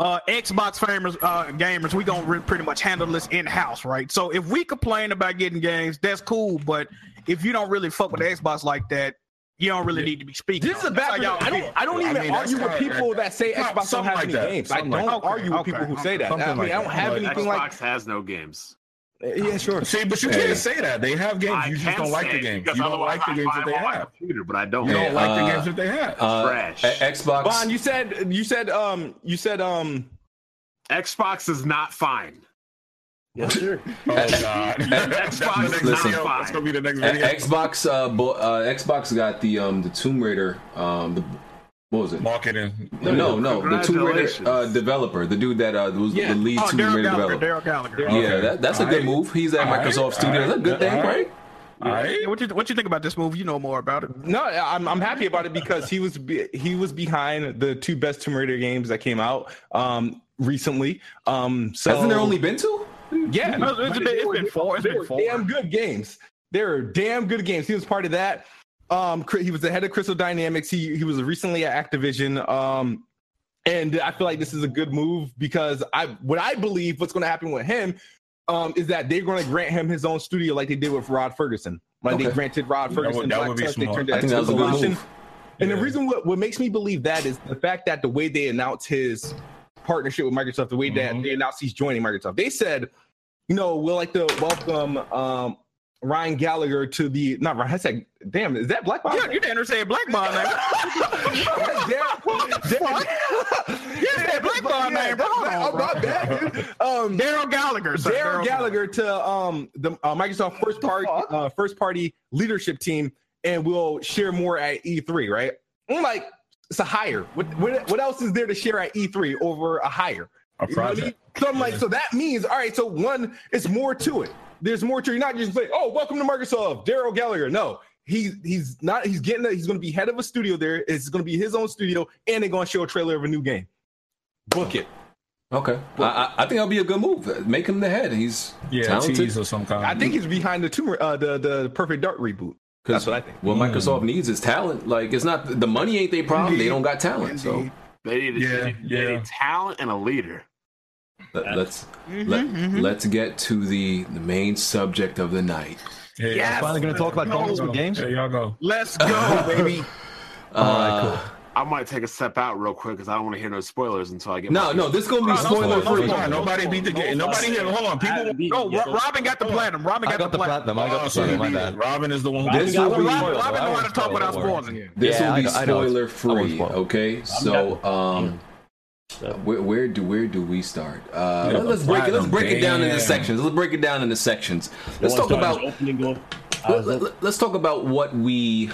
D: uh, Xbox famers, uh, gamers, we gonna re- pretty much handle this in house, right? So if we complain about getting games, that's cool, but if you don't really fuck with the Xbox like that, you don't really need to be speaking.
E: This is
D: on
E: a
D: it.
E: bad.
D: That's how y'all
E: I
D: feel.
E: don't. I don't
H: I
E: even
H: mean, that's
E: argue with
H: kinda-
E: people that say
H: Some-
E: Xbox don't
H: something
E: have
H: like
E: any
H: that.
E: games. I
H: Something like
E: don't
D: that.
E: argue with
D: Okay,
E: people who
D: okay.
E: say that.
H: Something
E: I mean,
H: like
E: I don't
H: that.
E: have anything like.
A: Xbox has no games.
E: Yeah, sure.
H: See, but you
C: Hey.
H: can't say that. They have games.
A: I
H: You just
A: can
H: don't like
A: say
H: the
A: it
H: games.
A: because
H: You don't
A: otherwise
H: like the
A: I
H: games
A: buy
H: that they
A: them on my
H: have.
A: Computer, but I don't.
H: You don't like the
C: uh,
H: games that they have.
C: Uh,
A: Trash.
C: E- Xbox.
E: Bon, you said you said um you said um
A: Xbox is not fine.
F: Yes, sir.
H: Oh God!
A: Xbox is
H: That's the
A: not
H: next video.
A: fine.
H: That's gonna be the next
C: E-
H: video.
C: Xbox. Uh, bo- uh, Xbox got the um the Tomb Raider. Um, the what was it?
H: Marketing.
C: No, no, the Tomb Raider
A: Congratulations.
C: uh, developer, the dude that uh, was
E: Yeah.
C: the lead
D: Oh,
C: Tomb Raider
D: Daryl Gallagher,
C: developer.
D: Daryl Gallagher.
C: Yeah,
H: Okay.
C: that, that's a good
H: Alright.
C: move. He's at
H: Alright.
C: Microsoft Studios. That's a good thing,
H: Alright.
C: right?
H: All right.
D: Yeah, what you what you think about this movie? You know more about it.
E: no I'm I'm happy about it because he was be- he was behind the two best Tomb Raider games that came out um recently. Um, so
C: Hasn't there only been two?
E: yeah,
D: No, it's been- it's been four, it's
E: They
D: been
E: were
D: four.
E: Damn good games. They were damn good games. He was part of that. Um, cr- he was the head of Crystal Dynamics. He he was recently at Activision. Um, and I feel like this is a good move because I what I believe what's going to happen with him um, is that they're going to grant him his own studio like they did with Rod Ferguson. When they
C: Okay.
E: granted Rod
H: That would-
E: Ferguson,
H: that
E: Black
H: would be
E: Tusk, they
H: smart.
E: turned it
C: I think that was a good
E: Activision.
C: move.
L: And the
M: Yeah.
L: reason what, what makes me believe that is the fact that the way they announced his partnership with Microsoft, the way that
E: Mhm.
L: they announced he's joining Microsoft, they said, you know, we'll like to welcome um, Ryan Gallagher to the not Ryan. I said, damn, is that Black Box?
D: You, you didn't say Black Bond name.
L: yeah,
D: Black Bond name, bro.
L: Oh, my bad, dude. Um,
D: Daryl Gallagher. sir.
L: Darren Gallagher to um the uh, Microsoft first party uh, first party leadership team, and we'll share more at E3. Right? I'm like, it's a hire. What what, what else is there to share at E3 over a hire?
M: A
L: You know what I mean?
M: project.
L: So I'm like, so that means all right. So one, it's more to it. There's more to it. You're not just like, oh, welcome to Microsoft, Daryl Gallagher. No, he's he's not. He's getting. A, he's going to be head of a studio there. It's going to be his own studio, and they're going to show a trailer of a new game. Book it.
C: Okay, I, I, I think that'll be a good move. Make him the head. He's
H: Yeah,
C: talented.
H: tease or some kind.
L: I think he's behind the tumor, uh, the the Perfect Dark reboot. That's what I think.
C: What Microsoft needs is talent. Like it's not the money ain't their problem. They
H: Indeed.
C: don't got talent.
D: Mm-hmm.
C: So
A: They need,
H: Yeah,
A: they, need, they
H: yeah.
A: need talent and a leader.
C: let, us
D: Mhm,
C: let,
D: mhm.
C: let's get to the, the main subject of the night.
H: Hey,
D: Yes.
E: Finally, going to talk about consoles with games.
H: There y'all go.
D: Let's go, baby.
E: All
C: Uh,
A: I might take a step out real quick because I don't want to hear no spoilers until I get.
C: No,
A: my-
C: no, this gonna be
D: No, no,
C: spoiler
H: Hold on,
C: free.
H: hold on. Nobody beat the game. Nobody here. Hold on.
F: I
H: People.
F: haven't beaten
D: No,
F: it yet.
D: Oh, Ro- Robin got the platinum. Robin
E: I
D: got,
E: got the platinum. I got
H: Oh,
E: the
H: so you
E: platinum. My
H: beat
E: bad.
H: it. Robin is the one who
C: This
H: did
F: Robin
C: will
F: got one.
H: it.
C: be
D: Robin,
E: spoiled.
D: Robin
E: I
D: don't want to
E: wasn't
D: talk without
E: spoiled, don't
D: spoiling it.
C: This
E: Yeah,
C: will
E: I
C: be
E: know- I know it's-
C: spoiler free.
E: spoiled.
C: Okay, so um, where, where do where do we start? Uh,
H: Yeah,
C: let's break it. Let's
H: platinum.
C: break it down into
H: Damn.
C: sections. Let's break it down into sections. Let's
F: Once
C: talk
F: I was
C: about
F: opening goal. uh, I was
C: let, let, us talk about what we,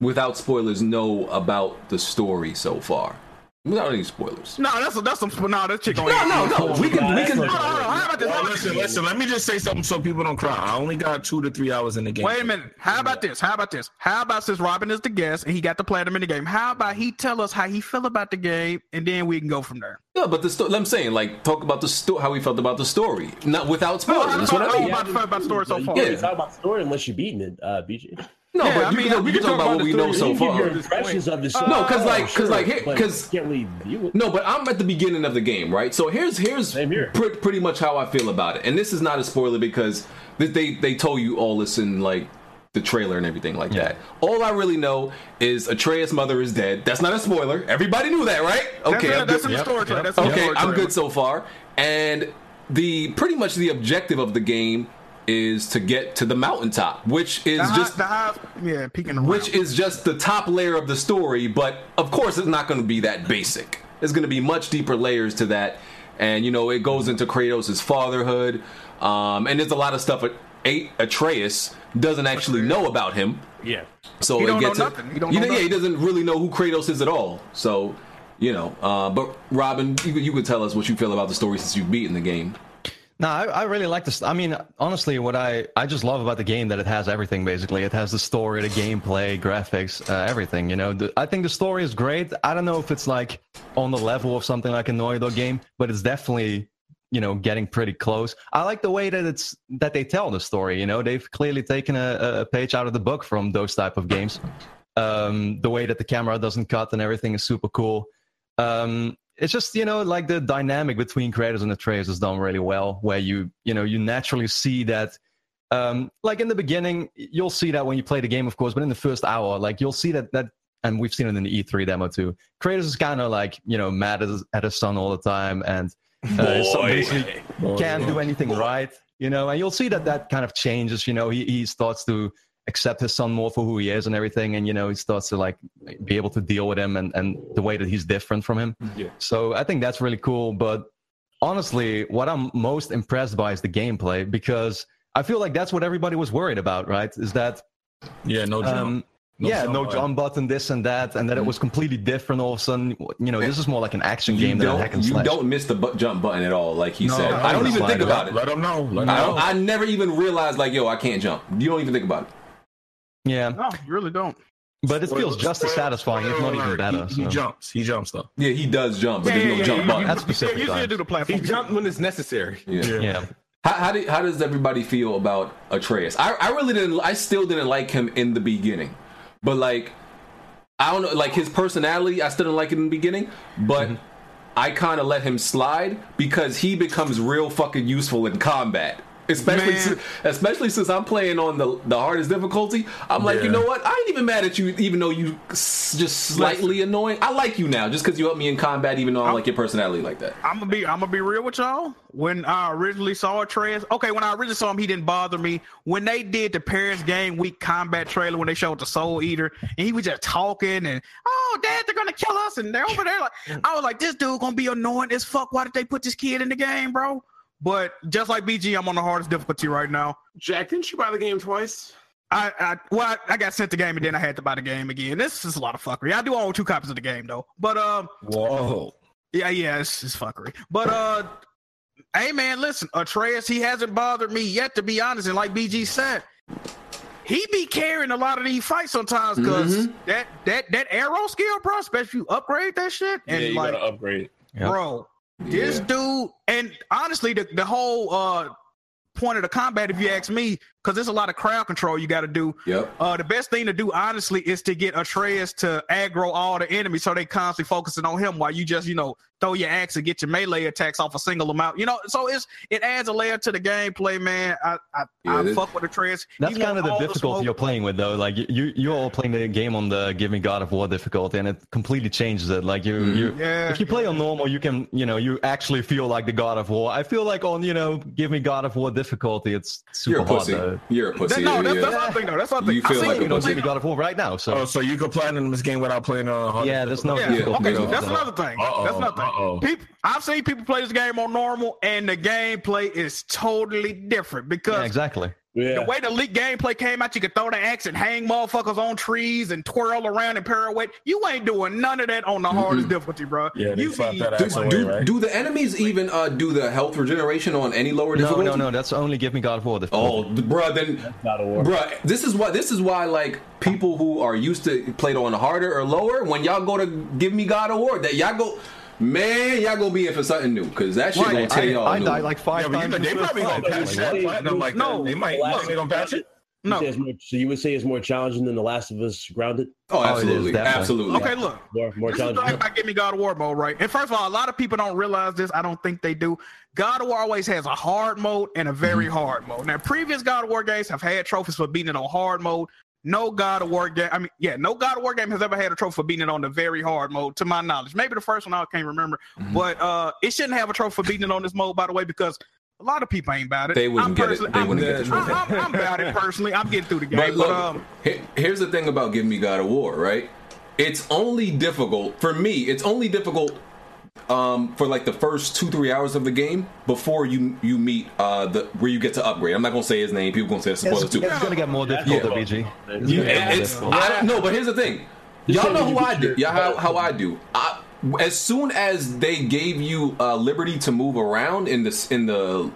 C: without spoilers, know about the story so far. Without any spoilers.
D: No, that's that's some. No, that chick on.
C: No, no, no. We can, we
F: that's
C: can.
F: not-
D: No, no, no. How about this? How
H: Well,
D: about this?
H: listen, listen. Let me just say something so people don't cry. I only got two to three hours in the game.
D: Wait a minute. How about this? How about this? How about since Robin is the guest and he got the platinum in the game? How about he tell us how he feel about the game and then we can go from there?
C: No, but the story. I'm saying, like, talk about the story. How we felt about the story, not without spoilers. That's what I mean.
D: about the about the story so
F: you
D: far.
F: can't
C: Yeah.
F: talk about the story unless you're beating it, uh, BJ.
C: No,
D: Yeah,
C: but
D: I
C: you
D: mean,
C: can, we
L: we
C: can
L: can
C: talk
L: talk
C: about
L: about
C: what we
L: the story.
C: know so
F: you can give
C: far.
F: your impressions of the story.
C: No, 'cause like- 'cause
F: sure,
C: like here-
F: but
C: 'cause-
F: you can't really view it.
C: No, but I'm at the beginning of the game, right? So here's here's
F: Same here.
C: pre- pretty much how I feel about it. And this is not a spoiler because th- they they told you all this in like the trailer and everything like that. All I really know is Atreus' mother is dead. That's not a spoiler. Everybody knew that, right?
D: That's,
C: Okay,
D: in-
C: I'm
D: that's
C: good.
D: in the
E: Yep,
D: story. trailer.
E: yep.
D: That's in the
C: okay,
D: story
C: I'm
D: trailer.
C: good so far. And the pretty much the objective of the game is to get to the mountaintop, which is
D: The high,
C: just
D: the high, yeah, peeking around.
C: which is just the top layer of the story, but of course it's not going to be that basic. There's going to be much deeper layers to that, and you know it goes into Kratos' fatherhood, um, and there's a lot of stuff. At, Atreus doesn't actually know about him,
F: Yeah.
C: so
D: He
C: it
D: don't know
C: gets it-
D: nothing. He don't
C: you
D: know
C: yeah, he doesn't really know who Kratos is at all. So, you know, uh, but Robin, you, could- you could tell us what you feel about the story since you've beaten the game.
E: No, I, I really like this. I mean, honestly, what I, I just love about the game that it has everything. Basically, it has the story, the gameplay, graphics, uh, everything. You know, the, I think the story is great. I don't know if it's like on the level of something like a Naughty Dog game, but it's definitely you know getting pretty close. I like the way that it's that they tell the story. You know, they've clearly taken a, a page out of the book from those type of games. Um, the way that the camera doesn't cut and everything is super cool. Um, it's just you know like the dynamic between creators and Atreus is done really well, where you you know you naturally see that. Um, like in the beginning, you'll see that when you play the game, of course, but in the first hour, like you'll see that that, and we've seen it in the E3 demo too. Creators is kind of like you know mad at his, at his son all the time, and uh, so basically
C: Oh,
H: Boy,
E: can't
H: boy.
E: do anything right, you know, and you'll see that that kind of changes, you know, he, he starts to accept his son more for who he is and everything. And, you know, he starts to like be able to deal with him and, and the way that he's different from him.
C: Mm-hmm.
L: Yeah.
E: So I think that's really cool. But honestly, what I'm most impressed by is the gameplay because I feel like that's what everybody was worried about, right? Is that
H: Yeah, no jump.
E: um,
H: No
E: yeah,
H: jump
E: no
H: button.
E: jump button, this and that, and that it was completely different all of a sudden. You know, this is more like an action
C: Mm-hmm. You
E: game than a hack
C: don't,
E: and
C: you
E: slash.
C: don't miss the bu- jump button at all, like he
H: No,
C: said.
H: no,
C: I don't
E: no.
C: even think
E: Slide
C: about it.
H: Let them know. Let 'em
C: I, don't,
H: know.
C: I never even realized, like, yo, I can't jump. You don't even think about it.
E: Yeah,
D: No, you really don't.
E: but it feels just as
H: Spoiler-
E: satisfying, if not even
H: spoiler
E: better.
H: alert. He, he
E: so.
H: jumps. He jumps though.
C: Yeah, he does jump, but
D: Yeah,
C: there's
D: yeah,
C: no
D: yeah,
C: jump
D: you-
C: button.
E: That's specific
D: You still
E: times.
D: do the
L: He
D: platform.
L: jumped when it's necessary.
C: Yeah.
E: Yeah.
C: How, how, do, how does everybody feel about Atreus? I, I really didn't. I still didn't like him in the beginning, but like I don't know, like his personality, I still didn't like it in the beginning, but.
D: Mm-hmm.
C: I kind of let him slide because he becomes real fucking useful in combat. Especially,
D: Man.
C: si- especially since I'm playing on the the hardest difficulty, I'm like, you
H: Yeah.
C: know what? I ain't even mad at you, even though you s- just slightly annoying. I like you now, just because you helped me in combat, even though I don't like your personality like that.
D: I'm gonna be I'm gonna be real with y'all. When I originally saw Trez, okay, when I originally saw him, he didn't bother me. When they did the Paris Game Week combat trailer, when they showed the Soul Eater, and he was just talking and oh, Dad, they're gonna kill us, and they're over there like I was like, this dude gonna be annoying as fuck. Why did they put this kid in the game, bro? But just like BG, I'm on the hardest difficulty right now.
A: Jack, didn't you buy the game twice?
D: I, I well, I, I got sent the game and then I had to buy the game again. This is a lot of fuckery. I do own two copies of the game though, but um.
H: Whoa.
D: Yeah, yeah, it's, it's fuckery. But uh, hey man, listen, Atreus, he hasn't bothered me yet, to be honest. And like BG said, he be carrying a lot of these fights sometimes because that that that arrow skill, bro, especially if you upgrade that shit and
H: yeah, you
D: like,
H: gotta upgrade.
B: Yeah.
D: bro, this dude, and honestly, the the whole uh point of the combat, if you ask me, because there's a lot of crowd control you got to do.
C: Yep.
D: Uh, the best thing to do, honestly, is to get Atreus to aggro all the enemies so they constantly focusing on him while you just, you know, throw your axe and get your melee attacks off a single amount. You know, so it's it adds a layer to the gameplay, man. I I,
C: Yeah,
D: I
C: it-
D: fuck with Atreus.
B: That's
D: He
B: kind
D: want
B: of the
D: all
B: difficulty
D: smoke.
B: you're playing with, though. Like you- you, you're all playing the game on the giving God of War difficulty, and it completely changes it. Like you,
C: Mhm.
B: you,
D: Mm. Yeah.
B: if you play on normal, you can, you know, you actually feel like the God of War. I feel like on, you know, give me God of War difficulty, it's super
C: You're a
B: hard.
C: pussy.
B: though.
C: You're a
D: That-
C: pussy.
D: no, that's,
C: yeah.
D: that's other thing though. That's other thing.
C: You
D: I
C: feel
D: seen
C: like a
B: You don't
C: pussy.
B: give me God of War right now, so
H: Oh, so you could platinum this game without playing uh, on hard
B: yeah, there's no.
D: Yeah,
B: difficulty
D: okay,
B: involved
D: that's
B: at all.
D: another thing.
H: Uh-oh,
D: That's another thing.
H: Uh-oh.
D: People, I've seen people play this game on normal, and the gameplay is totally different because
B: Yeah, exactly.
D: The
H: Yeah.
D: way the league gameplay came out, you could throw the axe and hang motherfuckers on trees and twirl around and pirouette. You ain't doing none of that on the hardest difficulty, bro.
H: Yeah, they
D: you
H: slapped
D: be-
H: that
C: Do,
H: ass away,
C: do,
H: right?
C: do the enemies even uh, do the health regeneration on any lower
B: No,
C: difficulty?
B: no, no. That's only give me God of War
C: Oh,
B: difficulty.
C: th- bruh, then,
F: God of War.
C: bruh, this is why this is why like people who are used to played on harder or lower, when y'all go to give me God of War, that y'all go, man, y'all gonna be in for something new because that Oh, shit gonna
B: I,
C: tell y'all.
B: I
C: new.
B: died like
H: Yeah,
B: five
H: but you
B: times.
H: know, they
B: before
H: probably gonna
B: the fight.
H: patch that platinum like
D: No.
H: that. They might. You think they gonna patch it?
F: You
D: No.
F: say it's more- so you would say it's more challenging than The Last of Us Grounded?
C: Oh,
B: it is,
C: absolutely,
B: definitely.
C: absolutely.
D: Okay, look.
F: More, more
D: This is the
F: challenging?
D: thing about Give Me God of War mode, right? And first of all, a lot of people don't realize this. I don't think they do. God of War always has a hard mode and a very
C: Mm-hmm.
D: hard mode. Now, previous God of War games have had trophies for beating it on hard mode. No God of War game, I mean, yeah, no God of War game has ever had a trophy for beating it on the very hard mode, to my knowledge. Maybe the first one I can't remember,
C: Mhm.
D: but uh it shouldn't have a trophy for beating it on this mode, by the way, because a lot of people ain't about it.
C: They wouldn't
D: I'm
C: get it.
D: personally-
C: They
D: I'm,
C: wouldn't get the trophy.
D: I- I'm, I'm about it personally. I'm getting through the game,
C: But
D: but,
C: look,
D: um,
C: he- here's the thing about Give Me God of War, right? It's only difficult for me. It's only difficult um, for like the first two three hours of the game before you you meet uh, the where you get to upgrade. I'm not gonna say his name. People gonna say it's
B: It's,
C: spoiler too.
B: it's gonna get more difficult, though, BG. It's
C: You-
B: gonna get more
C: it- it's,
B: difficult.
C: I don't know, but here's the thing. Y'all know who I do. Y'all
B: Uh-huh.
C: how, how I do. I, as soon as they gave you uh, liberty to move around in this in the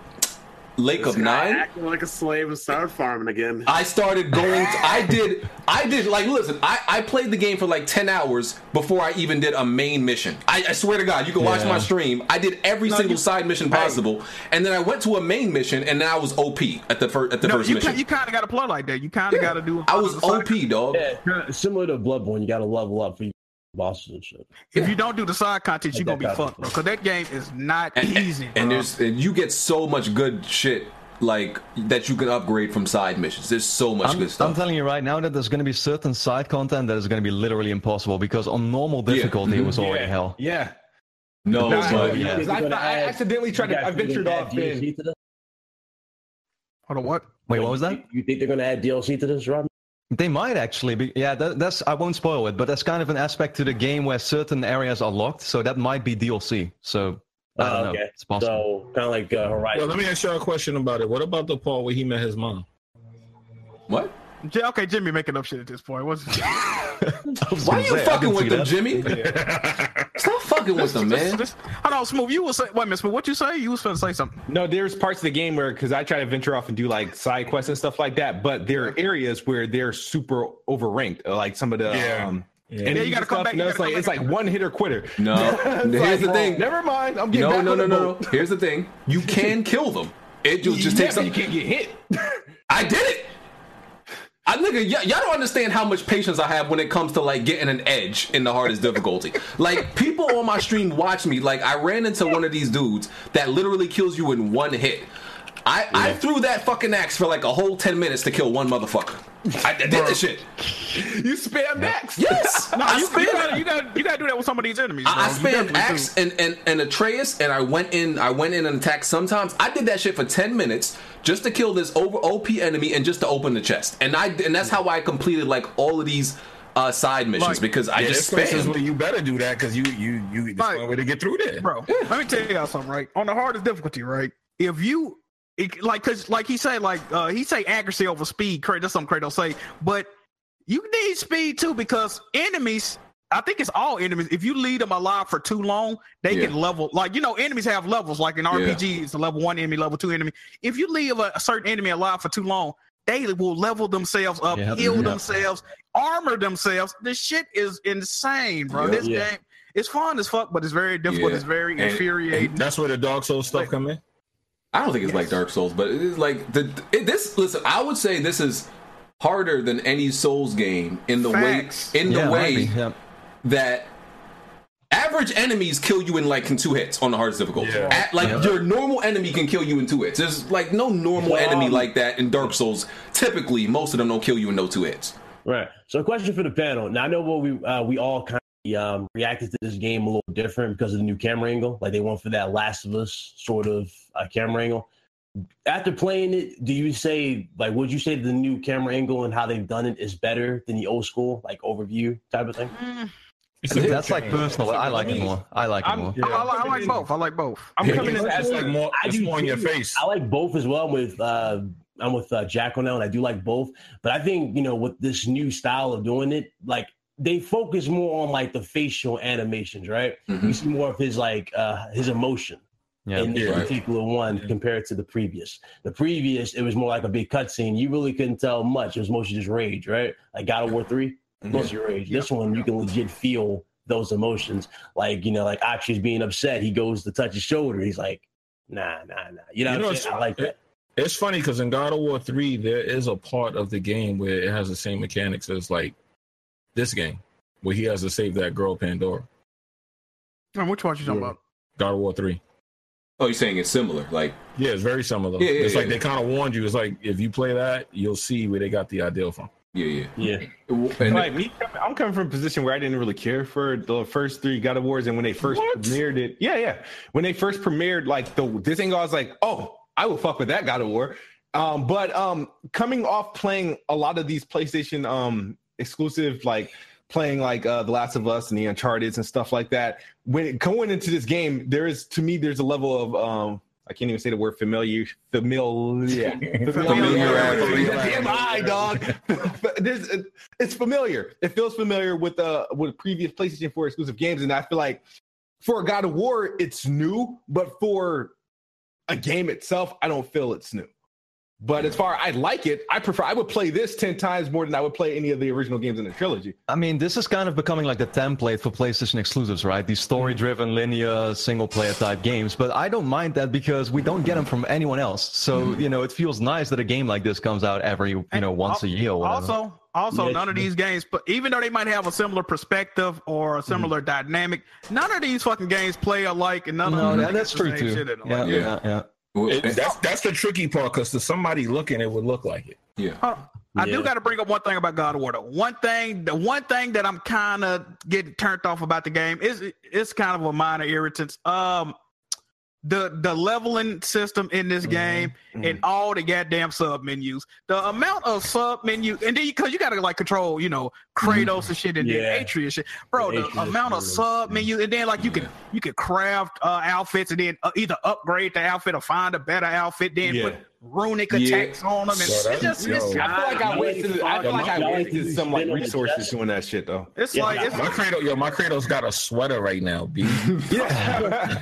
C: Lake of
A: This guy
C: Nine,
A: Acting like a slave and started farming again.
C: I started going. I did. I did. Like, listen, I, I played the game for like ten hours before I even did a main mission. I, I swear to God, you can watch
B: Yeah.
C: my stream. I did every single side mission possible, and then I went to a main mission, and then I was OP at the first at the
D: no,
C: first
D: you,
C: mission.
D: ki- you kind of got to play like that. You kind of got to do.
C: I was OP, dog.
F: Yeah, kinda similar to Bloodborne, you got to level up for your bosses and shit.
D: If you don't do the side content, you're gonna be
F: Like that
D: fucked, bro. Cause that game is not
C: and,
D: easy.
C: And
D: bro.
C: there's and you get so much good shit like that you can upgrade from side missions. There's so much
B: I'm,
C: good stuff.
B: I'm telling you right now that there's going to be certain side content that is going to be literally impossible because on normal
C: Yeah.
B: difficulty it was already hell.
E: Yeah.
C: no,
E: No,
C: but-
E: yeah.
B: yeah.
E: 'Cause I, I accidentally tried to. I ventured off in.
F: DLC to this?
D: Hold on, what?
B: Wait, what was that?
F: You, you think they're gonna add DLC to this, Rob?
B: They might actually be. Yeah, that, that's. I won't spoil it, but that's kind of an aspect to the game where certain areas are locked, so that might be DLC. So I don't
F: Oh,
B: know.
F: okay.
B: It's possible.
F: So kind of like uh,
H: Well,
F: Horizon.
H: let me ask y'all a question about it. What about the part where he met his mom?
C: what?
D: J- okay, Jimmy making up shit at this point. What's
C: Why you fucking with them,
B: the
C: Jimmy? Stop fucking with them, man.
D: this, hold on, smooth. You was say, wait, Miss Smooth. What you say? You was finna say something.
E: No, there's parts of the game where because I try to venture off and do like side quests and stuff like that, but there are areas where they're super overranked, like some of the
H: Yeah.
E: um,
H: Yeah.
E: enemies
D: you gotta
E: and
D: come
E: stuff,
D: back,
E: You know,
D: you
E: it's
D: gotta
E: like
D: come
E: it's
D: back.
E: like one hitter quitter.
C: No.
E: It's
C: Here's
E: like,
C: the thing.
E: Never mind. I'm getting
C: No,
E: back
C: no,
E: on
C: no,
E: the
C: no,
E: boat.
C: no. Here's the thing. You can kill them. It just, just
E: Yeah,
C: takes
E: but
C: up.
E: You can't get hit.
C: I did it. I nigga, y- y'all don't understand how much patience I have when it comes to like getting an edge in the hardest difficulty. Like people on my stream watch me. Like I ran into one of these dudes that literally kills you in one hit. I, I threw that fucking axe for like a whole ten minutes to kill one motherfucker. I, I did this shit.
E: You spam next.
C: Yes,
D: No,
C: I
D: you,
C: spammed-
D: you gotta, you gotta you gotta do that with some of these enemies.
C: I, I
D: bro. You
C: spammed
D: definitely
C: Axe and, and, and Atreus, and I went in. I went in and attacked. Sometimes I did that shit for ten minutes just to kill this over OP enemy and just to open the chest. And I and that's how I completed like all of these uh, side missions
D: Like-
C: because I
H: Yeah,
C: just
H: there's places where
C: spammed.
H: you better do that because you you you. There's
D: Right.
H: one way to get through there.
D: do. bro. Let me tell y'all something, right? On the hardest difficulty, right? If you it, like, cause like he said, like uh, he say accuracy over speed. Kra- That's something Kratos say, but you need speed too because enemies. I think it's all enemies. If you leave them alive for too long, they
C: Yeah.
D: can level. Like you know, enemies have levels. Like in RPG, it's a level one enemy, level two enemy. If you leave a, a certain enemy alive for too long, they will level themselves up,
B: Yep.
D: heal
B: Yep.
D: themselves, armor themselves. This shit is insane, bro.
C: Yep.
D: This
F: Yeah.
D: game, it's fun as fuck, but it's very difficult.
C: Yeah.
D: It's very
C: And-
D: infuriating.
H: That's where the Dark Souls stuff
D: Wait.
H: come in.
C: I don't think it's like Dark Souls, but it is like the it, this. Listen, I would say this is harder than any Souls game in the
D: Facts.
C: way in the
B: yeah,
C: way
B: might be, yeah.
C: that average enemies kill you in like in two hits on the hardest difficulty.
H: Yeah.
C: At, like
B: Yeah.
C: your normal enemy can kill you in two hits. There's like no normal
F: Wow.
C: enemy like that in Dark Souls. Typically, most of them don't kill you in no two hits.
F: Right. So, a question for the panel. Now, I know what we uh, we all kind of um, reacted to this game a little different because of the new camera angle. Like they went for that Last of Us sort of uh, camera angle. After playing it, do you say like would you say the new camera angle and how they've done it is better than the old school like overview type of thing?
D: Mm,
B: That's like personal. I like it
H: me-
B: more. I like it
D: I'm-
B: more.
D: I, I like- I like both. I like both.
H: I'm
C: Yeah.
H: coming in as like more.
F: I
H: It's
F: do
H: more in your
F: too.
H: face.
F: I like both as well. I'm with uh, I'm with uh, Jack on that, one. I do like both, but I think you know with this new style of doing it, like they focus more on like the facial animations, right?
C: Mhm.
F: You see more of his like uh, his emotion
B: Yeah.
F: in this
H: Yeah.
F: particular one compared to the previous. The previous, it was more like a big cutscene. You really couldn't tell much. It was mostly just rage, right? Like God of War three, mostly rage. This one, you can legit feel those emotions. Like you know, like Akshy's being upset. He goes to touch his shoulder. He's like, Nah, nah, nah. You know,
H: You
F: what
H: know,
F: I'm saying? I like that.
H: It's funny because in God of War Three, there is a part of the game where it has the same mechanics as like this game, where he has to save that girl Pandora.
D: Man, which one you talking about?
H: God of War Three.
C: Oh, you're saying it's similar? Like
H: Yeah, it's very similar.
C: Yeah, yeah,
H: it's like
C: yeah.
H: they kind of warned you. It's like if you play that, you'll see where they got the idea from.
C: yeah, yeah.
F: Yeah,
C: And
E: Like me, I'm coming from a position where I didn't really care for the first three God of Wars, and when they first premiered it, yeah, yeah, when they first premiered like the this thing, I was like, oh, I will fuck with that God of War. Um, but um, coming off playing a lot of these PlayStation um exclusive, like playing like uh, The Last of Us and the Uncharted and stuff like that, when it, going into this game, there is to me there's a level of um. I can't even say the word familiar, familiar,
H: Familiarity.
E: Damn I, dog. There's, it's familiar. It feels familiar with uh with previous PlayStation 4 exclusive games, and I feel like for God of War, it's new, but for a game itself, I don't feel it's new. But as far I like it, I prefer I would play this ten times more than I would play any of the original games in the trilogy.
B: I mean, this is kind of becoming like the template for PlayStation exclusives, right? These story-driven, linear, single-player type games. But I don't mind that because we don't get them from anyone else. So
C: Hmm.
B: you know, it feels nice that a game like this comes out every you know once a year or whatever.
D: Also, also
F: Yeah,
D: none of
F: yeah.
D: these games, but even though they might have a similar perspective or a
B: Mm-hmm.
D: similar dynamic, none of these fucking games play alike, and none of
B: no,
D: them.
B: that, that's
D: the same
B: true too.
D: shit in them.
B: Yeah,
D: Like,
C: Yeah.
B: yeah, yeah.
H: It-
C: and-
H: that's that's the tricky part because to somebody looking, it would look like it.
D: I
F: Yeah.
D: do got to bring up one thing about God of War. Though. One thing, the one thing that I'm kind of getting turned off about the game is it's kind of a minor irritant. Um, the the leveling system in this game and all the goddamn sub menus. The amount of sub menu and then because you got to like control, you know, Kratos and shit and
F: Yeah.
D: then Atreus and shit, bro.
F: The
D: The,
F: Atreus
D: amount of
F: is-
D: sub menu and then like you
C: Yeah.
D: can you can craft uh, outfits and then uh, either upgrade the outfit or find a better outfit, then
E: Yeah.
D: put runic
C: Yeah.
D: attacks on them. And
H: Yo,
D: it's
H: that-
D: just it's,
H: yo.
E: I feel like I
F: Nah,
E: wasted. I feel like I
F: nah,
E: wasted
F: nah,
E: some like
F: nah,
E: resources
F: nah.
E: doing that shit though.
D: it's
F: Yeah,
D: like
F: nah,
D: it's
H: My Kratos, yo, my Kratos got a sweater right now, B.
E: Yeah.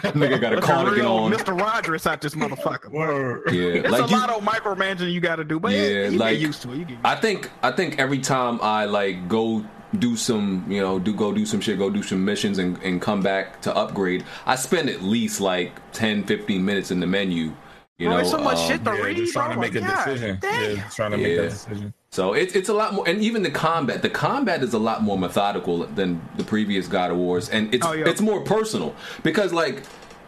C: nigga got a
D: Look at
C: cardigan
D: real
C: on.
D: Mr. Rogers out this motherfucker.
H: Word.
C: Yeah,
D: It's
C: like
D: a
C: you-
D: lot of micromanaging you got to do, but
C: Yeah,
D: yeah, you
C: like-
D: get used to it. You get used
C: I think I think every time I like go do some you know do go do some shit go do some missions and, and come back to upgrade I spend at least like 10 15 minutes in the menu you
D: Bro,
C: know
D: there's so much
C: um,
D: shit to
H: Yeah,
D: read.
H: just trying to
D: bro.
H: make a
D: God
H: decision.
D: damn.
H: Yeah, trying to make
C: Yeah.
H: that decision.
C: so it's it's a lot more and even the combat the combat is a lot more methodical than the previous God of Wars and it's
D: Oh, yeah.
C: it's more personal because like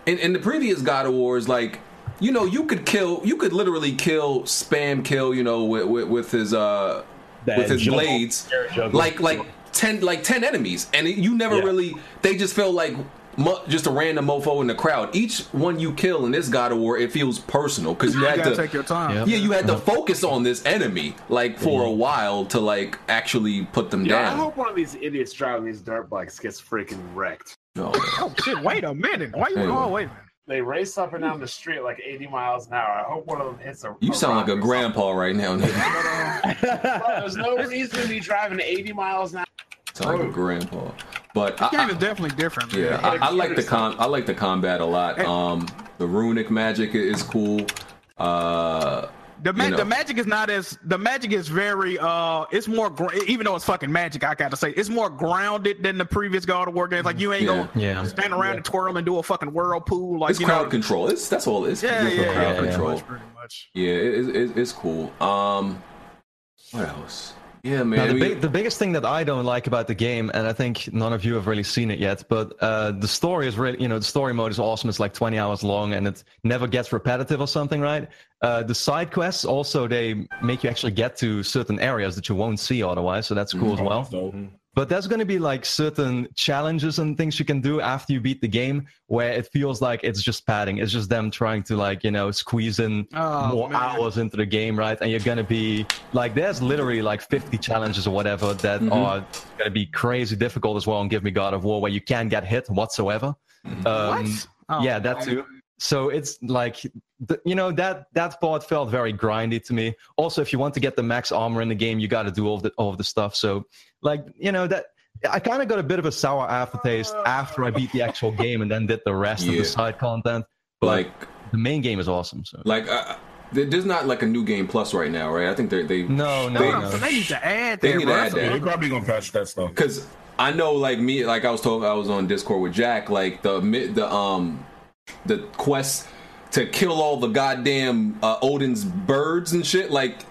C: in, in the previous God of Wars like you know, you could kill, you could literally kill, spam kill, you know, with with, with his uh
F: That
C: with his
F: juggle-
C: blades,
F: air juggle.
C: like like ten like ten enemies, and it- you never
F: Yeah.
C: really. They just feel like mu- just a random mofo in the crowd. Each one you kill in this God of War, it feels personal because you,
D: You
C: had
D: gotta
C: to
D: take your time.
B: Yep.
C: yeah, you had
D: Uh-huh.
C: to focus on this enemy like for
D: Mm-hmm.
C: a while to like actually put them
A: Yeah, I
C: down.
A: hope one of these idiots driving these dirt bikes gets freaking wrecked.
C: No.
D: Oh shit! Wait a minute. Why you?
C: Anyway.
D: Oh wait. a minute.
A: They race up and down the street like 80 miles an hour. I hope one of them hits a.
C: You sound like a grandpa right now. nigga.
A: Bro, there's no reason to be driving 80 miles an hour.
C: sound like a grandpa, but I,
D: This game is definitely different. man.
C: Yeah, I, I like the com. I like the combat a lot. Um, the runic magic i- is cool. Uh,
D: The, ma-
C: you know.
D: the magic is not as the magic is very uh it's more gr- even though it's fucking magic I gotta say it's more grounded than the previous God of War games like you ain't
C: Yeah.
D: gonna
B: Yeah.
D: stand around and twirl and do a fucking whirlpool like
C: it's
D: you
C: crowd
D: know
C: control. It's that's all. It's
D: yeah yeah, yeah,
C: crowd
D: yeah,
C: control.
D: Pretty much, pretty much.
C: Yeah, it, it, it's cool. Um, what else? Yeah,
B: Now,
C: man.
B: the,
C: we-
B: big, the biggest thing that I don't like about the game, and I think none of you have really seen it yet, but uh, the story is really, you know, the story mode is awesome. It's like 20 hours long and it never gets repetitive or something, right? Uh, the side quests also, they make you actually get to certain areas that you won't see otherwise, so that's
C: Hmm.
B: cool as well. But there's going to be like certain challenges and things you can do after you beat the game where it feels like it's just padding. It's just them trying to like, you know, squeeze in
D: Oh,
B: more
D: man.
B: hours into the game, right? And you're going to be like, there's literally like 50 challenges or whatever that
D: Mm-hmm.
B: are going to be crazy difficult as well and give me God of War where you can't get hit whatsoever. Um,
D: what oh,
B: yeah, that too. So it's like, th- you know, that that part felt very grindy to me. Also, if you want to get the max armor in the game, you got to do all of the all of the stuff. So, like, you know, that I kind of got a bit of a sour aftertaste after I beat the actual game and then did the rest of
C: Yeah.
B: the side content. But
C: like,
B: the main game is awesome. So
C: like, uh, there- there's not like a new game plus right now, right? I think they they
B: no, no,
D: Hold
B: no.
D: on, so they need to add
C: They
D: that,
C: need to
D: bro.
C: add
D: That's a
C: that.
H: Yeah,
D: little-
H: they probably gonna patch that stuff.
C: because I know, like me, like I was talking, I was on Discord with Jack. Like the mi- the um the quest to kill all the goddamn uh, Odin's birds and shit, like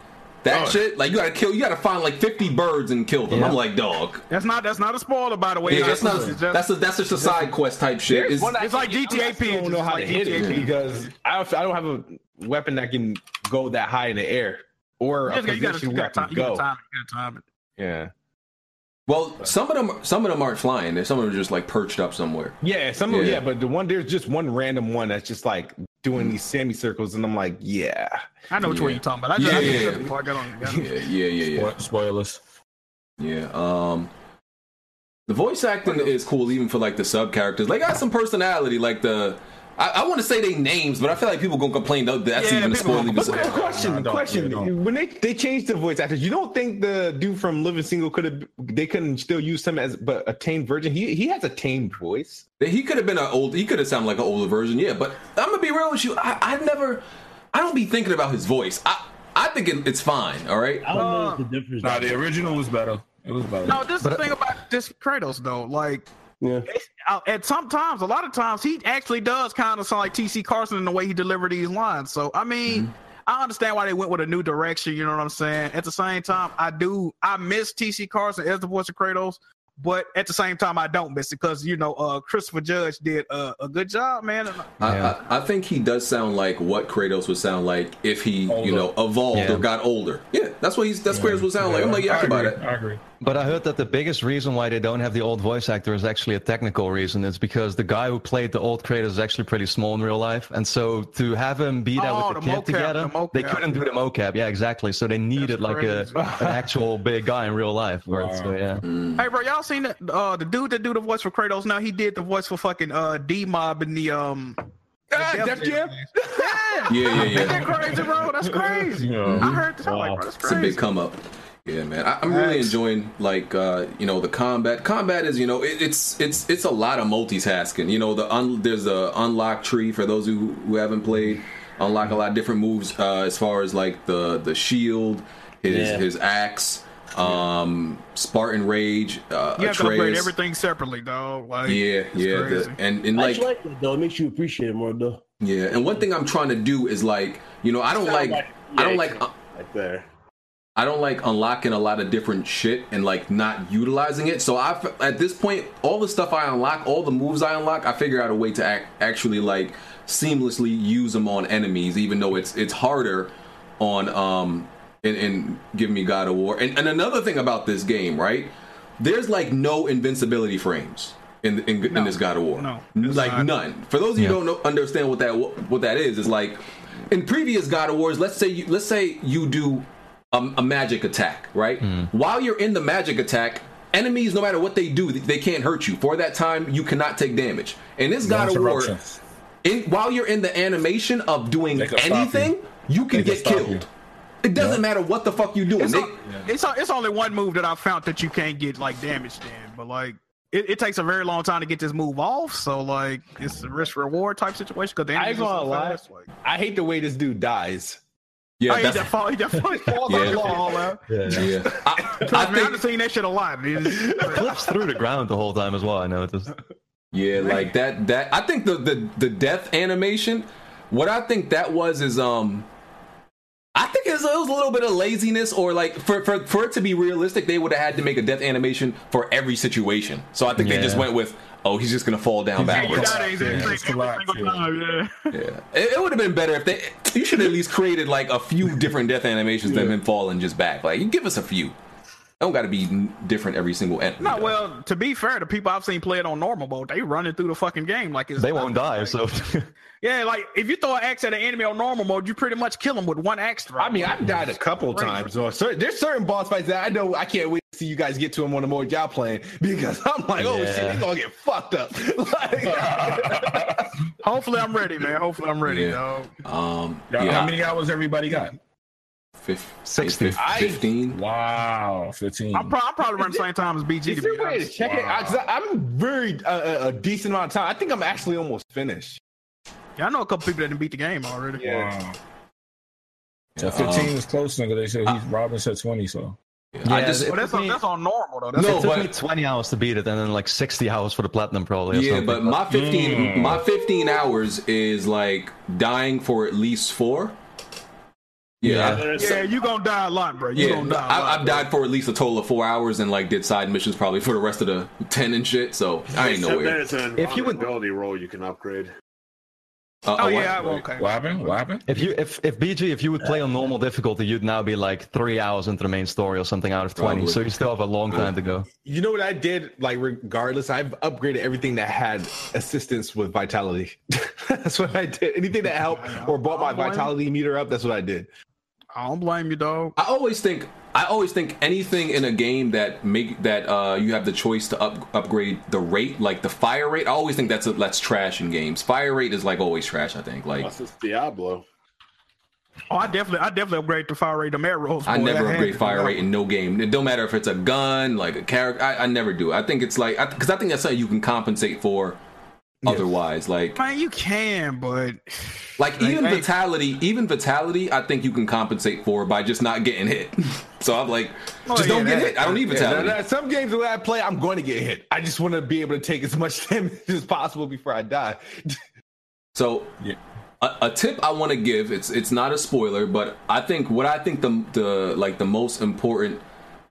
C: that shit. Like you gotta kill, you gotta find like fifty birds and kill them.
B: Yeah.
C: I'm like, dog.
D: that's not that's not a spoiler by the way
C: Yeah, that's not
D: It's just-
C: that's a, that's just a side quest type shit. It's,
D: it's like GTA
E: I
D: P
E: don't know how to hit it because I don't, I don't have a weapon that can go that high in the air or a
D: You gotta, you gotta,
E: position
D: you
E: where I
D: gotta time,
E: can
D: you gotta
E: go.
D: time, it, you gotta time it.
E: Yeah,
C: well, some of them some of them aren't flying. Some of them are just like perched up somewhere.
E: yeah, some of
C: Yeah.
E: yeah, but the one there's just one random one that's just like doing these semicircles, and I'm like, yeah,
D: I know which one
C: Yeah.
D: you're talking about. I just,
C: Yeah,
D: I just
C: yeah,
D: said
C: yeah.
D: before I got on.
C: Yeah, yeah, yeah, yeah.
H: Spo- Spoilers.
C: Yeah. Um the voice acting is cool even for like the sub characters. They got some personality, like the I, I want to say they names, but I feel like people gonna complain that that's
D: Yeah,
C: even a
D: people
C: spoiler.
D: gonna
E: But
C: even-
H: Nah, I
E: question,
H: don't.
E: question.
H: Yeah, I don't.
E: When they they changed the voice actors, you don't think the dude from Living Single could have they couldn't still use him as but a tame virgin? He he has a tame voice.
C: He could have been an old. He could have sounded like an older version. Yeah, but I'm gonna be real with you. I, I never. I don't be thinking about his voice. I I think it, it's fine. All right.
F: I don't know what the difference.
H: Nah, the original was better. It was better.
D: No, this is the thing about this Kratos though. Like,
E: Yeah.
D: it's- uh, at sometimes, a lot of times, he actually does kind of sound like T.C. Carson in the way he delivered these lines. So, I mean,
B: Mm-hmm.
D: I understand why they went with a new direction. You know what I'm saying? At the same time, I do. I miss T.C. Carson as the voice of Kratos, but at the same time, I don't miss it because you know, uh, Christopher Judge did uh, a good job, man. And uh,
C: I,
B: Yeah.
C: I, I think he does sound like what Kratos would sound like if he
H: Older.
C: you know evolved
B: Yeah.
C: or got older. Yeah, that's what he's. That's Kratos would sound like. I'm like yeah, I can buy
H: agree.
C: that.
H: I agree.
B: But I heard that the biggest reason why they don't have the old voice actor is actually a technical reason. It's because the guy who played the old creator is actually pretty small in real life, and so to have him be there
D: Oh,
B: with
D: the
B: the, kid
D: mocap,
B: together,
D: the
B: they
D: mocap.
B: couldn't do the mocap. Yeah, exactly. So they needed like a,
D: crazy.
B: an actual big guy in real life. Right? So yeah,
D: Hey, bro, y'all seen the, uh, the dude that do the voice for Kratos? Now he did the voice for fucking uh, D Mob in the um.
E: Ah,
D: Def
E: Def
D: Jam.
E: Jam?
C: Yeah,
D: Yeah,
C: yeah,
D: Isn't
C: yeah.
D: that crazy, bro? That's crazy. I heard this. I'm like, bro, that's
C: It's a
D: crazy.
C: big come up. Yeah, man. I, I'm really enjoying like uh, you know the combat. Combat is you know it, it's it's it's a lot of multitasking. You know the un, there's a unlock tree for those who who haven't played. Unlock a lot of different moves uh, as far as like the the shield, his
F: Yeah.
C: his axe, um, Spartan rage, uh,
D: you have to upgrade
C: Atreus.
D: everything separately, dog. Like,
C: Yeah,
D: it's
C: yeah, the-
D: crazy.
C: and and
F: I
C: like
F: just like that though. It makes you appreciate it more though.
C: yeah, and one thing I'm trying to do is like you know I don't like I don't like
A: right there.
C: I don't like unlocking a lot of different shit and like not utilizing it. So I f- at this point, all the stuff I unlock, all the moves I unlock, I figure out a way to act- actually like seamlessly use them on enemies, even though it's it's harder on um in, in Give Me God of War. And, and another thing about this game, right? There's like no invincibility frames in in, in this God of War.
D: No, there's
C: like
D: not.
C: none. For those of you
B: Yeah.
C: who don't know, understand what that what that is, is like in previous God of Wars. Let's say you, let's say you do a, a magic attack, right?
B: Mm.
C: While you're in the magic attack, enemies, no matter what they do, they can't hurt you. For that time, you cannot take damage. In this God of War,
H: interruptions.
C: in, while you're in the animation of doing
H: They can stop you.
C: anything, you, can
H: They can
C: get
H: stop
C: killed.
H: you.
C: It doesn't matter what the fuck you do.
D: It's,
C: They,
D: o- it's, o- it's only one move that I found that you can't get like damaged in, but like it, it takes a very long time to get this move off. So like it's a risk reward type situation because
E: I ain't gonna lie.
D: Fast, like,
E: I hate the way this dude dies.
C: yeah,
D: oh, he
C: that's-
D: just fall- he just fall- falls
C: Yeah.
D: on the wall, uh.
C: yeah. I, I
D: Trust me, I've
C: think,
D: seen that shit a lot. It's-
B: Clips through the ground the whole time as well. I know. Just,
C: Yeah, like that. That I think the the the death animation. What I think that was is um. I think it was, it was a little bit of laziness, or like for, for for it to be realistic, they would have had to make a death animation for every situation. So I think they just
B: Yeah.
C: went with, oh, he's just gonna fall down
D: Yeah, you
C: backwards.
D: know, it's-
H: Yeah,
D: it's
H: it's a lot,
D: every
H: yeah.
D: single time, yeah.
C: Yeah, it, would have been better if they. You should have at least created like a few different death animations than him falling just back. Like, you give us a few. Don't got to be n- different every single end.
D: No, well, to be fair, the people I've seen play it on normal mode, they running through the fucking game like it's
B: they won't die.
D: like-
B: So
D: yeah, like if you throw an axe at an enemy on normal mode, you pretty much kill them with one axe throw.
E: I mean, I've died a couple
D: Right.
E: times. Or cer- there's certain boss fights that I know I can't wait to see you guys get to them on the more job playing because I'm like, oh shit,
B: Yeah.
E: they gonna get fucked up. Like,
D: hopefully I'm ready, man. Hopefully I'm ready,
C: Yeah.
D: dog.
C: um,
H: Y'all-
C: yeah,
H: How many hours everybody got?
C: fif-
B: 60.
C: fif- fifteen.
H: Wow, fifteen.
D: I'm, pro- I'm probably running the same time as BG.
E: is
D: To
E: there
D: be
E: a way to
D: honest.
E: check it? I, 'cause I- I'm very uh, a decent amount of time. I think I'm actually almost finished.
D: Yeah, I know a couple people that didn't beat the game already.
H: Wow. So fifteen was close, nigga. They said he's Robin said twenty. So
C: I
B: Yeah,
C: just
B: it
D: But that's
B: took
D: on,
B: me-
D: that's on normal though. That's
B: Oh, it
C: No,
B: took
C: but-
B: me 20 hours to beat it, and then like 60 hours for the platinum, probably. Or
C: yeah,
B: something.
C: but my fifteen,
H: Mm.
C: my fifteen hours is like dying for at least four. Yeah, I-
D: yeah, you gonna die a lot, bro. You
C: yeah.
D: gonna die. a lot,
C: I, I've
D: bro.
C: died for at least a total of four hours, and like did side missions probably for the rest of the ten and shit. So I ain't
A: Except
C: nowhere.
A: There's an
B: If you would-
A: ability roll you can upgrade.
C: Uh,
D: Oh
C: what?
D: yeah, I'm okay.
H: what happened? What happened?
B: If you if if BG if you would play on normal difficulty, you'd now be like three hours into the main story or something out of 20.
C: Probably.
B: So you still have a long time to go.
E: You know what I did? Like regardless, I've upgraded everything that had assistance with vitality. that's what I did. Anything that helped or brought my vitality meter up, that's what I did.
D: I don't blame you, dog.
C: I always think I always think anything in a game that make that uh, you have the choice to up, upgrade the rate, like the fire rate. I always think that's a, that's trash in games. Fire rate is like always trash. I think like
A: Unless it's Diablo.
D: Oh, I definitely, I definitely upgrade the fire rate, the arrows.
C: I
D: boy.
C: never
D: That
C: upgrade
D: hand-
C: fire rate in no game. It don't matter if it's a gun, like a character. I, I never do. I think it's like because I, think that's something you can compensate for. Otherwise, like
D: Man, you can, but
C: like even
D: hey.
C: vitality, even vitality, I think you can compensate for by just not getting hit. so I'm like,
D: Oh,
C: just
D: yeah,
C: don't get
D: that-
C: hit. I don't need
E: Yeah, now,
C: vitality.
E: now, some games that I play, I'm going to get hit. I just want to be able to take as much damage as possible before I die.
C: So, a, a tip I want to give it's it's not a spoiler, but I think what I think the the like the most important,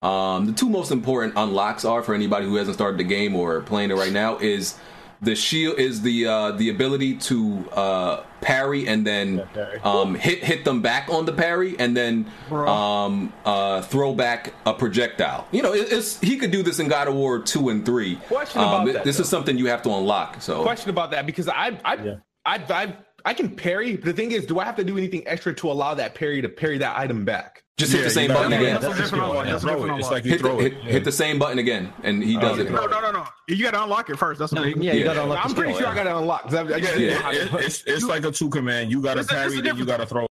C: um, the two most important unlocks are for anybody who hasn't started the game or playing it right now is the shield is the uh, the ability to uh, parry and then um, hit hit them back on the parry and then um, uh, throw back a projectile. You know, it, it's he could do this in God of War two and three.
E: Question about
C: Um, it-
E: that,
C: this is something you have to unlock. So
E: Question about that because I I I, I I can parry. But the thing is, do I have to do anything extra to allow that parry to parry that item back?
C: just hit
H: Yeah,
C: the
H: you
C: same
H: know,
C: button
D: yeah,
C: again.
D: that's a different one. That's a
H: Throw
D: different
H: it. It's
D: one.
H: like you
C: hit the,
H: throw
C: hit,
H: it.
C: hit the same button again, and he does it.
D: No, no, no, no. You gotta unlock it first. That's
B: No,
D: what
B: you, yeah, you
C: Yeah.
B: gotta unlock.
E: I'm
B: the
E: pretty
B: skill,
E: sure I
B: yeah.
E: got to unlock. 'cause I, I
H: Yeah,
E: just,
H: yeah, it- it's it's like a two command. You got to
D: It's a- it's a
H: parry, then you
D: different-
H: got to throw.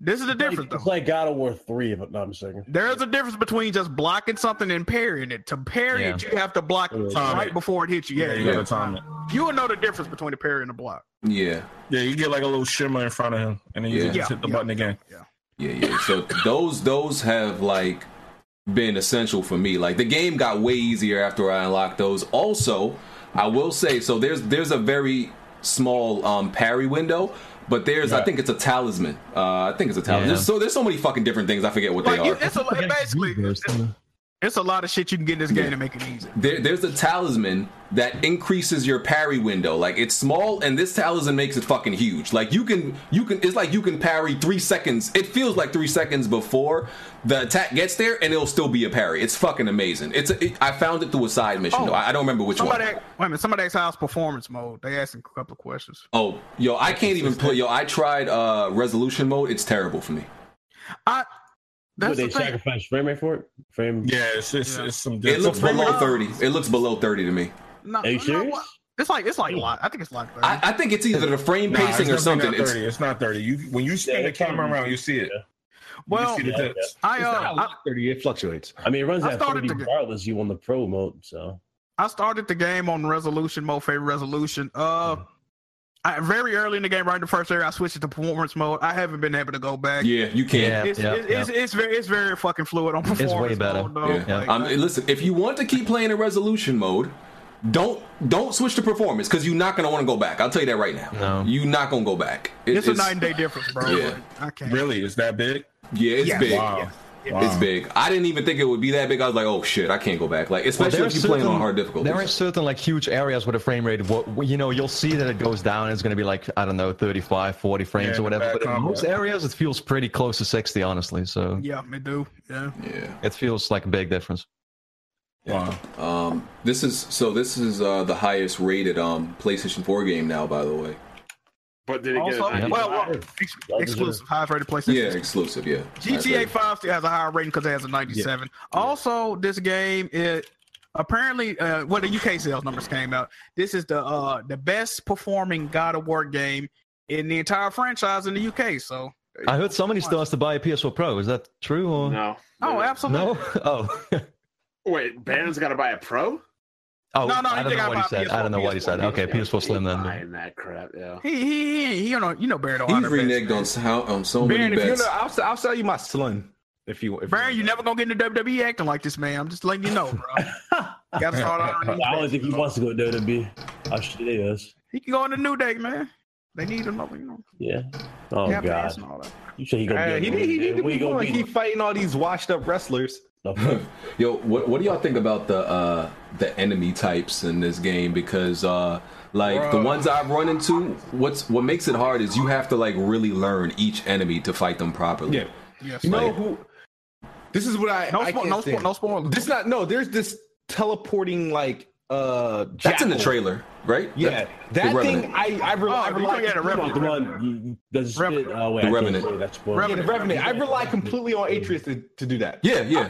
D: This is the difference,
F: It's
D: though.
F: like God of War 3, if I'm not mistaken.
D: There's a difference between just blocking something and parrying it. To parry it, you have to block
F: Yeah.
H: Time
D: right
H: it.
D: before it hits you.
H: Yeah,
D: Yeah,
H: you
D: yeah.
H: got to time it.
D: you will know the difference between a parry and a block.
C: Yeah,
H: Yeah, you get like a little shimmer in front of him, and then you
C: Yeah.
H: just hit the
D: Yeah.
H: button again.
C: yeah, yeah. So those those have like been essential for me. Like the game got way easier after I unlocked those. Also, I will say so. There's there's a very small um, parry window, But there's, I
K: Right.
C: think it's a talisman. Uh, I think it's a talisman.
B: Yeah.
C: There's so there's so many fucking different things. I forget what
D: Like
C: they
D: you,
C: are.
D: it's a basically it's, it's a lot of shit you can get in this game
C: Yeah.
D: to make it easy.
C: There, there's a talisman that increases your parry window. Like it's small, and this talisman makes it fucking huge. Like you can, you can. It's like you can parry three seconds. It feels like three seconds before the attack gets there, and it'll still be a parry. It's fucking amazing. It's. A, it, I found it through a side mission.
D: Oh.
C: though. I I don't remember which
D: Somebody,
C: one.
D: asked- wait a minute. Somebody asked how's performance mode. They asked a couple of questions.
C: Oh, yo, I can't even play. Yo, I tried uh resolution mode. It's terrible for me.
D: I
F: Would
D: that's
F: they
D: the thing.
F: sacrifice frame rate for it? Frame?
H: Yeah, it's it's,
D: Yeah.
H: it's some.
C: It
H: different.
C: looks below
D: up.
C: thirty. It looks below thirty to me.
D: No,
F: Are you
D: no,
F: serious?
D: what- It's like it's like lot. I think it's like.
C: I, I think it's either the frame
H: Nah, it's
C: pacing or
H: definitely
C: something.
H: Not
C: It's,
H: 30. It's, not thirty. You when you spin
F: Yeah,
H: the
F: it's probably-
H: camera around, you see it.
F: Yeah.
D: well,
H: you see the
F: Yeah,
H: text.
E: I,
D: I uh, I,
E: it fluctuates.
F: I mean, it runs
D: I
F: at
D: started
F: 30
D: to get-
F: regardless. You on the pro mode, so
D: I started the game on resolution, mode favorite resolution. Uh, I, very early in the game, right in the first area, I switched it to performance mode. I haven't been able to go back.
C: yeah, you can. Yeah.
B: Yeah.
D: It's,
B: Yep,
D: it's,
B: yep.
D: it's, it's very it's very fucking fluid on performance.
B: better.
D: Mode, though.
B: Yeah.
D: Like,
C: Um, listen, if you want to keep playing in resolution mode, don't don't switch to performance because you're not gonna want to go back. I'll tell you that right now.
B: No.
C: You're not gonna go back. It-
D: it's, a night and day difference, bro.
C: Yeah.
D: Like, I can't.
H: Really, is that big?
C: Yeah, it's
D: Yeah.
C: big.
H: Wow.
D: Yeah.
H: wow.
C: It's big. I didn't even think it would be that big. I was like, oh shit, I can't go back. Like especially
B: there
C: if
B: are
C: you're playing on
B: certain-
C: hard difficulty.
B: There are certain like huge areas where the frame rate, wo- wo- you know, you'll see that it goes down. It's going to be like I don't know, 35, 40 frames
H: Yeah,
B: or whatever.
H: bad
B: But in
H: combo.
B: most areas, it feels pretty close to sixty, honestly. So
D: Yeah, me do. Yeah.
C: yeah.
B: it feels like a big difference.
H: Wow.
C: Um, this is so. This is uh, the highest rated um PlayStation 4 game now, by the way.
A: But did it
D: Also,
A: get a 95?
D: well, well, ex- exclusive highest rated PlayStation.
C: Yeah, exclusive. Yeah.
D: GTA Five still has a higher rating because it has a ninety-seven. Also, this game it apparently uh, well the UK sales numbers came out. This is the uh the best performing God of War game in the entire franchise in the UK. So
B: I heard somebody still has to buy a PS4 Pro. Is that true or
A: No.
D: oh,
A: Wait,
D: absolutely.
B: No? Oh,
A: Wait, Bannon's got to buy a pro?
B: oh,
D: No, no,
B: I
D: you
B: don't
D: think
B: know
D: I
B: what he
D: buy
B: said. I
D: PS4,
B: don't know what he
D: PS4,
B: said. Okay,
A: Yeah,
B: PS4
A: he
B: Slim then.
A: Buying that crap, yeah.
D: He he he. You know you know Baron don't
C: He's
D: honor bets,
C: reneged
D: man.
C: on so, on so
E: Baron,
C: many
E: if you
C: bets.
E: know, I'll, I'll sell you my son if you. If
D: Baron, you
E: want that.
D: uh, never gonna get into WWE acting like this, man. I'm just letting you know, bro. Gotta start honoring.
F: I don't
D: these
F: think he
D: bets.
F: wants to go to WWE. I should it is.
D: He can go on the new day, man. They need him, you know.
F: Yeah. Oh God.
D: Japanese and all that.
F: You say he gonna
E: Hey,
F: be?
E: he
F: on the road,
E: need, he need
F: man.
E: to
F: We
E: be
F: gonna
E: going. He
F: be?
E: fighting all these washed up wrestlers.
C: Yo, what what do y'all think about the uh the enemy types in this game? Because uh like the
H: Bruh.
C: ones I've run into, what's what makes it hard is you have to like really learn each enemy to fight them properly.
E: Yeah.
D: Yes.
E: You know
C: Like-
E: who? This is what I.
D: No,
E: I
D: spo-
E: can't
D: no, spo-
E: stand.
D: no spoilers.
E: This not no. There's this teleporting like uh.
C: That's in the
E: jackal.
C: trailer, right?
E: Yeah, that,
C: Revenant.
E: thing I I, rely
D: Oh,
E: I
D: you
E: rely
D: got a
F: The
D: revenue.
F: one you- you- does
D: Rev-
F: spit. Oh wait,
C: The
F: I can't
C: Revenant.
F: say that's
E: yeah, the
D: Revenant.
F: spoiler.
E: revenant. I rely completely on Atreus to, to do that.
C: yeah, yeah.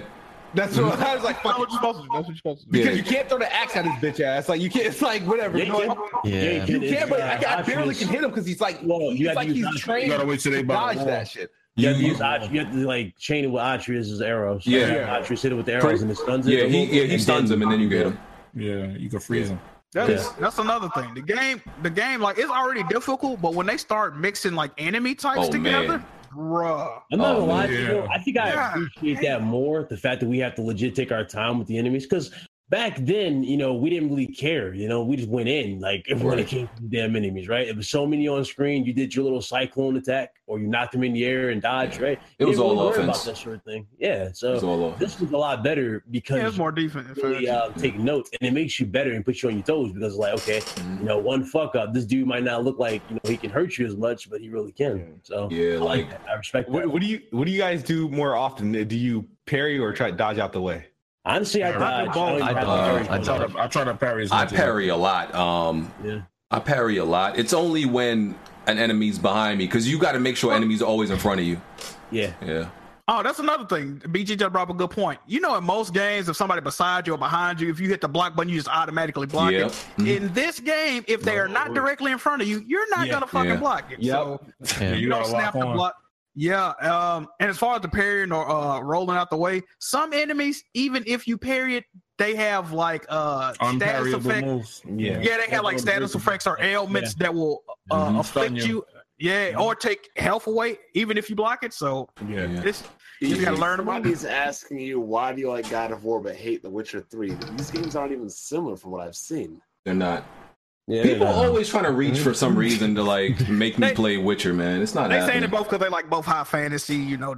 E: That's what I was like.
D: That's
E: Fuck
D: what
E: it.
D: you're supposed to do. That's what you're supposed to do.
E: Because
C: Yeah.
E: you can't throw the axe at his bitch ass. Like you can't. It's like whatever.
F: Yeah,
E: you, know,
F: you
E: like,
F: can. uh,
B: Yeah.
E: you can't. But I, I
F: Options.
E: barely can hit him because he's like.
F: Well, you
E: he's
F: gotta
E: like
F: use
E: he's
F: options.
E: trained.
H: You gotta wait till they
E: to
H: buy
E: dodge
H: the
E: that shit.
F: You have, to
C: You-
F: use, Atreus- you have to like chain it with Atreus' arrows.
C: Yeah.
E: Yeah.
F: Atreus hit it with the arrows and it stuns it.
C: yeah, he
F: a little
C: yeah,
F: bit,
C: he
F: and
C: stuns
F: then-
C: them and then you get them.
H: Yeah, you can freeze them.
D: That's, that's another thing. The game, the game, like it's already difficult, but when they start mixing like enemy types
C: Oh,
D: together,
C: man.
D: bruh.
F: I'm not
C: Oh,
F: gonna lie to
H: yeah.
F: you. I think I
D: Yeah.
F: appreciate that more. The fact that we have to legit take our time with the enemies because back then, you know, we didn't really care. You know, we just went in like if when
C: Right.
F: it came to the damn enemies, right? It was so many on screen. You did your little cyclone attack, or you knocked them in the air and dodged, right?
C: It
F: You
C: was
F: didn't
C: all
F: worry
C: offense.
F: About that sort of thing. Yeah. So
C: It's all off.
F: this was a lot better because
D: Yeah, it's more defense. in
F: you really
D: fact.
F: uh, take notes, and it makes you better and puts you on your toes because like okay,
C: Mm-hmm.
F: you know, one fuck up, this dude might not look like you know he can hurt you as much, but he really can. So
C: Yeah,
F: I
C: like
F: that. I respect that.
E: What, what do you What do you guys do more often? Do you parry or try to dodge out the way?
F: Honestly, I
H: Yeah,
F: dodge.
H: rocket
F: don't
B: I
F: even have to
B: dodge.
F: parry.
B: I
H: I
B: dodge.
H: try to, I try to parry. as
C: I
H: much as
C: parry a lot. Um,
F: Yeah.
C: I parry a lot. It's only when an enemy's behind me because you got to make sure enemies are always in front of you.
F: Yeah,
C: Yeah,
D: Oh, that's another thing. BG just brought up a good point. You know, in most games, if somebody beside you or behind you, if you hit the block button, you just automatically block
C: Yep. Mm-hmm.
D: it. In this game, if they are not directly in front of you, you're not
E: Yeah.
D: gonna fucking
C: Yeah.
D: block it.
E: Yep.
D: So
H: Yeah,
B: Yeah.
H: you
D: you don't
H: gotta lock
D: snap the
H: on.
D: block. Yeah, um, and as far as the parrying or uh, rolling out the way, some enemies, even if you parry it, they have like uh, status
H: Unparryable
D: effect.
H: moves.
E: Yeah.
D: Yeah, they have like status effects or ailments that will uh,
H: Mhm. Stun
D: afflict
H: you. Mm-hmm.
D: you. Yeah, or take health away, even if you block it. So
H: Yeah.
D: it's you gotta learn about it.
A: Somebody's asking you why do you like God of War but hate The Witcher Three? These games aren't even similar from what I've seen.
C: they're not.
F: Yeah,
C: People
F: nah.
C: are always trying to reach for some reason to like make me play Witcher, man. It's not
D: They saying it
C: happening.
D: both because they like both high fantasy. You know,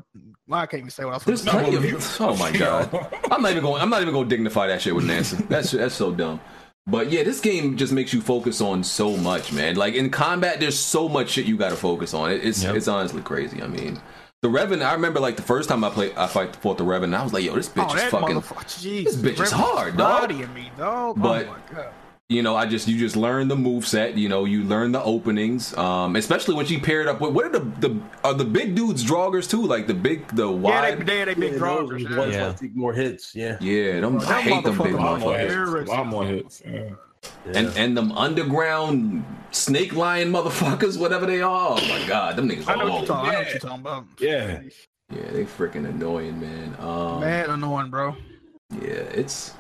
D: well, I can't even say what I was.
C: There's
D: gonna say.
C: plenty of. Oh my god! I'm not even going. I'm not even going to dignify that shit with Nancy. That's that's so dumb. But yeah, this game just makes you focus on so much, man. Like in combat, there's so much shit you got to focus on. It, it's
B: Yep.
C: it's honestly crazy. I mean, the Revan. I remember like the first time I played, I fight fought the Revan. I was like, yo, this bitch
D: Oh,
C: is
D: that
C: fucking.
D: motherfucker! Jesus,
C: bitch is
D: Revan's
C: hard, dog.
D: bodying me, dog.
C: But-
D: oh my god.
C: you know, I just you just learn the move set. You know, you learn the openings, um, especially when she paired up with what are the the are the big dudes draggers too? Like the big the
D: Yeah,
C: wide.
D: they, they, they big
F: Yeah, those
D: drawers.
F: was
D: yeah.
F: ones
B: Yeah.
F: that take more hits. Yeah.
C: yeah, them, I hate them big
D: Lot more
C: motherfuckers.
D: hits.
H: A lot more hits. Yeah.
C: And and them underground snake lion motherfuckers, whatever they are. Oh my god, them niggas
D: I know what
C: are
D: you're
C: long.
D: talking. I know what you're talking about.
H: Yeah.
C: Yeah, they freaking annoying, man. Um,
D: Mad annoying, bro.
C: Yeah, it's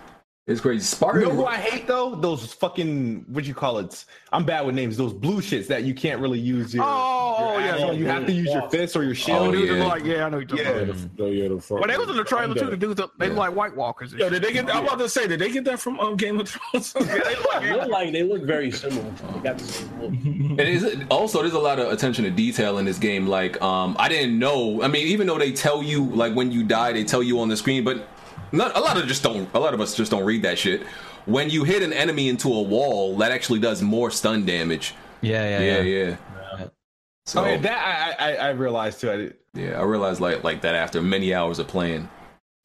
C: it's crazy.
E: You
C: Spartan.
E: know who I hate though? Those fucking what you call it? I'm bad with names. Those blue shits that you can't really use your.
D: Oh, oh,
E: your
D: yeah,
E: action.
D: yeah,
E: You have to use your fist or your
C: Oh,
E: shield.
D: Dudes are
C: yeah.
D: like, yeah, I know what you're talking
H: Yeah,
D: about.
H: the- the- yeah, the fuck-
D: But they was in the trailer too. The dudes, look- they
C: Yeah.
D: look like White Walkers. and
H: Yo,
D: shit.
H: did they get? I'm about to say, did they get that from um, Game of Thrones?
F: They look like they look very similar. They got the same look.
C: And it's, also, there's a lot of attention to detail in this game. Like, um, I didn't know. I mean, even though they tell you, like, when you die, they tell you on the screen, but not, a lot of just don't. A lot of us just don't read that shit. When you hit an enemy into a wall, that actually does more stun damage.
B: Yeah,
C: Yeah,
B: yeah,
C: yeah.
B: yeah.
C: So
E: I mean, that I I, I- I realized too. I did.
C: yeah, I realized like like that after many hours of playing.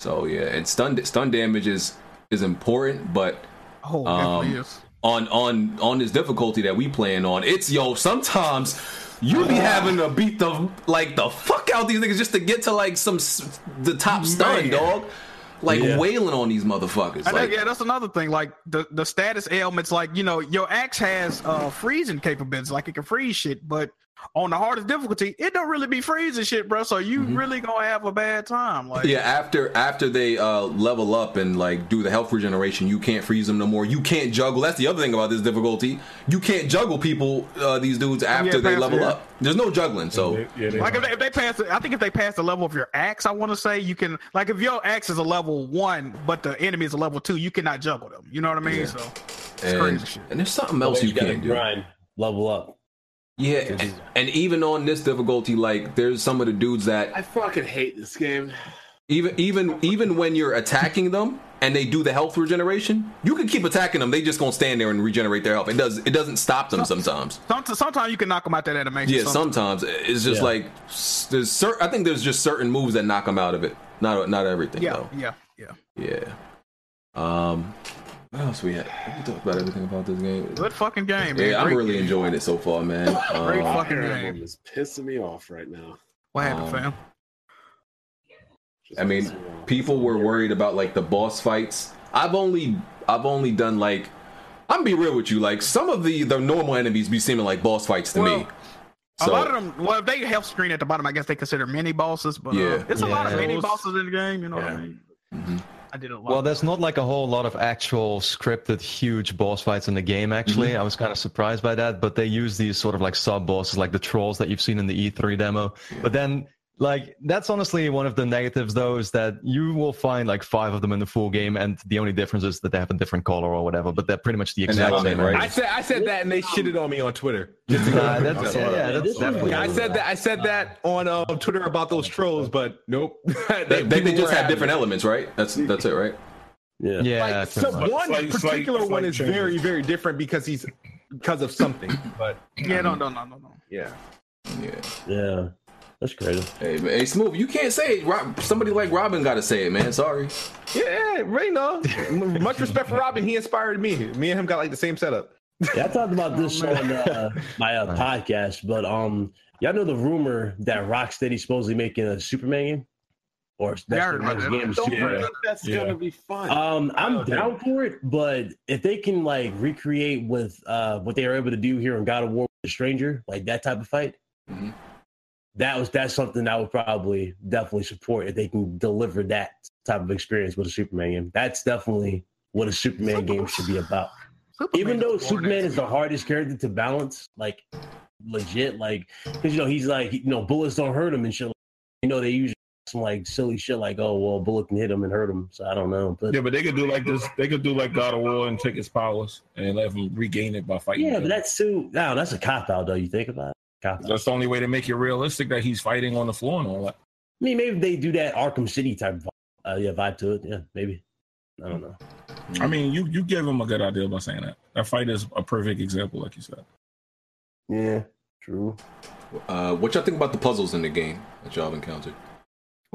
C: So yeah, and stun stun damage is is important, but
D: Oh,
C: Um,
D: definitely is.
C: on on on this difficulty that we playing on. It's yo, sometimes you be having to beat the like the fuck out these niggas just to get to like some s- the top stun,
D: Man.
C: dog. Like
F: Yeah.
C: wailing on these motherfuckers.
D: I know,
C: Like,
D: yeah, that's another thing. Like the, the status ailments, like you know, your axe has uh freezing capabilities, like it can freeze shit. But on the hardest difficulty, it don't really be freezing shit, bro. So you really gonna have a bad time. Like,
C: Mm-hmm. yeah, after after they uh level up and like do the health regeneration, you can't freeze them no more. You can't juggle. That's the other thing about this difficulty. You can't juggle people uh these dudes after they
D: past-
C: level
D: yeah.
C: up. There's no juggling. So
H: yeah, they
D: like if they, if they pass, the, I think if they pass the level of your axe, I want to say you can. Like if your axe is a level one, but the enemy is a level two, you cannot juggle them. You know what I mean?
C: Yeah.
D: So
C: and,
D: crazy shit.
C: and there's something else you
F: gotta
C: can't do.
F: grind, level up.
C: Yeah, and, and even on this difficulty, like there's some of the dudes that
A: I fucking hate this game.
C: even even even when you're attacking them and they do the health regeneration, you can keep attacking them. They just gonna stand there and regenerate their health. It does it doesn't stop them sometimes.
D: Some, sometimes you can knock them out that animation.
C: Yeah, sometimes it's just
F: Yeah.
C: like s- there's certain. I think there's just certain moves that knock them out of it. Not not everything
D: Yeah,
C: though.
D: yeah, yeah.
C: Yeah. Um. What else we had? We talked about everything about this game.
D: Good fucking game. Man.
C: Yeah, I'm
D: Great
C: really
D: game.
C: enjoying it so far, man.
D: Great
C: Um,
D: fucking
A: Parabellum
D: game.
A: is pissing me off right now.
D: What happened,
C: um,
D: fam?
A: Just
C: I mean,
A: pissing me off.
C: people were worried about like the boss fights. I've only I've only done like I'm gonna be real with you, like some of the the normal enemies be seeming like boss fights to me.
D: Well,
C: So-
D: a lot of them. Well, if they health screen at the bottom, I guess they consider mini bosses. But yeah,
C: Yeah.
D: uh, it's a lot of
B: Yeah.
D: mini bosses in the game. You know what I mean?
C: Mhm.
D: I did a lot.
B: Well, there's not like a whole lot of actual scripted huge boss fights in the game, actually.
C: Mm-hmm.
B: I was kind of surprised by that, but they use these sort of like sub bosses, like the trolls that you've seen in the E3 demo. But then, like, that's honestly one of the negatives, though, is that you will find like five of them in the full game, and the only difference is that they have a different color or whatever, but they're pretty much the
C: And
B: exact
C: element,
B: same.
C: right?
E: I said I said that and they shitted on me on Twitter. Just to go-
B: Nah, that's, yeah, yeah,
F: This
B: that's
F: is-
B: definitely.
E: Yeah, I said that I said that on uh, Twitter about those trolls, but nope. they,
C: They, they,
E: people
C: just
E: were
C: have
E: having
C: different
E: it.
C: elements, right? That's that's it, right?
F: Yeah.
B: Yeah,
E: Like,
B: pretty
E: some-
B: much.
E: one
H: It's like- it's like-
E: particular
H: it's
E: one
H: like
E: is
H: changing.
E: very very different because he's because of something. But
D: yeah, no, no, no, no, no.
E: yeah,
C: Yeah.
F: Yeah. That's creative.
C: Hey, man, hey Smooth, you can't say it. Rob, somebody like Robin got to say it, man. Sorry.
E: yeah, yeah right now. Much respect for Robin. He inspired me. Me and him got like the same setup.
F: Yeah, I talked about this
D: Oh,
F: on uh, my uh, podcast, but um, y'all know the rumor that Rocksteady's supposedly making a Superman game, or that's
D: Yeah, I
F: the
D: heard about
F: next
D: that.
F: game. is
A: don't
F: Superman.
A: think that's
H: Yeah.
A: gonna be fun.
F: Um, I'm down for it, but if they can like recreate with uh what they were able to do here in God of War with the Stranger, like that type of fight,
D: Mm-hmm.
C: Mhm.
F: that was that's something I would probably definitely support if they can deliver that type of experience with a Superman game. That's definitely what a Superman game should be about.
D: Superman
F: Even though
D: is boring
F: Superman
D: as-
F: is the hardest character to balance, like legit, like because you know he's like you know bullets don't hurt him and shit. You know they use some like silly shit like, oh well, Bullock can hit him and hurt him. So I don't know, but
H: Yeah, but they could do like this. They could do like God of War and take his powers and let him regain it by fighting.
F: yeah,
H: him.
F: but that's too. No, that's a cop out though. You think about it, cop out.
H: That's the only way to make it realistic that he's fighting on the floor and all that.
F: I mean, maybe they do that Arkham City type of uh, yeah, vibe to it. Yeah, maybe. I don't know.
H: I mean, you you give him a good idea by saying that. That fight is a perfect example, like you said.
F: Yeah, true.
C: Uh, what y'all think about the puzzles in the game that y'all have encountered?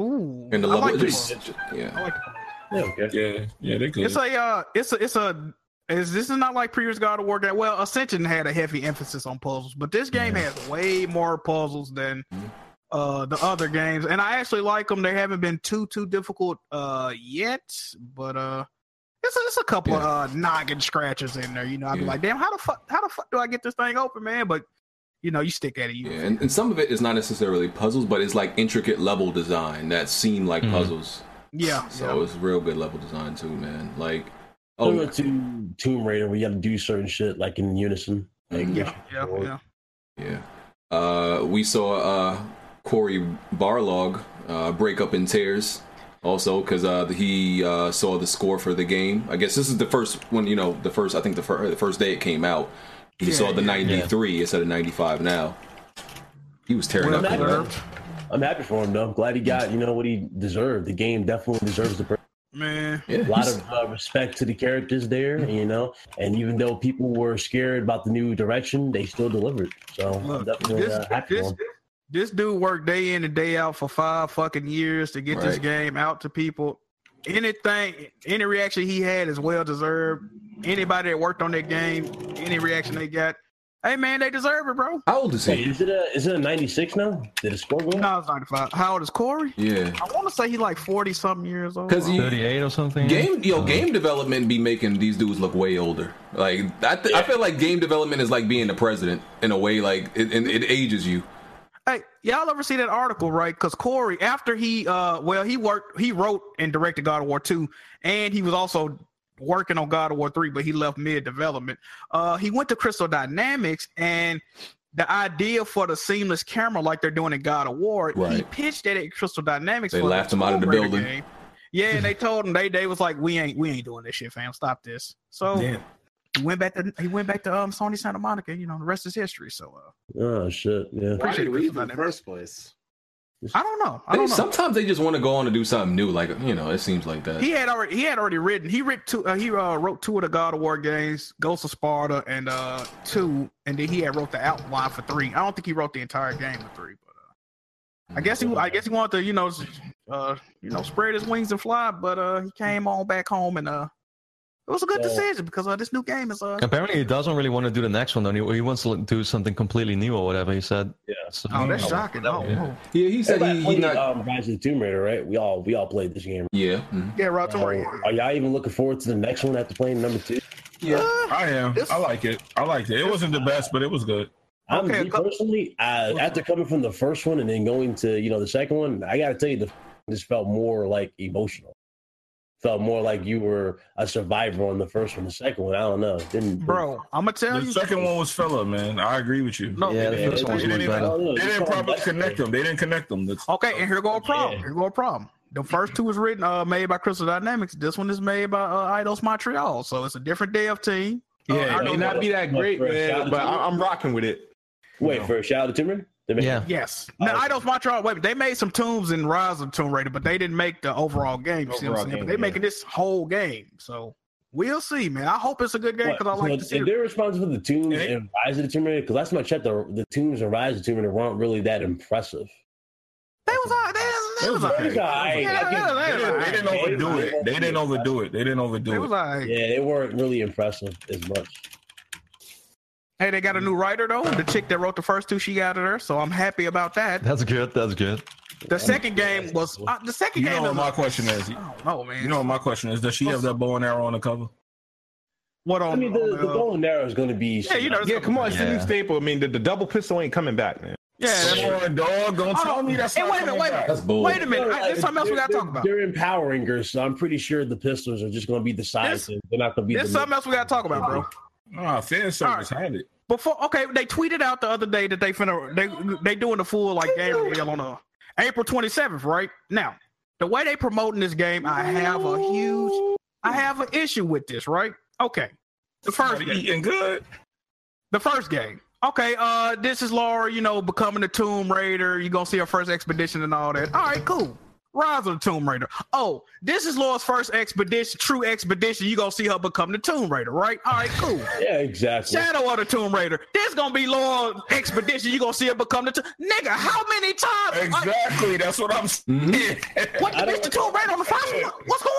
D: Ooh,
C: And the
D: I
C: level,
D: like
C: just,
D: this.
C: yeah.
D: I like
F: Yeah, okay.
H: Yeah, yeah, they could.
D: It's a uh, it's a it's a is this is not like previous God of War game. Well, Ascension had a heavy emphasis on puzzles, but this game has way more puzzles than uh the other games, and I actually like them. They haven't been too too difficult uh yet, but uh. It's a, it's a couple
C: Yeah.
D: of uh, noggin scratches in there, you know. I'd be
C: Yeah.
D: like, "Damn, how the fuck, how the fuck do I get this thing open, man?" But you know, you stick at it. You,
C: Yeah, and, and some of it is not necessarily puzzles, but it's like intricate level design that seem like
B: Mhm.
C: puzzles.
D: yeah,
C: So it's real good level design too, man. Like,
F: Similar
C: oh,
F: to Tomb Raider, where you have to do certain shit like in unison. Like,
D: yeah, Mm-hmm. yeah, yeah, yeah.
C: yeah. Uh, we saw uh, Corey Barlog uh, break up in tears, also because uh, he uh, saw the score for the game. I guess this is the first one, you know, the first I think the, fir- the first day it came out. He
D: Yeah,
C: saw the
D: yeah,
C: '93 instead of '95 now. He was tearing
D: Well,
C: up.
F: that-
C: over that.
D: deserved.
F: I'm happy for him though. I'm glad he got you know what he deserved. The game definitely deserves the. Praise.
D: man.
C: Yeah,
F: a lot
C: he's-
F: of uh, respect to the characters there, you know. And even though people were scared about the new direction, they still delivered. So I'm
D: Look,
F: definitely
D: this,
F: uh, happy
D: this,
F: for 'em.
D: this dude worked day in and day out for five fucking years to get this
C: Right.
D: game out to people. Anything, any reaction he had is well deserved. Anybody that worked on that game, any reaction they got, hey man, they deserve it, bro.
C: how old is
F: Wait,
C: he?
F: is it a is it a 96 now? Did it score go? up?
D: No, it's 95. How old is Corey?
C: Yeah.
D: I want to say he like 40 something years old.
C: Because he,
B: 38 or something.
C: game, yo,
B: Uh-huh.
C: game development be making these dudes look way older. Like I, th- I feel like game development is like being the president in a way. Like it, it, it ages you.
D: Hey, y'all ever see that article, right? Because Corey, after he, uh, well, he worked, he wrote and directed God of War two, and he was also working on God of War three, but he left mid development. Uh, he went to Crystal Dynamics, and the idea for the seamless camera, like they're doing in God of War, he
C: Right.
D: pitched that at Crystal Dynamics.
C: They
D: for
C: laughed him out of the
D: Tomb Raider
C: building.
D: game. Yeah, and they told him they they was like, we ain't we ain't doing this shit, fam. Stop this. So he went back to he went back to um Sony Santa Monica. You know, the rest is history. So uh,
F: Oh shit, yeah.
A: Why
D: Appreciate
A: did we
D: it.
A: even in the first place?
D: I don't know. I
C: They-
D: don't know.
C: Sometimes they just want to go on and do something new. Like you know, it seems like that.
D: He had already he had already written he writ two uh, he uh, wrote two of the God of War games, Ghost of Sparta and uh two, and then he had wrote the outline for three. I don't think he wrote the entire game for three, but uh, I guess he I guess he wanted to you know s- uh you know spread his wings and fly, but uh he came on back home and uh it was a good
F: Yeah.
D: decision because uh, this new game is uh
B: Apparently, he doesn't really want to do the next one. though. He, he wants to do something completely new or whatever he said.
F: Yeah.
B: So,
D: oh that's shocking oh,
B: Yeah.
D: oh.
C: Yeah, he said
F: Everybody
C: he, he
F: played,
C: not.
F: um, Rise of the Tomb Raider, right? We all we all played this game.
C: Yeah, mhm.
D: yeah Rob
F: So,
D: Tomorrow.
F: are y'all even looking forward to the next one after playing number two?
H: I am. I like it. I liked it. It wasn't the best, but it was good.
F: I'm
D: Okay,
F: me
D: go-
F: personally, uh, after coming from the first one and then going to you know the second one, I gotta tell you, the f- this felt more like emotional. Felt more like you were a survivor on the first one. The second one, I don't know, didn't
D: bro I'm gonna tell
H: The
D: you
H: second one was filler, man. I agree with you.
D: no
B: Yeah, the
F: Yeah,
B: first
F: it-
B: one's
F: it-
B: way
F: it-
B: better.
F: I don't know,
H: They
F: it
H: didn't
F: felt
H: properly
F: less-
H: connect them. They didn't connect them. That's-
D: Okay, and here go a problem.
F: Yeah.
D: Here go a problem. The first two is written uh made by Crystal Dynamics. This one is made by uh, Idos Montreal, so it's a different dev team. Uh,
E: Yeah,
H: Oh,
D: I
E: it may
D: don't
E: not
D: know.
E: be that
F: Look,
E: great,
F: for a
E: man,
F: shot
E: but
F: at
E: I,
F: you.
E: I'm rocking with it.
F: Wait for a shout out to Timber.
B: Yeah.
D: Yes. Now
F: Oh, okay.
D: Idos Montreal. Wait, they made some tombs in Rise of Tomb Raider, but they didn't make the overall game. You see what I'm
E: Overall
D: saying?
E: game,
D: But they
E: yeah.
D: making this whole game, so we'll see, man. I hope it's a good game because I like the
F: if
D: series.
F: they're responsible for the tombs
H: Yeah.
F: and Rise of the Tomb Raider, because last time I checked, the, the tombs and Rise of the Tomb Raider weren't really that impressive.
D: They was all. They, they was all.
H: okay.
D: right.
F: It's all right.
D: Yeah,
F: I can-
D: yeah,
H: They didn't, they didn't overdo it. They didn't overdo it. They didn't
D: They
H: overdo
D: was
H: it.
D: all right.
F: Yeah, they weren't really impressive as much.
D: Hey, they got a new writer though. The chick that wrote the first two, she got it there, so I'm happy about that.
B: That's good. That's good.
D: The second game was uh, the second
H: You
D: game.
H: know what
D: is
H: my
D: a-
H: question is.
D: I don't know, man.
H: You know what my question is? Does she have that bow and arrow on the cover?
D: what on?
F: I mean, the,
D: on,
F: the
D: uh,
F: bow and arrow is going to be.
D: yeah, you know. it's
E: Yeah, come on, it's the
B: Yeah.
E: new staple. I mean, the, the double pistol ain't coming back, man.
D: Yeah. That's,
H: Come on, dog. Don't
D: Hold
H: tell
D: on.
H: me that's
D: Hey,
H: not
D: wait a minute,
H: coming
D: wait a
H: back.
C: that's bull.
D: wait a minute. I, there's something else we
F: They're-
D: gotta talk
F: they're-
D: about.
F: They're empowering her, so I'm pretty sure the pistols are just going to be the size.
D: This-
F: and They're not going to be.
D: There's
F: the
D: something else we gotta talk about, bro.
H: Nah, fan service had it.
D: Before, okay, they tweeted out the other day that they finna they they doing the full like game reveal on a. April 27th, right? Now, the way they promoting this game, I have a huge I have an issue with this, right? Okay. The first
H: Somebody eating good.
D: the first game. Okay, uh, this is Laura, you know, becoming a Tomb Raider. You're gonna see her first expedition and all that. All right, cool. Rise of the Tomb Raider. Oh, this is Laura's first expedition, true expedition. You're gonna see her become the Tomb Raider, right? All right, cool.
F: Yeah, exactly.
D: Shadow of the Tomb Raider. This gonna be Laura's expedition. You're gonna see her become the Tomb Nigga, how many times? Like,
H: Exactly. That's what I'm saying.
D: what the
F: Mm-hmm. I don't-
D: bitch the Tomb Raider on the first one? What's going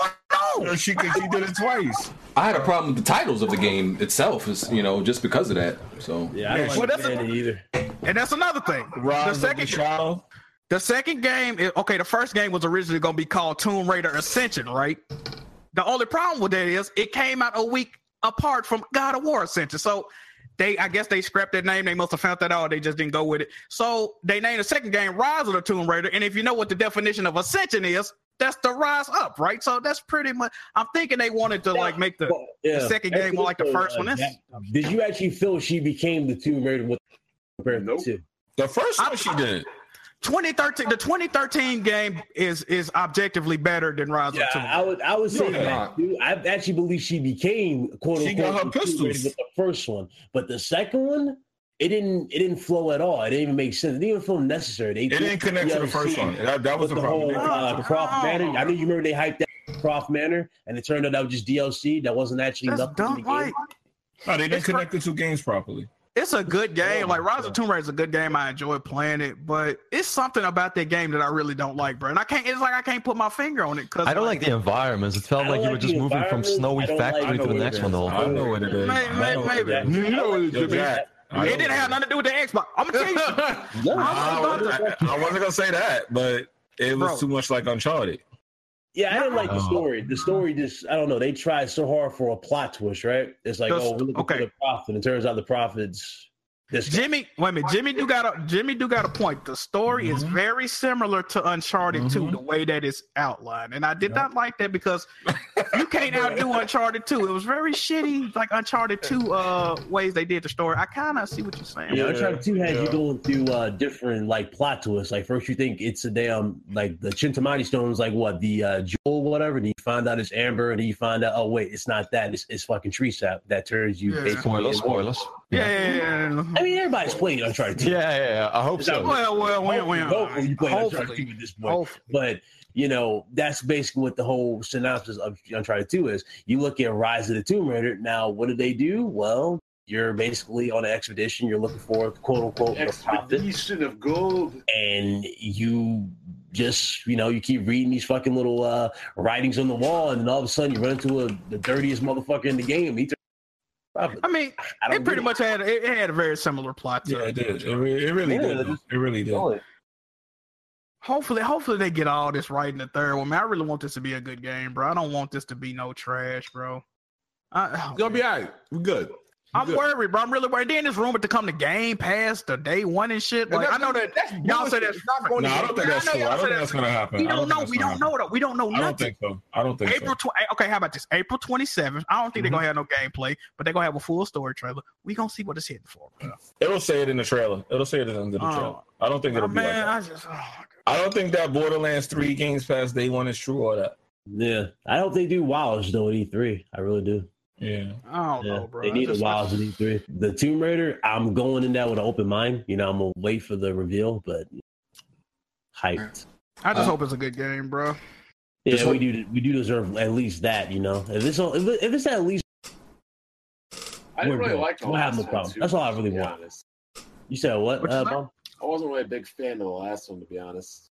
D: on?
H: she, she did it twice.
C: I had a problem with the titles of the game itself, is you know, just because of that. So
F: Yeah, I don't
D: Well, that's a-
F: understand it either.
D: And that's another thing.
H: Rise
D: The
H: of
D: second
H: Shadow.
D: The second game, is, okay, the first game was originally going to be called Tomb Raider Ascension, right? The only problem with that is it came out a week apart from God of War Ascension. So they, I guess they scrapped that name. They must have found that out. They just didn't go with it. So they named the second game Rise of the Tomb Raider. And if you know what the definition of Ascension is, that's the rise up, right? So that's pretty much. I'm thinking they wanted to like make the.
F: Well, yeah.
D: second game more like the first one is?
F: Did you actually feel she became the Tomb Raider with compared
A: Nope.
F: to?
H: The first
D: I-
H: one she did.
D: 2013 the 2013 game is is objectively better than Rise
F: Yeah,
D: of the Tomb
F: I
D: Raider.
F: would. I would say
C: No,
F: that. Dude, I actually believe she became quote
H: She
F: unquote
H: got her
F: the Tomb Raider
H: pistols.
F: with the first one, but the second one, it didn't. It didn't flow at all. It didn't even make sense. It didn't even feel necessary. They
H: It didn't connect to the first one. That, that was
F: With
H: the
F: the
H: problem.
F: whole uh,
D: Oh,
F: Croft
D: oh.
F: Manor. I mean, you remember they hyped that Croft Manor, and it turned out that was just DLC. That wasn't actually
D: That's
F: nothing. in the
D: dumb,
F: game.
D: like
H: No, they didn't
D: It's cra-
H: connect the two games properly.
D: It's a good game.
F: Yeah,
D: like Rise
F: yeah.
D: of Tomb Raider is a good game. I enjoy playing it, but it's something about that game that I really don't like, bro. And I can't. It's like I can't put my finger on it because
B: I don't like the environments. It
F: I
B: felt
F: don't
B: like you were
F: like
B: just
F: the
B: moving from
F: environment. I
B: snowy
F: don't like-
B: factory
F: I
B: to
F: know
B: the
F: what
B: next
F: it
B: one the whole
F: is.
B: time.
H: what it is.
D: Maybe-
H: I know what
D: maybe-
H: it is.
E: You know what it
H: Yo,
E: is, man.
H: Jack, I
D: It
H: know
D: didn't
H: what
D: have nothing to do with the Xbox. I'm gonna tell you. something.
H: Yeah,
D: I
H: I,
D: was
H: was, I, I wasn't gonna say that, but it was
D: Bro.
H: too much like Uncharted.
F: Yeah, I didn't like the
B: No.
F: story. The story just, I don't know. They tried so hard for a plot twist, right? It's like,
D: The
F: oh,
D: st-
F: we're looking
D: okay.
F: for the prophet. And it turns out the prophet's this guy.
D: Jimmy, wait a minute. Jimmy do got a Jimmy do got a point. The story is
F: Mm-hmm.
D: very similar to Uncharted 2,
H: Mhm.
D: the way that it's outlined. And I did
H: Yep.
D: not like that because you can't outdo Uncharted 2. It was very shitty, like Uncharted 2 uh ways they did the story. I kinda see what you're saying.
F: You know,
H: Yeah,
F: Uncharted 2 has you
H: yeah.
F: going through uh, different like plot twists. Like first you think it's a damn like the Chintamani stones, like what the uh, jewel, whatever. And you find out it's amber, and then you find out oh wait, it's not that. It's, it's fucking tree sap that turns you.
D: Yeah.
F: basically
B: Spoilers,
F: in water.
B: spoilers.
D: Yeah, yeah, yeah. yeah.
F: I mean, everybody's played Uncharted 2.
B: Yeah, yeah, yeah. I hope so.
D: Well, well, well,
F: Hopefully,
D: well.
F: hopefully you played Uncharted
D: Hopefully.
F: 2 at this point. But you know, that's basically what the whole synopsis of Uncharted 2 is. You look at Rise of the Tomb Raider. Now, what do they do? Well, you're basically on an expedition. You're looking for quote unquote the prophet,
A: Expedition of gold.
F: and you just you know you keep reading these fucking little uh, writings on the wall, and then all of a sudden you run into a, the dirtiest motherfucker in the game. He turns prophet.
D: I mean,
F: I don't
D: it pretty
F: get
D: much had it, it had a very similar plot. To
H: Yeah, it
D: it.
H: did. It, re- it really
F: Yeah.
H: did. It really did.
F: it.
D: Hopefully, hopefully they get all this right in the third one. Man, I really want this to be a good game, bro. I don't want this to be no trash, bro. I, oh,
E: It's gonna be all
C: mm-hmm.
E: right. We're good.
D: I'm
E: good.
D: worried, bro. I'm really worried. Then it's rumored to come to Game Pass the day one and shit. Like I know that
E: that's
D: y'all said that's not
H: No, I don't think
D: I
H: that's
D: know
H: true.
D: y'all
H: I
D: said
H: don't think
D: that's-
H: that's gonna happen.
D: we
H: I
D: don't
H: think
D: know.
H: that's
D: We
H: gonna
D: don't know though. We don't know
H: happen. I don't
D: nothing.
H: think so. I don't think
D: April
H: so.
D: tw- okay, how about this? April 27th. I don't think
H: Mm-hmm.
D: they're gonna have no gameplay, but they're gonna have a full story trailer. We gonna see what it's hitting for. Bro.
H: It'll say it in the trailer. It'll say it in the end of the
D: Oh.
H: trailer. I don't think it'll
D: Oh,
H: be like
D: man,
H: that.
D: I just. oh,
H: I don't think that Borderlands three games past day one is true or that.
F: Yeah, I hope they do WoWs though at E3. I really do.
H: Yeah.
D: I don't
F: Yeah,
D: know, bro.
F: They
D: I
F: need a
D: just-
F: while to do three. The Tomb Raider, I'm going in that with an open mind. You know, I'm gonna wait for the reveal, but hyped.
D: I just
C: Uh,
D: hope it's a good game, bro.
F: Yeah, we do. We do deserve at least that. You know, if it's on, if, it- if it's at least
A: I didn't
F: We're
A: really
F: good.
A: like the
F: We'll
A: last
F: have no
A: one,
F: problem.
A: too,
F: That's all I really
A: to be
F: want.
A: honest.
F: you said what?
D: What's
F: Uh,
D: that?
F: Bob?
A: I wasn't really a big fan of the last one, to be honest.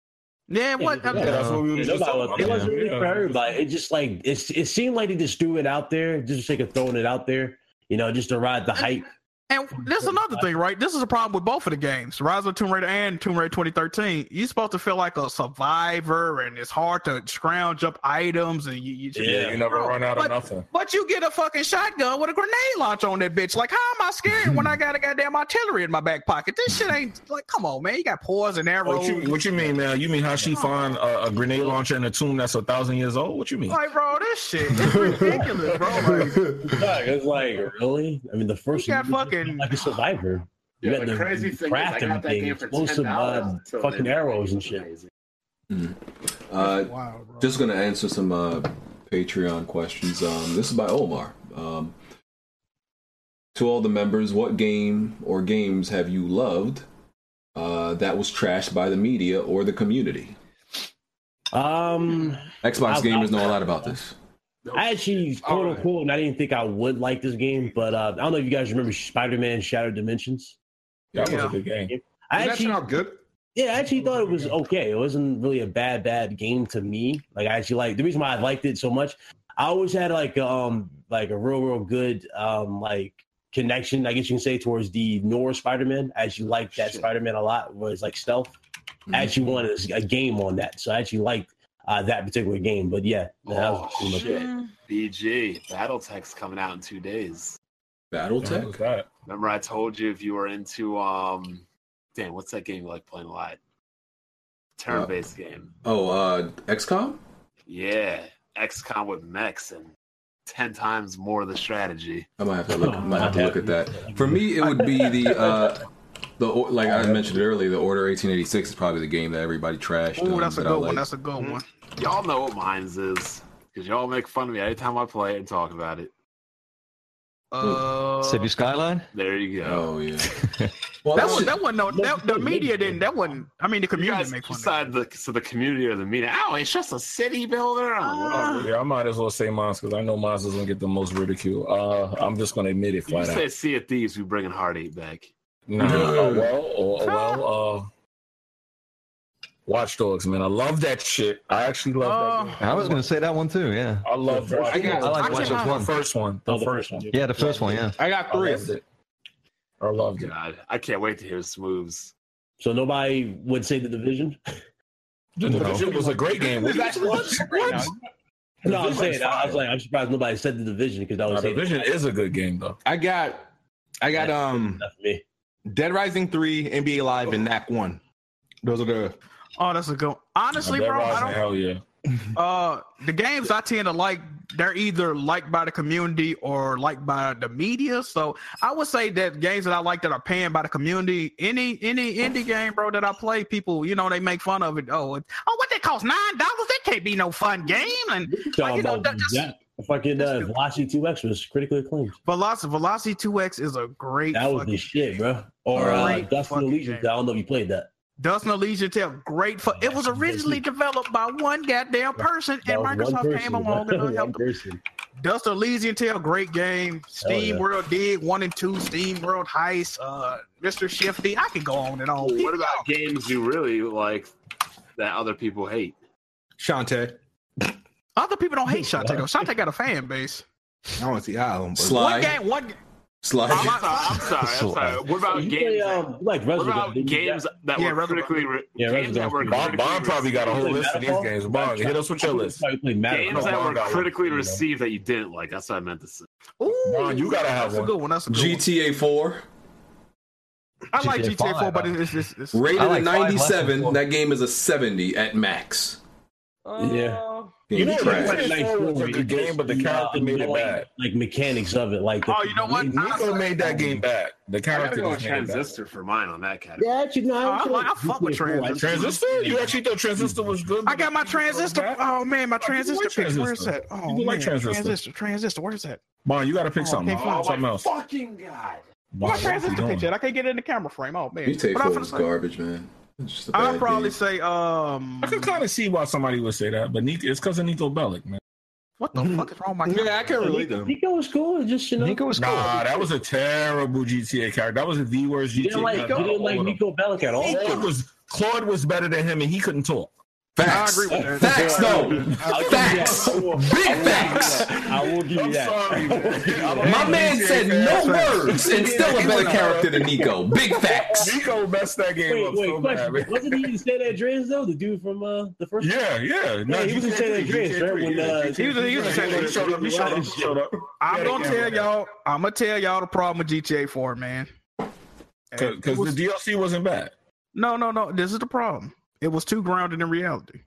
D: Yeah, what?
F: Yeah,
H: Yeah, that's what we were
F: Yeah,
H: just
F: nobody
H: talking
F: was,
H: about.
F: it wasn't
H: Yeah.
F: really for
H: Yeah.
F: everybody. It just like it's, it seemed like they just threw it out there, just for sake of throwing it out there. You know, just to ride the hype.
D: And there's another thing, right? This is a problem with both of the games, Rise of the Tomb Raider and Tomb Raider 2013. You're supposed to feel like a survivor, and it's hard to scrounge up items, and you, you just,
H: Yeah, you never run out
D: But-
H: of nothing.
D: But you get a fucking shotgun with a grenade launcher on that bitch. Like, how am I scared when I got a goddamn artillery in my back pocket? This shit ain't like, come on, man. You got paws and
H: What
D: arrows.
H: you, what you mean, man? You mean how she find a, a grenade launcher in a tomb that's a thousand years old? What you mean?
D: like, bro, this shit is ridiculous, bro. Like,
F: Fuck, it's like really. I mean, the first
D: got
F: one, you just
D: fucking-
F: feel like a survivor. You
A: Yeah,
F: got
A: the
F: the
A: crazy thing is I
F: crafting
A: got that
F: thing,
A: game for ten
F: explosive
A: dollars.
F: mod, fucking arrows and shit.
C: Uh,
D: wow, bro.
C: Just gonna answer some uh, Patreon questions. Um, this is by Omar. Um, to all the members, what game or games have you loved uh, that was trashed by the media or the community?
A: Oh,
F: Um,
C: Xbox
F: I'll-
C: gamers
F: I'll-
C: know a lot about this.
F: I actually, quote unquote, and I didn't think I would like this game, but uh, I don't know if you guys remember Spider-Man: Shattered Dimensions.
H: That was
D: Yeah.
H: a good game.
F: I
E: Does that
F: actually,
E: sound good?
F: yeah, I actually thought it was okay. It wasn't really a bad, bad game to me. Like I actually like the reason why I liked it so much. I always had like um like a real, real good um like connection, I guess you can say, towards the Norse Spider-Man. I actually liked that Spider-Man a lot. Was like stealth. I actually wanted a game on that, so I actually liked uh, that particular game. But yeah, that was pretty
A: Oh,
F: much it.
A: shit. BG, Battletech's coming out in two days.
C: BattleTech.
H: What was that?
A: Remember, I told you if you were into um, damn, what's that game you like playing a lot? Turn-based game.
C: Oh, uh, XCOM.
A: Yeah, XCOM with mechs and ten times more of the strategy.
C: I might have to
H: Oh,
C: look. I might have to look at that. For me, it would be the uh, the or- like I mentioned earlier. The Order 1886 is probably the game that everybody trashed.
D: Oh,
C: um,
D: that's a
C: that I
D: good one.
C: liked.
D: That's a good one.
A: Y'all know what mine's is because y'all make fun of me every time I play it and talk about it.
D: Uh,
B: City Skyline?
A: There you go.
C: Oh yeah. well,
D: that
C: that's-
D: one, that one, no, that, the media didn't. That one, I mean, the
A: You
D: community
A: guys
D: made fun of.
A: decide the so the community or the media. Oh, it's just a city builder.
H: Oh,
D: uh,
H: yeah, I might as well say mine because I know mine is gonna get the most ridicule. Uh, I'm just gonna admit it
A: you
H: flat out.
A: said Sea of Thieves, we bringing Heart Eight back.
H: Nah, uh, well, or, or well, uh, Watch Dogs, man. I love that shit. I actually love
D: Uh,
H: that. Game.
B: I was gonna say that one too. Yeah.
H: I love
E: I
H: Watch
E: got-
H: Dogs.
B: I like Watch Dogs
H: The
B: one.
H: first one. The first one.
B: Yeah, the first one. Yeah.
E: I got
H: I
E: three.
H: loved Oh, it. I loved it.
A: God, I can't wait to hear Smooves.
F: So nobody would say the division.
H: The Division was a great game.
E: It's actually-
H: What?
F: No, I'm
H: Division's
F: saying I was
H: fire.
F: like, I'm surprised nobody said the division because I
H: Nah,
F: was
H: The
F: saying
H: Division is a good game though.
E: I got I got um
F: that's me.
E: Dead Rising 3, NBA Live, and NAC 1. Those are the
D: Oh, that's a good. One. Honestly,
H: Dead
D: bro, I
H: Rising,
D: don't.
H: Hell yeah.
D: Uh, the games I tend to like, they're either liked by the community or liked by the media. So I would say that games that I like that are panned by the community, any any indie game, bro, that I play, people, you know, they make fun of it. Oh, it- oh, what that cost nine dollars? That can't be no fun game. And
F: Talking
D: you know,
F: about
D: that- that's-
F: that fucking uh, Velocity 2X was critically acclaimed.
D: Velocity Velocity Two X is a great.
F: That was
D: fucking
F: the shit, bro. Or uh,
D: Great
F: Dust and
D: fucking
F: Legion. I
D: game.
F: don't know if you played that.
D: Dust and Elysian Tale, great for it was originally developed by one goddamn person,
F: That
D: and
F: was one
D: Microsoft
F: person,
D: came along
F: bro.
D: and
F: One
D: helped them.
F: person.
D: Dust and Elysian Tale, great game. Steam
F: yeah.
D: World Dig one and two, Steam World Heist, uh, Mr. Shifty. I could go on and on.
A: What about games you really like that other people hate?
E: Shantae.
D: other people don't hate Shantae though? Shantae got a fan base.
E: I want to see Island. but-
C: Sly.
D: One game, one.
A: I'm,
C: Sly.
A: sorry, I'm sorry. I'm sorry. What about
F: you
A: games?
F: play,
A: that-
F: um, you like
A: What
F: Resident
A: about
F: didn't you?
A: games that
D: Yeah,
A: were
D: Resident
A: critically re-
F: Yeah,
A: games that
F: Resident
A: were
F: Evil.
H: Bomb,
A: critically
H: Bomb probably got a whole
F: Really,
H: list of these
F: Madafall?
H: games. Bomb, hit us with your list.
F: I played Madden.
A: games that
H: Bomb
A: were
H: got one.
A: critically
H: You know.
A: received that you didn't like. That's what I meant to say.
D: Ooh,
H: Ron, you gotta have
D: that's
H: one.
D: a good one. That's a good
C: GTA 4.
D: one. I like
B: GTA
D: GTA Four,
B: five,
D: but
B: though.
D: it's it's, it's, it's
C: Rated
B: I
C: at
B: like five less than
C: 97.
B: four.
C: That game is a 70 at max.
F: Yeah.
C: Game
F: You know what
C: trash.
H: what
F: was a nice
H: It was a
F: story.
H: good game, but the
F: You know,
H: character
F: you
H: made
F: know,
H: it
F: like-
H: bad.
F: Like mechanics of it. Like the-
D: Oh, you know what?
H: Nico
D: Honestly,
H: made that game bad. The
A: I
H: character
A: go
H: was made bad.
A: transistor for mine on that category.
F: Yeah, actually, no,
D: I-
F: feel
D: I fuck with
F: GTA four, I
D: Transistor.
H: Transistor? You actually thought Transistor was good?
D: I got my transistor. Oh man, my
H: like
D: transistor. pics. Where is
H: transistor.
D: that? Oh
H: You
D: man,
H: like transistor.
D: transistor, transistor. Where is that?
H: Bon, you gotta pick
D: Oh,
H: something.
D: can't
A: Oh
D: find
H: something
A: my
H: else.
A: fucking god!
D: My
H: Bon, what you
D: transistor
H: doing?
D: picture. I can't get it in the camera frame. Oh man.
C: GTA
D: But
C: 4
D: I'm
C: was
D: finna say-
C: garbage, man. It's just a
D: I'll
C: bad
D: probably
C: game.
D: say um.
H: I could kind of see why somebody would say that, but Nico, it's because of Nico Bellic, man.
D: What the fuck is wrong with my camera?
E: Yeah, I can relate to them.
F: Nico was cool. it's Just you know,
B: Nico was cool.
H: Nah, that was a terrible GTA character. That was the worst
F: you
H: GTA
F: didn't like, you
H: character.
F: didn't like
H: Hold on.
F: Nico Bellic at all.
H: Claude was Claude was better than him, and he couldn't talk.
D: I
C: Facts.
D: agree with that.
C: Facts, though.
F: I'll
C: Facts.
F: give you that.
C: Big facts.
F: I will give you that.
C: My man said no words and still a better character than Nico. Big facts.
H: Nico messed that game
F: Wait,
H: up
F: wait,
H: so bad.
F: question.
H: man.
F: Wasn't he in San Andreas though? The dude from uh, the first?
H: Yeah, yeah. No,
F: he was in
H: GTA
F: San
H: three,
F: Andreas,
H: GTA
F: right? When,
H: three,
F: uh,
H: yeah,
D: He was- he was in San
H: He showed up. He showed up. He showed up.
D: I'm gonna
H: Yeah,
D: tell
H: yeah.
D: y'all. I'm gonna tell y'all the problem with GTA 4, man. It
H: Because
D: was-
H: the DLC wasn't bad.
D: no, no, no. This is the problem. It was too grounded in reality.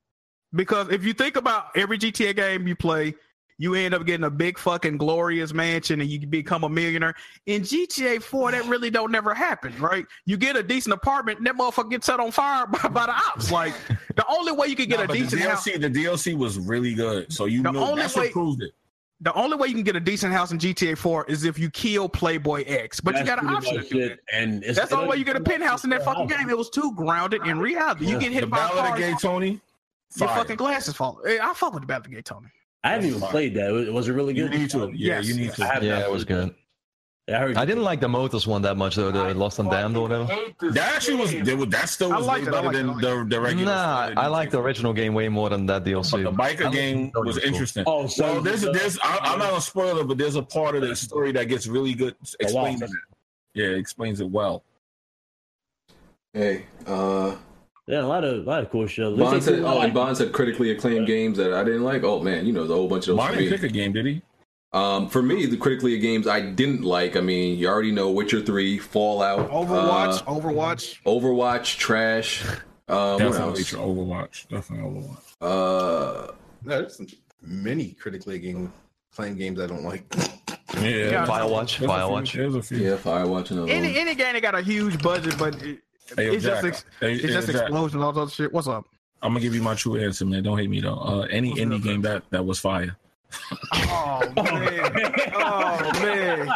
D: Because if you think about every GTA game you play, You end up getting a big fucking glorious mansion and you become a millionaire. In GTA 4, that really don't never happen, right? You get a decent apartment, that motherfucker gets set on fire by, by the ops. Like the only way you could get
H: Nah,
D: a
H: but the
D: decent house.
H: DLC, the DLC was really good. So you
D: The
H: know
D: only
H: that's
D: way-
H: what proved it.
D: The only way you can get a decent house in GTA 4 is if you kill Playboy X, but you got an option to do that.
F: And it's,
D: That's the only way you
F: it'll-
D: get a penthouse in that fucking game. It was too grounded in reality. You get
H: The
D: hit by a
H: Ballad
D: car,
H: of Gay Tony.
D: your
H: fire.
D: fucking glasses fall. Hey, I fuck with the Battle Gate, Tony.
F: I haven't even played that. Was was it really
H: You
F: good?
H: need to. Yeah,
D: Yes.
H: you need
F: I
H: to.
F: have
B: Yeah,
F: not
B: it was
F: played
B: good.
F: that. I, heard
B: I didn't like the Motus one that much though. The Lost and Damned or whatever.
H: That actually was. That, was, that still
D: I
H: was way
D: liked it, I
H: better
D: liked it, I
H: than
D: liked
H: the, the regular.
B: Nah,
H: standard
B: I like the original game way more than that
H: But
B: DLC.
H: the biker game was interesting.
F: Oh, so
H: well, there's a, there's I, I'm not gonna spoil it, but there's a part of the story that gets really good. Explains it. Yeah, explains it well.
C: Hey, uh,
F: Yeah, a lot of a lot of cool shit.
C: Bond said. Oh, and Bond said critically acclaimed games that I didn't like. Oh man, you know there's a whole bunch of those.
H: Bond
C: for
H: didn't
C: me.
H: pick a game, did he?
C: Um, for me, the critically games I didn't like. I mean, you already know Witcher Three, Fallout,
D: Overwatch,
C: uh,
D: Overwatch.
C: Overwatch, trash. Um, what
H: Definitely
C: else?
H: Overwatch. Definitely Overwatch.
C: Uh,
E: No, there's many critically game playing games I don't like.
H: Yeah,
D: Yeah.
B: Firewatch,
H: There's a few-
B: Firewatch.
H: There's a few.
C: yeah, Firewatch and
D: Any
C: other.
D: any game that got a huge budget, but it,
H: Hey, yo,
D: it's just
H: Jack.
D: ex,
H: Hey,
D: it's
H: hey,
D: just
H: Jack.
D: explosion, all that other shit. What's up?
H: I'm gonna give you my true answer, man. Don't hate me though. Uh, any
D: What's
H: indie
D: up,
H: game that that was fire.
D: Oh man! Oh man!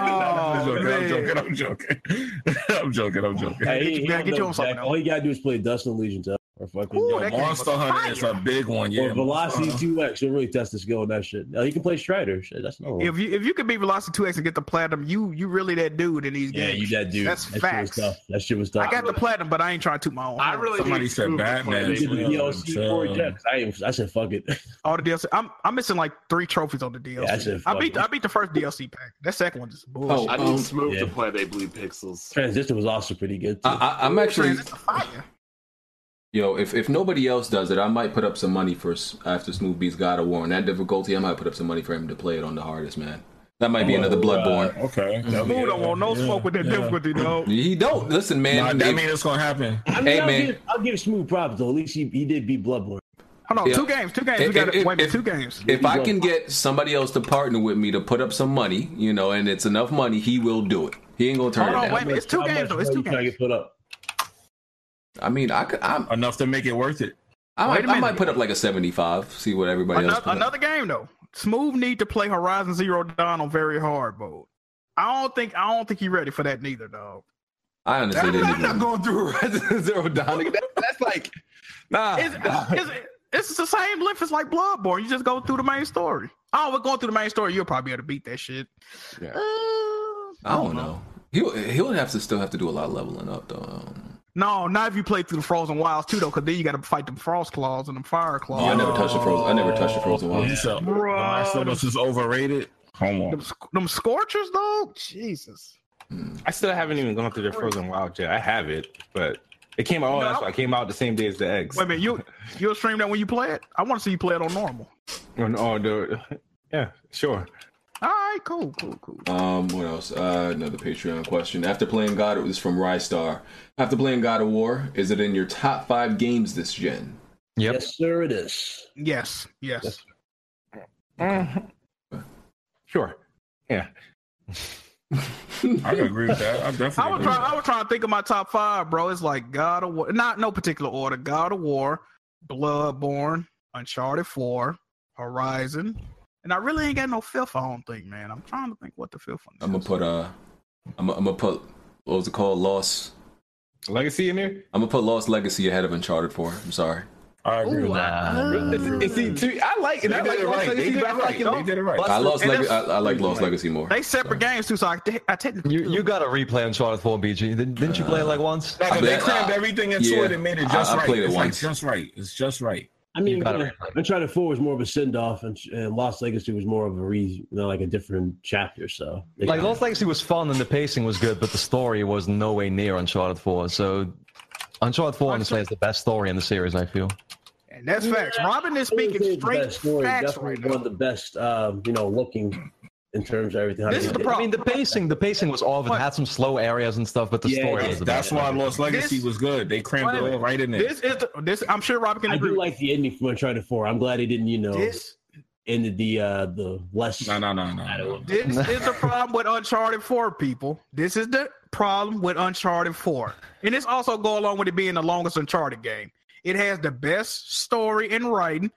D: Oh
H: I'm joking.
D: man!
H: I'm joking. I'm joking. I'm joking.
F: Hey, he-
D: Get you-
F: he
D: man,
F: don't
D: get you
F: know,
D: on something
F: Jack.
D: else.
F: All you gotta do is play Dust and Legion to or fucking
D: Ooh,
F: yo,
D: that game was
H: Monster Hunter is a
D: fire.
H: big one. Yeah, Uh,
F: or Velocity
H: Monster
F: Two X. You'll really test the skill on that shit. Now you can play Strider. Shit, that's no.
D: If you if you could be Velocity Two X and get the platinum, you you really that dude in these
F: yeah,
D: games.
F: you that dude.
D: That's
F: that
D: facts.
F: Shit was tough. That shit was tough.
D: I got the platinum, but I ain't trying to toot my own.
A: I
D: horn.
A: really
H: Somebody
A: need
H: said
A: Scoob to play
H: Batman.
A: this
F: You did the
A: game.
H: Yeah,
F: DLC for
H: so-
F: it, yeah, 'cause I, ain't- I said fuck it.
D: all the DLC. I'm I'm missing like three trophies on the DLC.
F: that's it.
D: I beat I beat the first DLC pack. That second one is
C: Oh,
D: bullshit.
A: I
C: um,
A: need Smooth
F: yeah.
A: to play. They bleed pixels.
F: Transistor was also pretty good. Too.
C: I, I, I'm actually,
D: Man, that's a fire.
C: you know, if, if nobody else does it, I might put up some money for s- after Smooth Beats God of War on that difficulty. I might put up some money for him to play it on the hardest man. That might be
D: Oh,
C: another Bloodborne.
H: Hunter. Okay.
F: Oh,
D: Who don't want no smoke with that difficulty, dog?
C: He don't listen, man.
H: Nah, that
C: If-
H: means it's gonna happen.
F: I mean,
C: Hey,
F: I'll,
C: man.
F: Give, I'll give Smooth props though. At least he, he did beat Bloodborne.
D: Hold on,
C: Yeah.
D: two games, two games.
C: If-
D: we got
C: if-
D: wait a minute,
C: if-
D: two games.
C: if I can get somebody else to partner with me to put up some money, you know, and it's enough money, he will do it. He ain't gonna turn
D: Hold on,
C: it
D: Oh, wait a
C: down.
D: minute. It's two
F: How
D: games
F: much
D: though. It's
F: money
D: two
F: you trying to
D: games.
F: get put up.
C: I mean, I could, I'm,
H: Enough to make it worth it.
C: I,
D: Wait a
C: might, I might
D: minute.
C: put up like a 75, see what everybody else.
D: Another,
C: put up.
D: another game though. Smooth need to play Horizon Zero Dawn on very hard mode. I don't think I don't think you're ready for that neither, dog.
C: I honestly
E: I'm
C: didn't.
E: not,
C: Even,
E: going through Resident Zero Dawn. That, that's like, nah.
D: It's, it's, it's the same lift as like Bloodborne. You just go through the main story. Oh, we're going through the main story. You'll probably be able to beat that shit.
E: Yeah.
D: Uh,
C: I
B: Oh,
C: don't know. He'll he'll have to still have to do a lot of leveling up though. Um, I don't know.
D: No, not if you play through the Frozen Wilds too, though, because then you got to fight them Frost Claws and them Fire Claws.
C: Oh, I never touched the frozen. I never
H: Uh,
C: touched the frozen
H: Well,
C: one.
H: you said
D: Bro.
H: The Last of Us is overrated. Come
D: Them,
H: on.
D: sc- them Scorchers, though? Jesus.
E: I still haven't even gone through the Frozen Wild yet. I have it, but it came out. Oh,
D: No.
E: that's why it came out the same day as the eggs.
D: Wait a minute, you, you'll stream that when you play it? I want to see you play it on normal.
E: Oh, no, the- yeah, sure.
D: All right, cool, cool, cool.
C: Um, what else? Uh, another Patreon question. After playing God, it was from Rystar. After playing God of War, is it in your top five games this gen?
B: Yep.
F: Yes, sir, it is.
D: Yes, yes.
F: Yes.
E: Mhm. Sure.
H: I can agree with that. I definitely.
D: I was, trying,
H: agree with that.
D: I was trying to think of my top five, bro. It's like God of War, not no particular order. God of War, Bloodborne, Uncharted 4, Horizon. And I really ain't got no fifth, I don't think, man. I'm trying to think what the fifth
C: I'm
D: one
C: gonna
D: is.
C: put uh, I'm I'm gonna put what was it called? Lost.
E: Legacy in there.
C: I'm gonna put Lost Legacy ahead of Uncharted 4. I'm sorry.
H: I agree with
D: Ooh,
H: that.
D: I-
E: It's- it's- see, to- I like it.
H: They
E: I
H: did
E: like
H: it
E: Lost
H: right. They
E: Legacy,
H: did it
E: but I like
H: right.
E: it all.
H: They did it right.
C: I lost.
D: and
C: Leg- I,
D: that's-
C: I like Lost Legacy more.
D: They separate games too, so I, te- I technically
B: You you gotta replay Uncharted 4, BG. Didn't, didn't you play it like once?
H: No, 'cause
C: I
H: they
C: bet-
H: crammed
C: I-
H: everything into
C: yeah.
H: it and made it
C: I-
H: just
C: I
H: right.
C: played it
H: it's
C: once.
H: Like just right. It's just right.
F: I mean,
B: You gotta
F: uh, Uncharted Four was more of a send off, and, and Lost Legacy was more of a re, you know, like a different chapter. So,
B: Like Lost Legacy was fun and the pacing was good, but the story was no way near Uncharted 4. So Uncharted 4 honestly is the best story in the series, I feel.
D: And that's facts. Robin is
F: Legacy
D: speaking
F: is the
D: straight
F: best story,
D: facts
F: definitely
D: right
F: One
D: now.
F: of the best, um, you know, looking in terms of everything. how
D: This
F: they
D: is the
F: did it.
B: I mean the pacing, the pacing was off. It had some slow areas and stuff, but the
F: Yeah,
B: story
F: yeah.
B: was the
H: That's
B: best.
H: why Lost Legacy
D: This-
H: was good. They crammed
D: Wait a
H: it all
D: minute.
H: right in there.
D: This is the, this. I'm sure Robin can
F: I
D: agree.
F: do
D: with
F: like the ending from Uncharted Four. I'm glad they didn't, you know,
D: this
F: into the uh the less.
H: No, no, no, no,
F: I
H: no.
F: don't-
D: This is the problem with Uncharted 4, people. This is the problem with Uncharted 4. And this also go along with it being the longest Uncharted game. It has the best story and writing,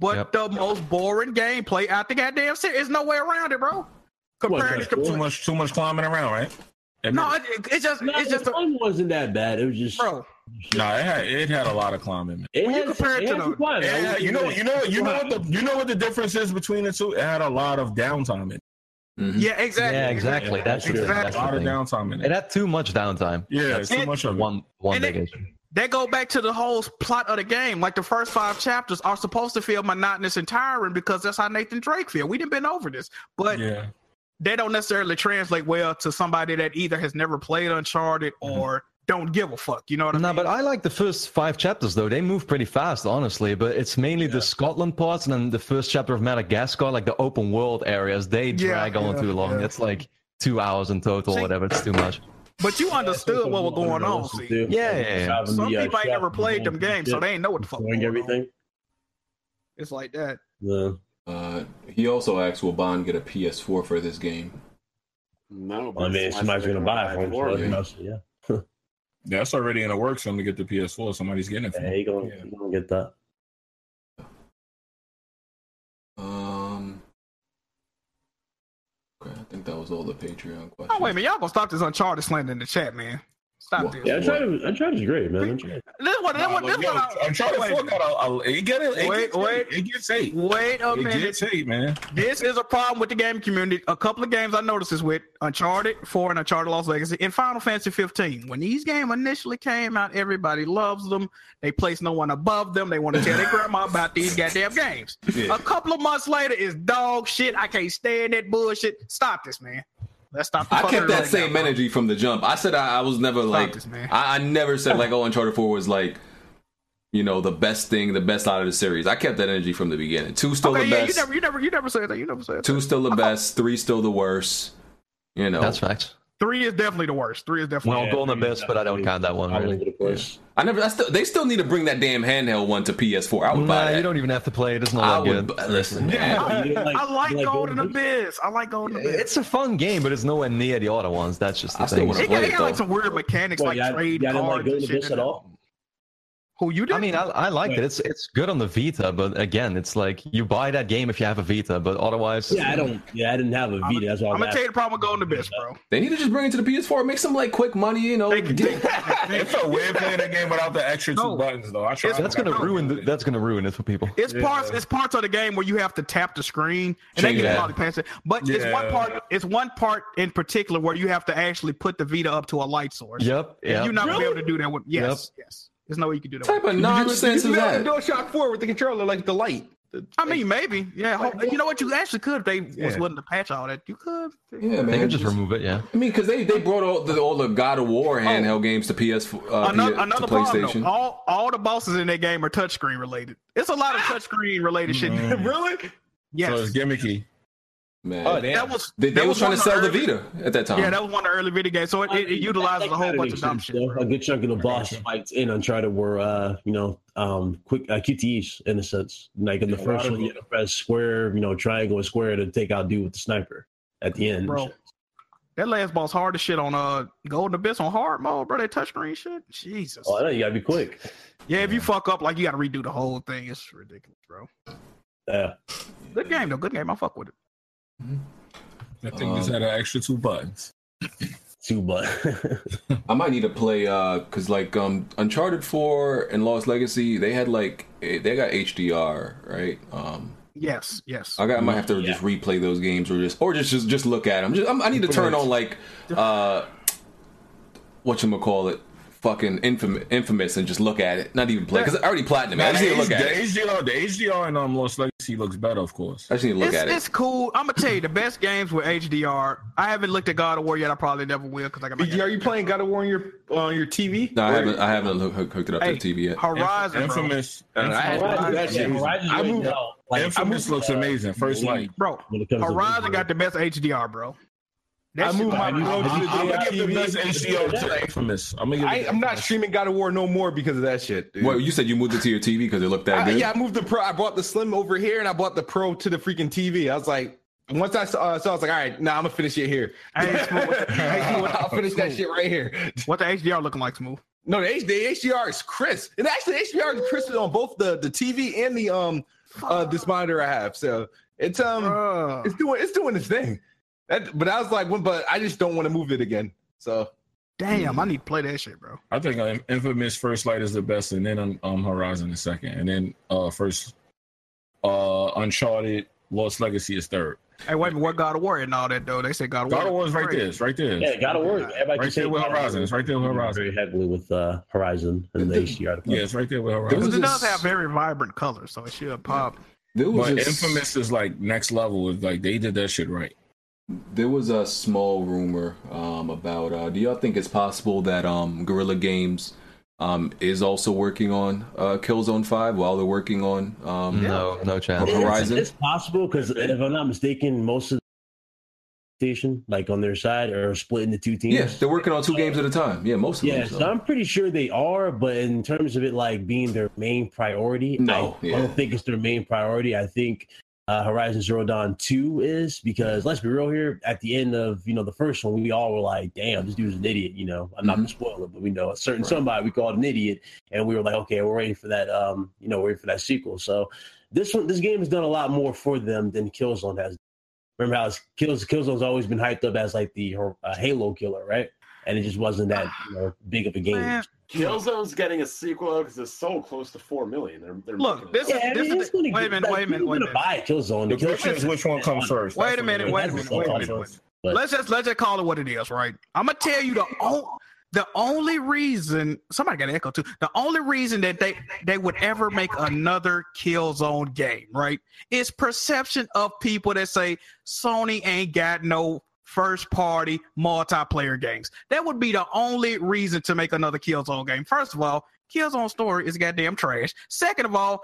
D: but
B: Yep.
D: the most boring gameplay out the goddamn series. There's no way around it, bro. Compared
F: What,
D: to
H: Too much, too much climbing around, right?
D: No, it, it's just
F: No,
D: it's just
F: the
D: a,
F: one wasn't that bad. It was just
D: bro.
H: no, it had, it had a lot of climbing. Man.
F: It
D: When you
F: had-
D: compare it to
F: had
D: the-
F: some fun. I
H: Yeah,
F: was-
H: you know, you know, you know what the you know what the difference is between the two. It had a lot of downtime. in it.
C: Mhm.
D: Yeah, exactly.
B: Yeah, exactly. That's the-
D: Exactly.
B: that's
H: a lot
B: the
H: of
B: thing.
H: downtime. In
B: It
H: it.
B: had too much downtime.
H: Yeah, it's
B: That's
H: too much of it.
B: one one
D: And
B: big
D: it-
B: issue.
D: They go back to the whole plot of the game. Like the first five chapters are supposed to feel monotonous and tiring because that's how Nathan Drake feel. We didn't been over this, but
H: Yeah,
D: they don't necessarily translate well to somebody that either has never played Uncharted or don't give a fuck. You know what I
B: No,
D: mean?
B: but I like the first five chapters though. They move pretty fast, honestly. But it's mainly the Scotland parts and then the first chapter of Madagascar, like the open world areas. They
D: Yeah,
B: drag on
D: yeah,
B: too long.
D: yeah.
B: It's like two hours in total,
D: See-
B: whatever. It's too much.
D: but you understood what was going on. See,
F: Yeah,
B: Yeah, yeah, yeah.
F: Driving
D: some
F: the, uh,
D: people ain't
F: truck
D: never played them
F: and
D: games, so
F: shit,
D: they ain't know what the fuck.
F: destroying
D: going on.
F: everything.
D: It's like that.
F: Yeah.
C: Uh, he also asked, "Will Bond get a PS4 for this game?"
A: No,
F: Well, I mean, somebody's gonna buy it for him. So, you
C: him.
F: know, so, yeah,
H: that's already in the works. I'm gonna get the PS4. Somebody's getting it. For
F: yeah,
H: me.
F: he gonna, he gonna get that.
C: Um. Okay, I think that was all the Patreon questions.
D: Oh wait a minute, y'all gonna stop this Uncharted slander in the chat, man? Stop
C: What?
D: this.
F: Yeah, Uncharted, Uncharted is great, man. Uncharted.
D: This one, this
H: Nah,
D: one,
H: like,
D: this
H: yo,
D: one. I-
H: Uncharted
D: wait,
H: 4 got a, a it get it, it
D: Wait,
H: gets
D: wait.
H: eight. it gets eight.
D: Wait a
H: It
D: minute.
H: gets eight, man.
D: This is a problem with the game community. A couple of games I noticed this with Uncharted 4 and Uncharted Lost Legacy and Final Fantasy 15. When these games initially came out, everybody loves them. They place no one above them. They want to tell their grandma about these goddamn games.
C: Yeah.
D: A couple of months later, it's dog shit. I can't stand that bullshit. Stop this, man. Let's stop. the
C: I
D: fucking
C: kept that
D: right
C: same
D: now.
C: energy from the jump. I said I, I was never like
D: this, man.
C: I, I never said like oh Uncharted Four was like you know the best thing, the best out of the series. I kept that energy from the beginning. Two still
D: Okay,
C: the
D: yeah, you
C: best.
D: never, you never, you never said that. You never said that.
C: Two still the best. Three still the worst. You know.
B: That's facts.
D: Three is definitely the worst. Three is definitely.
B: Well, Golden Abyss, but I don't count that one.
F: All
B: Really.
F: over the place.
C: I never. I still, they still need to bring that damn handheld one to PS4. I would buy
B: Nah,
C: that.
B: you don't even have to play it. It's
C: I
B: not that
C: would
B: good.
C: bu- listen. man.
F: You didn't
D: I like
F: you
D: Golden
F: Abyss?
D: Abyss. I like Golden Abyss.
B: It's a fun game, but it's nowhere near the other ones. That's just the
C: I still
B: thing.
C: wanna
D: It got,
C: play
D: it
C: it,
D: got like
C: though.
D: some weird mechanics,
F: Well,
D: like
F: yeah,
D: trade
F: yeah, I didn't
D: cards
F: like Golden
D: and shit.
F: Abyss at all.
D: Who you did?
B: I mean, I, I liked it. It's it's good on the Vita, but again, it's like you buy that game if you have a Vita, but otherwise,
F: Yeah, I don't. Yeah, I didn't have a
D: I'm
F: Vita. That's why I
D: I'm
F: was
D: gonna tell you
F: asking.
D: the problem with Golden Abyss, bro.
C: They need to just bring it to the PS4. Make some like quick money. You know.
D: They can
C: get-
H: It felt weird playing that game without the extra two
D: No.
H: buttons, though. I tried.
B: That's gonna ruin. The, that's gonna ruin it for people.
D: It's
H: Yeah.
D: parts. It's parts of the game where you have to tap the screen, and they
C: Change
D: can
C: that.
D: probably pass it. But it's one
H: Yeah.
D: part. It's one part in particular where you have to actually put the Vita up to a light source.
B: Yep.
D: And
B: Yeah.
D: You're not gonna be able to do that with. Yes. Yes. There's no way you can do that.
C: type
D: With.
C: of nonsense
E: you
C: is
E: can do
C: that?
E: it on DualShock 4 with the controller, like the light.
D: I mean, maybe. Yeah. hope- you know what? You actually could if they was
E: Yeah.
D: willing to patch all that. You could.
C: Yeah, man.
B: They could just remove it. Yeah.
C: I mean, because they, they brought all the, all the God of War handheld games to PS uh,
D: another
C: P-
D: another
C: to
D: problem.
C: PlayStation.
D: Though. All all the bosses in that game are touchscreen related. It's a lot of touchscreen related shit.
E: really?
D: Yes.
H: So it's gimmicky.
C: man,
E: Oh, damn.
D: that was
C: they, they
D: that
C: was trying to
D: one of
C: sell the
D: early-
C: Vita at that time.
D: Yeah, that was one of the early video games. So it, it, it utilizes a whole bunch of dumb shit.
F: Though. A good chunk of the boss fights in Uncharted were, uh, you know, um, quick uh, QTEs in a sense. Like in the
H: Yeah, a lot
F: first
H: of
F: one, you had to press square, you know, triangle and square to take out dude with the sniper at the end.
D: Bro. That last boss hard as shit on uh Golden Abyss on hard mode, bro. That touchscreen shit. Jesus.
F: Oh, I know you gotta be quick.
D: Yeah, if you fuck up, like you gotta redo the whole thing. It's ridiculous, bro.
F: Yeah.
D: Good game though. Good game. I fuck with it.
H: That thing just
C: Um,
H: had an extra two buttons.
F: Two but
C: I might need to play uh, cause like um, Uncharted Four and Lost Legacy, they had like eh, they got HDR, right? Um,
D: Yes, yes.
C: I got I might have to just replay those games or just or just just, just look at them. Just, I'm, I need to turn on like uh, what you call it, fucking infamous, infamous, and just look at it. Not even play because I already platinum. it. I just need to look
H: the,
C: at it.
H: HDR, the HDR and um, Lost Legacy looks better, of course.
C: I just need to look
D: it's,
C: at it.
D: it's cool. I'm gonna tell you the best games with HDR. I haven't looked at God of War yet. I probably never will because I got my.
E: Are you playing God of War on your on your TV?
C: No, I haven't. I haven't hook- hook- hooked it up
D: Hey,
C: to the TV yet.
D: Horizon, bro.
H: Infamous.
E: Uh, I had-
H: Infamous,
F: Horizon,
H: looks
F: yeah,
H: amazing.
F: Horizon
H: I
F: right
H: moved-
F: now, like, I moved,
H: Infamous looks
F: uh,
H: amazing. First
F: when-
H: light.
D: bro.
F: When it comes to
D: Horizon
F: visual.
D: got the best HDR, bro. That
E: I
D: shit
E: moved
D: was-
E: my
H: I'm,
E: remote
H: I'm-
E: to
H: I'm
E: the
H: gonna give
E: TV.
H: the best HBO to Infamous. I'm gonna give.
E: I,
H: it to
E: am not
H: Infamous.
E: streaming God of War no more because of that shit. dude.
C: Well, you said you moved it to your TV because it looked that
E: I-
C: good.
E: yeah, I moved the pro. I brought the slim over here, and I brought the pro to the freaking TV. I was like, once I saw, uh, so I was like, all right, now nah, I'm gonna finish it here.
D: I ain't smoking.
E: I'll finish that shit right here.
D: What the HDR looking like, Smooth?
E: No, the, H- the HDR is crisp, and actually, the HDR is crisp on both the the TV and the um uh this monitor I have. So it's um
D: Bruh.
E: it's doing it's doing its thing. That, but I was like, well, but I just don't want to move it again. So
D: Damn, I need to play that shit, bro.
H: I think um, Infamous First Light is the best, and then um, um Horizon is second, and then uh first uh Uncharted Lost Legacy is third.
D: Hey, wait a minute, what God of War and all that though? They say God of War.
H: God of War is right
D: great.
H: there. It's right there.
F: Yeah, gotta work. Everybody
H: right
F: keeps
H: there
F: saying
H: with
F: God of War.
H: Horizon. It's right there with Horizon.
F: Very heavily with uh, Horizon and the HDR.
H: Yeah, it's right there with
E: There
H: Horizon.
D: Because
E: was
D: it does
E: this-
D: have very vibrant colors, so it should pop.
C: there was
H: But
C: a s-
H: Infamous is like next level. It's like they did that shit right.
C: There was a small rumor um, about. Uh, do y'all think it's possible that um, Guerrilla Games um, is also working on uh, Killzone Five while they're working on? Um,
B: No, no chance.
C: Yeah. Horizon?
F: It's, it's possible because if I'm not mistaken, most of the station, like on their side, are splitting the two teams.
C: Yeah, they're working on two games at a time. Yeah, most of
F: Yeah,
C: them. so.
F: so I'm pretty sure they are, but in terms of it like being their main priority,
C: No,
F: I
C: yeah.
F: don't think it's their main priority. I think uh, Horizon Zero Dawn Two is because let's be real here. At the end of you know the first one, we all were like, "Damn, this dude's an idiot." You know, I'm not gonna spoil it, but we know a
C: Mm-hmm.
F: certain
C: Right.
F: somebody we called an idiot, and we were like, "Okay, we're waiting for that." Um, you know, waiting for that sequel. So this one, this game has done a lot more for them than Killzone has. Remember how it's- Kills Killzone's always been hyped up as like the uh, Halo killer, right? and it just wasn't that you know, big of a game.
D: Man,
A: Killzone's getting a sequel because it's so close to four million. They're, they're
D: Look,
A: making it
D: this
A: up.
D: is this is the, wait a minute, wait a minute, wait a minute.
F: Buy Killzone.
H: The question is which one comes first.
D: Wait
H: That's
D: a
H: what
D: minute,
H: it
D: wait a
H: is.
D: minute, wait a minute. Wait a minute. Let's just let's just call it what it is, right? I'm gonna tell you the o- the only reason somebody got an echo too. The only reason that they they would ever make another Killzone game, right, is perception of people that say Sony ain't got no first party multiplayer games. That would be the only reason to make another Killzone game. First of all, Killzone story is goddamn trash. Second of all,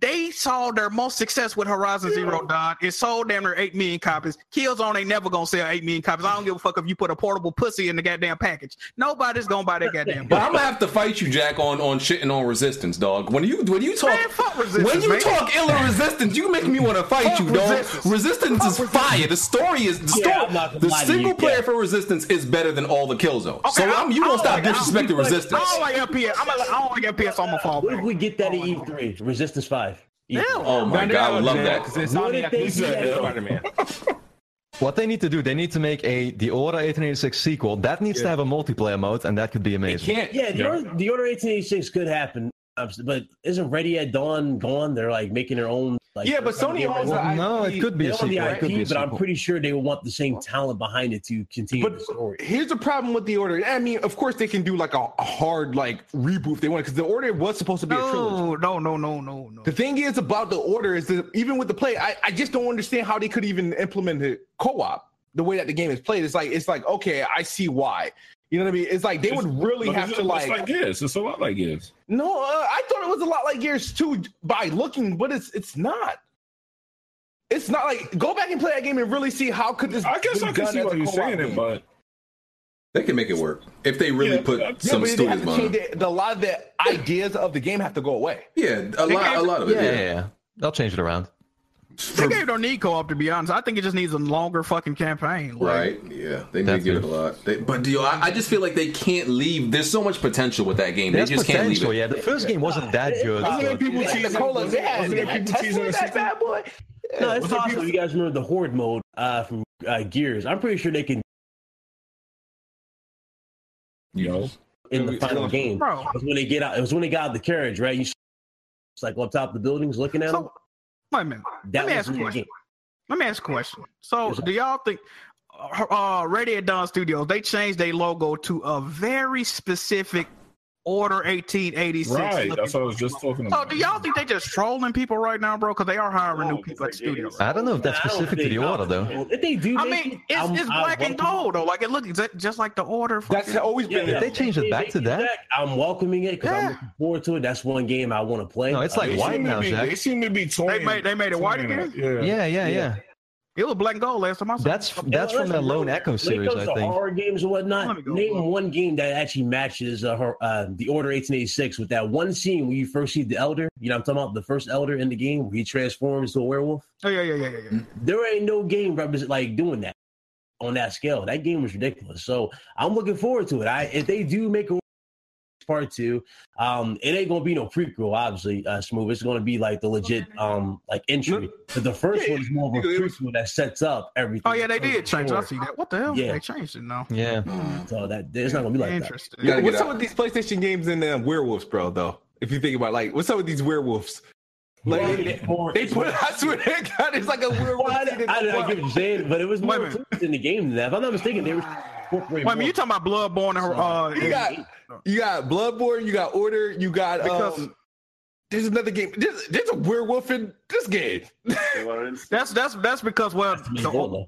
D: they saw their most success with Horizon Zero Dawn. It sold damn near 8 million copies. Killzone ain't never gonna sell 8 million copies. I don't give a fuck if you put a portable pussy in the goddamn package. Nobody's gonna buy that goddamn
C: But I'm gonna have to fight you, Jack, on on shitting on resistance, dog. When you when you talk
D: Man, fuck resistance.
C: when you
D: man.
C: talk ill of resistance, you make me want to fight
D: Fuck
C: you, dog.
D: Resistance.
C: Resistance, is fire. The story is the
F: Yeah,
C: story.
F: I'm not gonna
C: the
F: lie to you,
C: single player
F: yeah.
C: for resistance is better than all the kill zones. so
D: I-
C: I'm, you don't
D: I don't
C: stop
D: like- I don't-
C: disrespecting
D: I
C: resistance.
D: don't like FPS. I'm a, I don't like FPS. I'm gonna fall
F: What if
D: back.
F: we get that at E3? Resistance Five. E
D: Yeah.
C: Oh my god, I would love that.
F: What if they do that, though?
E: Spider-Man.
B: What they need to do, they need to make a the Order 1886 sequel. That needs to have a multiplayer mode, and that could be
E: It
B: amazing.
E: can't.
F: Yeah, the order, the order 1886 could happen, but isn't Ready at Dawn gone? They're like making their own. Like,
E: Yeah, but Sony owns the
B: Well, no, it
E: IP.
B: could be
F: They
B: a
F: own
B: sequel.
F: the
B: It could be a
F: IP, but I'm
B: sequel.
F: pretty sure they will want the same talent behind it to continue
E: But
F: the story.
E: here's the problem with the order. I mean, of course they can do like a, a hard like reboot if they want, because the order was supposed to be a trilogy.
D: No, no, no, no, no, no.
E: The thing is about the order is that even with the play, I, I just don't understand how they could even implement the co-op the way that the game is played. It's like it's like okay, I see why. You know what I mean? It's like they
H: It's-
E: would really
H: Look,
E: have
H: it's-
E: to like,
H: It's like this. It's a lot like this.
E: no. Uh, I thought it was a lot like Gears Two by looking, but it's it's not. It's not like go back and play that game and really see how could this.
H: I guess
E: been
H: I can
E: done
H: see
E: as
H: why
E: a
H: you're
E: co-op
H: saying it,
E: game?
H: but
C: They can make it work if they really
H: Yeah,
C: put
H: yeah,
E: yeah,
C: some
E: but they
C: studios
E: have to
C: behind.
E: change
C: it.
E: the, the, a lot of the ideas of the game have to go away.
C: Yeah, a lot, a lot of it.
B: yeah,
C: Yeah.
B: yeah, yeah. They'll change it around.
D: The game don't need co-op to be honest. I think it just needs a longer fucking campaign. Like,
C: Right. Yeah. They may
B: That's
C: give it
B: good.
C: a lot. They, but yo, I, I just feel like they can't leave. There's so much potential with that game.
B: There's
C: they just can't leave
B: potential.
C: it.
B: Yeah, the first game wasn't that good.
H: Wasn't there
B: but-
H: people
E: Yeah,
H: cheesing?
E: Nicola,
H: Wasn't-
E: yeah,
H: wasn't there
E: yeah,
H: people
E: Tesla,
H: cheesing the
E: that
H: system?
E: bad boy.
F: No, it's
H: that
F: possible.
H: people-
F: You guys remember the horde mode uh, from uh, Gears? I'm pretty sure they can
H: You know,
F: in the
E: It's
F: final
E: gonna-
F: game.
D: Bro.
F: It was when they get out. It was when they got out of the carriage, right? You s- it's like on top of the buildings, looking at them.
D: So, wait a minute.
F: That
D: let me
F: was
D: ask you a
F: in the
D: question.
F: game.
D: Let me ask a question. So,
F: Yes, sir.
D: do y'all think uh, uh, Radio Dawn Studios they changed their logo to a very specific Order eighteen eighty six?
H: right? That's what I was just talking
D: So,
H: about.
D: Oh, do y'all think they just trolling people right now, bro? Because they are hiring
A: No,
D: new people at the
A: it's like,
D: studio.
A: it's-
D: right?
B: I don't know if that's
F: I don't
B: specific to
F: think-
B: the Order though.
F: If they do,
D: I
F: make
D: mean,
F: it,
D: it's,
F: I'm-
D: it's
F: I
D: black and
F: welcome-
D: gold though. Like it looks exa- just like the Order.
E: That's
D: fucking-
E: always
F: Yeah,
E: been
F: yeah.
B: They changed it
F: If
B: back
F: they
B: to
F: do
B: that?
F: I'm welcoming it because
D: Yeah.
F: I'm looking forward to it. That's one game I want to play.
B: No, it's
F: Uh,
B: like
H: They
B: white
H: seem to
B: now,
H: be-
B: Jack.
H: They seem to be toying.
D: They made- they made it white again?
H: Yeah.
B: Yeah, yeah, yeah.
D: It was black and gold last time I saw. it.
B: That's that's from that Lone Echo series,
F: When it
B: I
F: comes to
B: think.
F: horror games and
D: Let me
F: whatnot,
D: go
F: name
D: look.
F: one game that actually matches uh, her, uh, the Order 1886 with that one scene where you first see the Elder. You know, what I'm talking about the first Elder in the game where he transforms to a werewolf.
D: Oh yeah, yeah, yeah, yeah, yeah.
F: There ain't no game represent like doing that on that scale. That game was ridiculous. So I'm looking forward to it. I if they do make a part two, um, it ain't gonna be no prequel, obviously, uh, smooth. It's gonna be like the legit um like entry. But the first one is more of a prequel that sets up everything.
D: Oh yeah, they did change. it. I see that. What the hell?
F: Yeah.
D: They changed it now.
B: Yeah.
C: Mm.
F: So that it's not gonna be like that.
D: Interesting.
E: Yeah,
C: gotta
E: what's
C: get
E: up with these PlayStation games and um, werewolves, bro? Though, if you think about it, like, what's up with these werewolves? Like,
F: Well,
E: they,
F: more-
E: they put. I swear to God, it's like a werewolf.
F: Well, I, I, I get what you're saying, but it was
D: Wait a
F: more
D: minute.
F: tools in the game than that. If I'm not mistaken, they were incorporating.
D: Wait a minute, you
F: more-
D: talking about Bloodborne and uh,
E: you
D: and-
E: got, you got Bloodborne, you got Order, you got.
D: Because-
E: um, there's another game. There's, there's a werewolf in this game.
A: Lawrence.
D: that's that's that's because well the,
F: Zelda.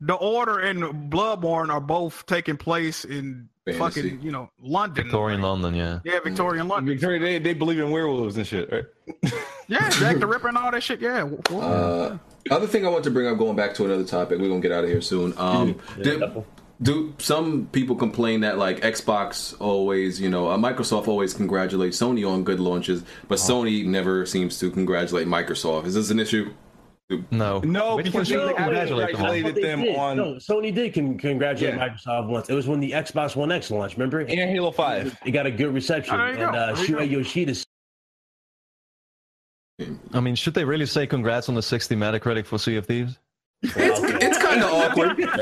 D: the order and Bloodborne are both taking place in fucking you know London.
B: Victorian London, yeah.
D: Yeah, Victorian London.
E: Victoria, they, they believe in werewolves and shit, right?
D: Yeah, Jack the Ripper and all that shit. Yeah. Wha- wha-
C: Uh, other thing I want to bring up, going back to another topic, we're gonna get out of here soon. Um, do, do some people complain that like Xbox always, you know, uh, Microsoft always congratulates Sony on good launches, but
B: Uh-huh.
C: Sony never seems to congratulate Microsoft. Is this an issue?
B: No.
E: No,
B: Which
E: because
B: one
E: they
B: should we congratulate them on?
E: congratulate
F: That's what they
E: them
F: did.
E: on-
F: No, Sony did can congratulate
E: Yeah.
F: Microsoft once. It was when the Xbox One X launched. Remember,
E: And Halo Five.
F: it got a good reception,
D: There
F: and
D: you go.
F: uh,
D: There you
F: Shuei Yoshida.
B: I mean, should they really say congrats on the 60 Metacritic for Sea of Thieves?
C: It's kind of awkward.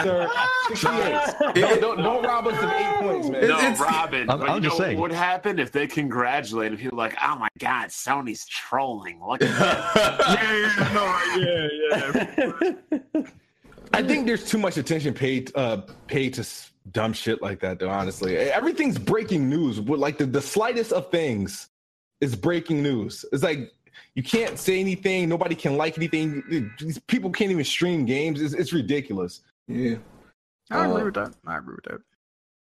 E: Sir, 68. Don't, don't, don't rob us of eight points, man.
A: No,
C: it's-
A: Robin.
B: I'm-
A: but
B: I'm
A: you
B: just
A: know
B: saying.
A: what would happen if they congratulated people like, "Oh my God, Sony's trolling." Look at that.
D: yeah, yeah, no, right, yeah, yeah.
E: I think there's too much attention paid uh paid to s- dumb shit like that. Though honestly, E, everything's breaking news. But like the, the slightest of things is breaking news. It's like you can't say anything. Nobody can like anything. E, These people can't even stream games. It's, it's ridiculous.
C: yeah.
D: I agree
C: Uh,
D: with that. I agree with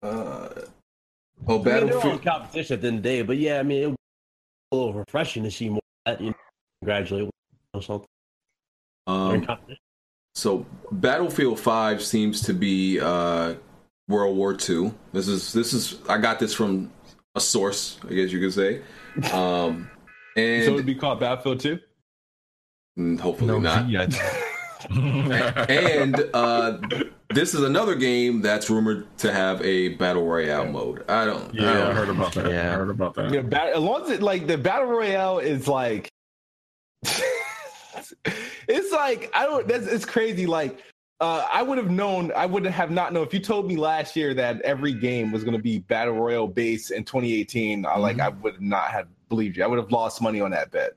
D: that.
C: Uh, oh,
F: I mean, they're all in
C: Battlefield.
F: competition at the end of the day, but yeah, I mean, it was a little refreshing to see more. Of that, you know, congratulate or something. They're in
C: Um,
F: competition.
C: So Battlefield Five seems to be uh, World War II. This is this is I got this from a source, I guess you could say. Um, and
E: so it'd be called Battlefield Two.
C: mm, hopefully not.
B: Yeah.
C: and uh, this is another game that's rumored to have a battle royale mode. I don't. I
H: Yeah, I
C: don't
H: heard about that.
B: Yeah.
H: I heard about that.
E: Yeah, bat- as long as it, like the battle royale is like, it's like I don't. That's it's crazy. Like uh, I would have known. I would have not known if you told me last year that every game was going to be battle royale based in 2018. I like I
D: Mm-hmm.
E: would not have believed you. I would have lost money on that bet.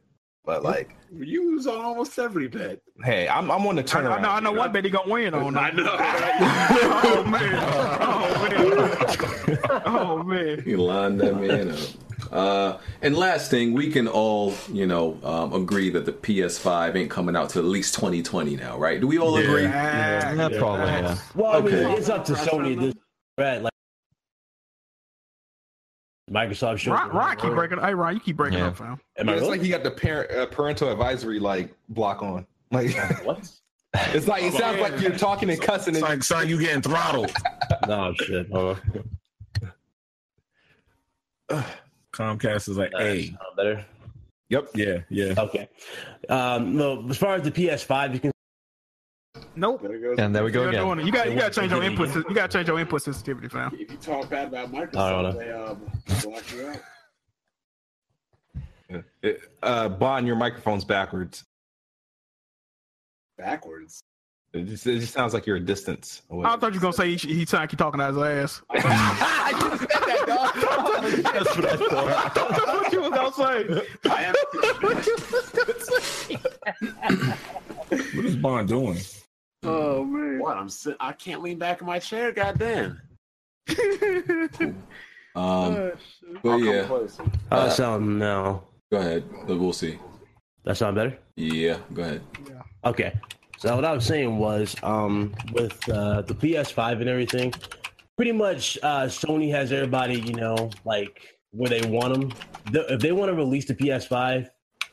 E: But like,
A: You was on almost every bet.
E: hey, I'm I'm on the
D: I,
E: turnaround.
D: I know, I know
E: here.
D: one bet he gonna win on.
A: I know. right?
D: oh man! Oh man! Oh man!
C: He lined that man up. Uh, and last thing, we can all, you know, um, agree that the PS5 ain't coming out till at least 2020 now, right? Do we all agree?
D: Yeah,
B: Yeah, probably, yeah.
F: Well, I mean,
C: Okay.
F: it's up to Sony. at This right, like Microsoft shows.
D: Ron, Ron keep breaking. Hey, Ron, you keep breaking
B: Yeah.
D: up, fam.
F: Am I
E: It's like
F: really?
E: he got the parent uh, parental advisory like block on. Like
F: What?
E: it's
D: Oh,
E: like it sounds like you're talking and cussing.
H: It's
E: And,
H: like, son, you getting throttled.
F: No shit.
H: Comcast is like, hey,
F: better.
E: yep.
H: yeah, yeah.
F: Okay. Um, no, as far as the PS5, you can.
D: Nope.
A: There goes.
B: And there we go
D: You're
B: again.
D: doing it. You got you got to change your input. sen- You got to change your input sensitivity, fam.
A: If you talk bad about
F: I don't know.
A: Microsoft, they um, block you out.
E: uh bond your microphone's backwards
A: backwards.
E: it just, it just sounds like you're a distance away.
D: I thought you were gonna say he, he sound keep talking out his ass.
E: I just said that, dog.
B: That's what I thought.
D: That's what you was
A: I
D: gonna say.
A: am.
H: What is Bond doing?
D: Oh man!
A: what I'm sit- I can't lean back in my chair. Goddamn.
C: Um, but yeah,
A: close.
F: Oh, that sound no.
C: go ahead. But We'll see.
F: That sound better.
C: Yeah, go ahead.
F: Okay. So what I was saying was, um, with uh, the PS5 and everything, pretty much uh, Sony has everybody, you know, like where they want them. The, if they want to release the PS5,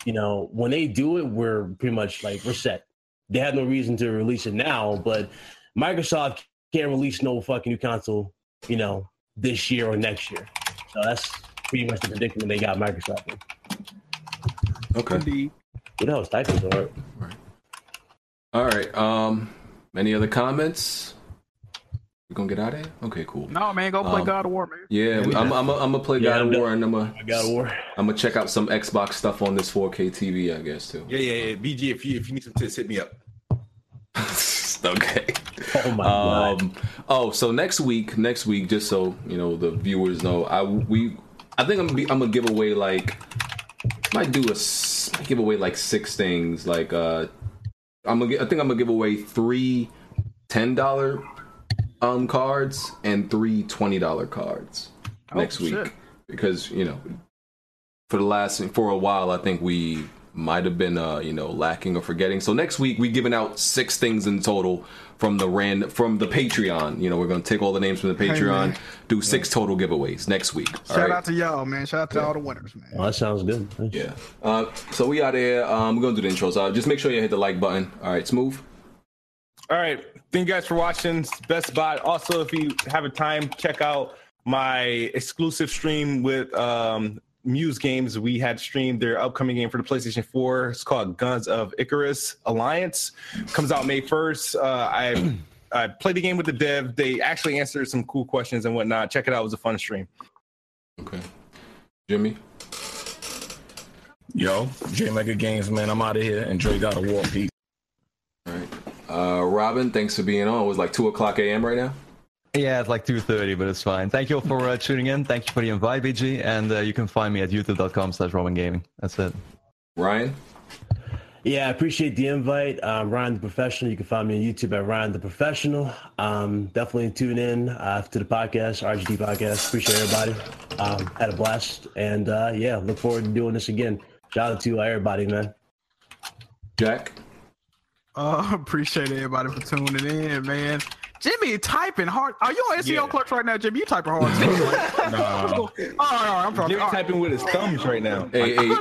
F: you know, when they do it, we're pretty much like we're set. They have no reason to release it now, but Microsoft can't release no fucking new console, you know, this year or next year. So that's pretty much the predicament they got Microsoft in.
C: Okay.
F: You know, it's typing hard.
C: All right. Um, any other comments? We're gonna get out of here. Okay, cool.
D: No, man, go play
C: Um,
D: God of War, man.
C: Yeah, I'm. I'm. I'm gonna play
F: Yeah,
C: God
F: I'm
C: of
F: done.
C: War, and I'm gonna.
F: I got war.
C: I'm gonna check out some Xbox stuff on this 4K TV, I guess too.
E: Yeah, yeah, yeah. BG, if you if you need some tips, hit me up.
C: okay.
F: Oh my god.
C: Um, oh, so next week, next week, just so you know, the viewers know, I we, I think I'm gonna be, I'm gonna give away like, might do a s- might give away like six things. Like, uh, I'm gonna, gi- I think I'm gonna give away three ten dollar um cards and three twenty dollar cards
D: Oh,
C: next week
D: shit.
C: because you know, for the last for a while, I think we might have been uh you know lacking or forgetting. So next week we giving out six things in total from the ran from the Patreon. You know we're gonna take all the names from the
D: Hey,
C: Patreon,
D: man.
C: do six total giveaways next week. All
D: Shout
C: right.
D: out to y'all, man. Shout out to
C: Yeah.
D: all the winners, man.
F: Well, that sounds good.
C: yeah. Uh, so we out here. Um, we're gonna do the intro. So just make sure you hit the like button. All right, smooth.
E: All right. Thank you guys for watching. It's Best Bot. Also, if you have a time, check out my exclusive stream with um, Muse Games. We had streamed their upcoming game for the PlayStation 4. It's called Guns of Icarus Alliance. Comes out May 1st. Uh, I I played the game with the dev. They actually answered some cool questions and whatnot. Check it out. It was a fun stream.
C: Okay. Jimmy.
H: Yo, J Mega Games, man. I'm out of here. And Dre got a war peace.
C: All right. Uh, Robin, thanks for being on. It was like two o'clock a.m. right now.
B: Yeah, it's like 2.30, but it's fine. Thank you all for uh, tuning in. Thank you for the invite, BG. And uh, you can find me at youtube.com slash Roman Gaming. That's it.
C: Ryan.
F: Yeah, I appreciate the invite. Um, Ryan the Professional. You can find me on YouTube at Ryan the Professional. Um, definitely tune in uh, to the podcast, RGD Podcast. Appreciate everybody. Um, had a blast. And uh, yeah, look forward to doing this again. Shout out to everybody, man.
C: Jack.
D: Uh, appreciate everybody for tuning in, man. Jimmy typing hard. Are you on SEO
E: Yeah.
D: clerks right now, Jimmy? You typing hard. too.
H: Nah.
D: All right, all right, I'm talking.
E: Jimmy
D: All right.
E: typing with his thumbs right now.
C: Hey, hey,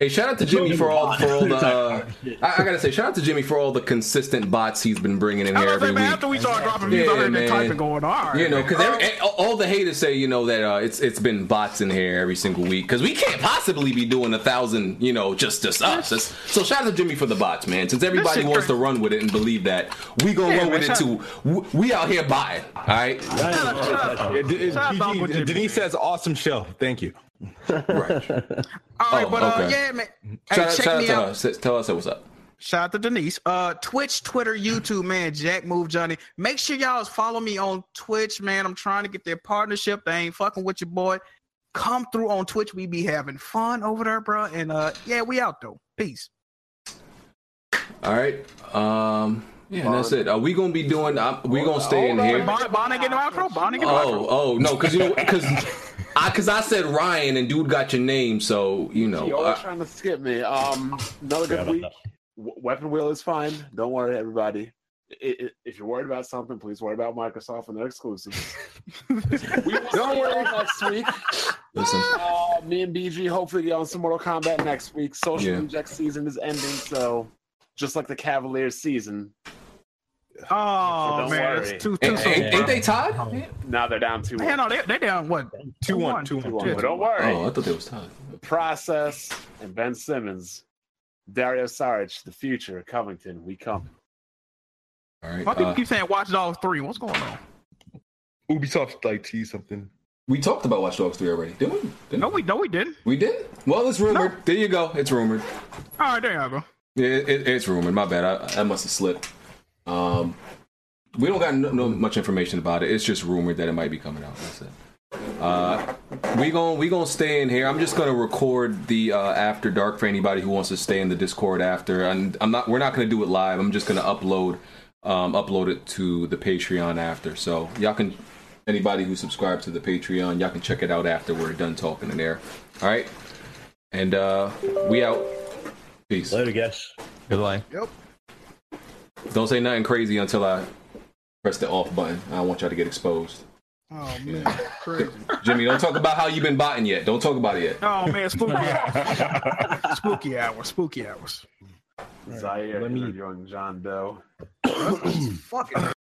C: hey! Shout out to Jimmy for all for all the. Uh, I, I gotta say, shout out to Jimmy for all the consistent bots he's been bringing in
D: I
C: here
D: was gonna
C: every
D: say, man,
C: week.
D: after we started dropping views, I
C: Yeah,
D: heard that
C: man.
D: typing going. All right,
C: You know,
D: man.
C: because all the haters say you know that uh, it's it's been bots in here every single week because we can't possibly be doing a thousand, you know, just just us. That's- so shout out to Jimmy for the bots, man. Since everybody
D: shit
C: wants to
D: crazy.
C: run with it and believe that, we gonna
D: Yeah,
C: run
D: man,
C: with it
D: shout-
C: too. W- We out here buying, all right.
F: Ryan the Professional.
E: Yeah, D-
D: Shout out to
E: GG.
D: Uncle Jimmy,
E: Denise
D: man.
E: says, awesome show. Thank you.
D: All right,
C: Oh,
D: but uh,
C: okay.
D: yeah, man. Hey,
C: shout out,
D: check
C: shout out
D: me
C: to
D: out.
C: her. Say- Tell us what's up.
D: Shout out to Denise. Uh, Twitch, Twitter, YouTube, man. Jack Move Johnny. Make sure y'all follow me on Twitch, man. I'm trying to get their partnership. They ain't fucking with your boy. Come through on Twitch. We be having fun over there, bro. And uh, yeah, we out though. Peace.
C: All right. Um. Yeah, and that's it. Are we gonna be doing? Uh, we gonna stay in
A: Hold on,
C: here.
D: Bonnie, Bonnie, get no outro. Bonnie, get no
C: Oh,
D: outro.
C: oh no, because you know, because I because I said Ryan and dude got your name, so you
A: You're
C: know.
A: always
C: Uh,
A: trying to skip me. Um, another
F: Forgot
A: good
F: about
A: week.
F: that.
A: W- Weapon Wheel is fine. Don't worry, everybody. I- I- if you're worried about something, please worry about Microsoft and their exclusives. we will Don't worry next week.
C: listen,
A: Uh, me and BG hopefully get on some Mortal Kombat next week. Social
C: Yeah.
A: Inject season is ending, so just like the Cavaliers season,
D: Oh,
A: Don't
D: man,
A: worry.
D: it's too too
C: ain't, ain't, ain't
D: soon.
C: they tied? Oh,
A: now they're down two.
D: Man, no, they they down what?
E: Two one, two
A: Two
E: one.
A: one,
D: Yeah.
A: but don't worry.
C: Oh, I thought they was tied.
A: The process and Ben Simmons, Dario Saric, the future, Covington, we come.
C: All right.
D: Why people
C: Uh,
D: keep saying Watch Dogs three? What's going on?
E: Ubisoft like T something.
C: we talked about Watch Dogs three already, didn't we? Didn't
D: No, we no, we didn't.
C: we? didn't. Well, it's rumored. There you go. It's rumored.
D: All right, there y'all go.
C: Yeah, it, it, it's rumored. My bad. I, I must have slipped. Um, we don't got no, no much information about it. It's just rumored that it might be coming out. That's it. Uh, we gon' we gonna stay in here. I'm just gonna record the uh, after dark for anybody who wants to stay in the Discord after. And I'm not. We're not gonna do it live. I'm just gonna upload um, upload it to the Patreon after. So y'all can anybody who subscribes to the Patreon, y'all can check it out after we're done talking in there. All right, and uh, we out. Peace.
F: Later, guys.
B: Goodbye.
C: Don't say nothing crazy until I press the off button. I don't want y'all to get exposed.
D: Oh man, crazy.
C: Jimmy, don't talk about how you've been botting yet. Don't talk about it yet.
D: Oh man, spooky hours. spooky hours. Spooky hours.
A: Zaire
E: let me-
A: interviewing John Doe.
D: Fucking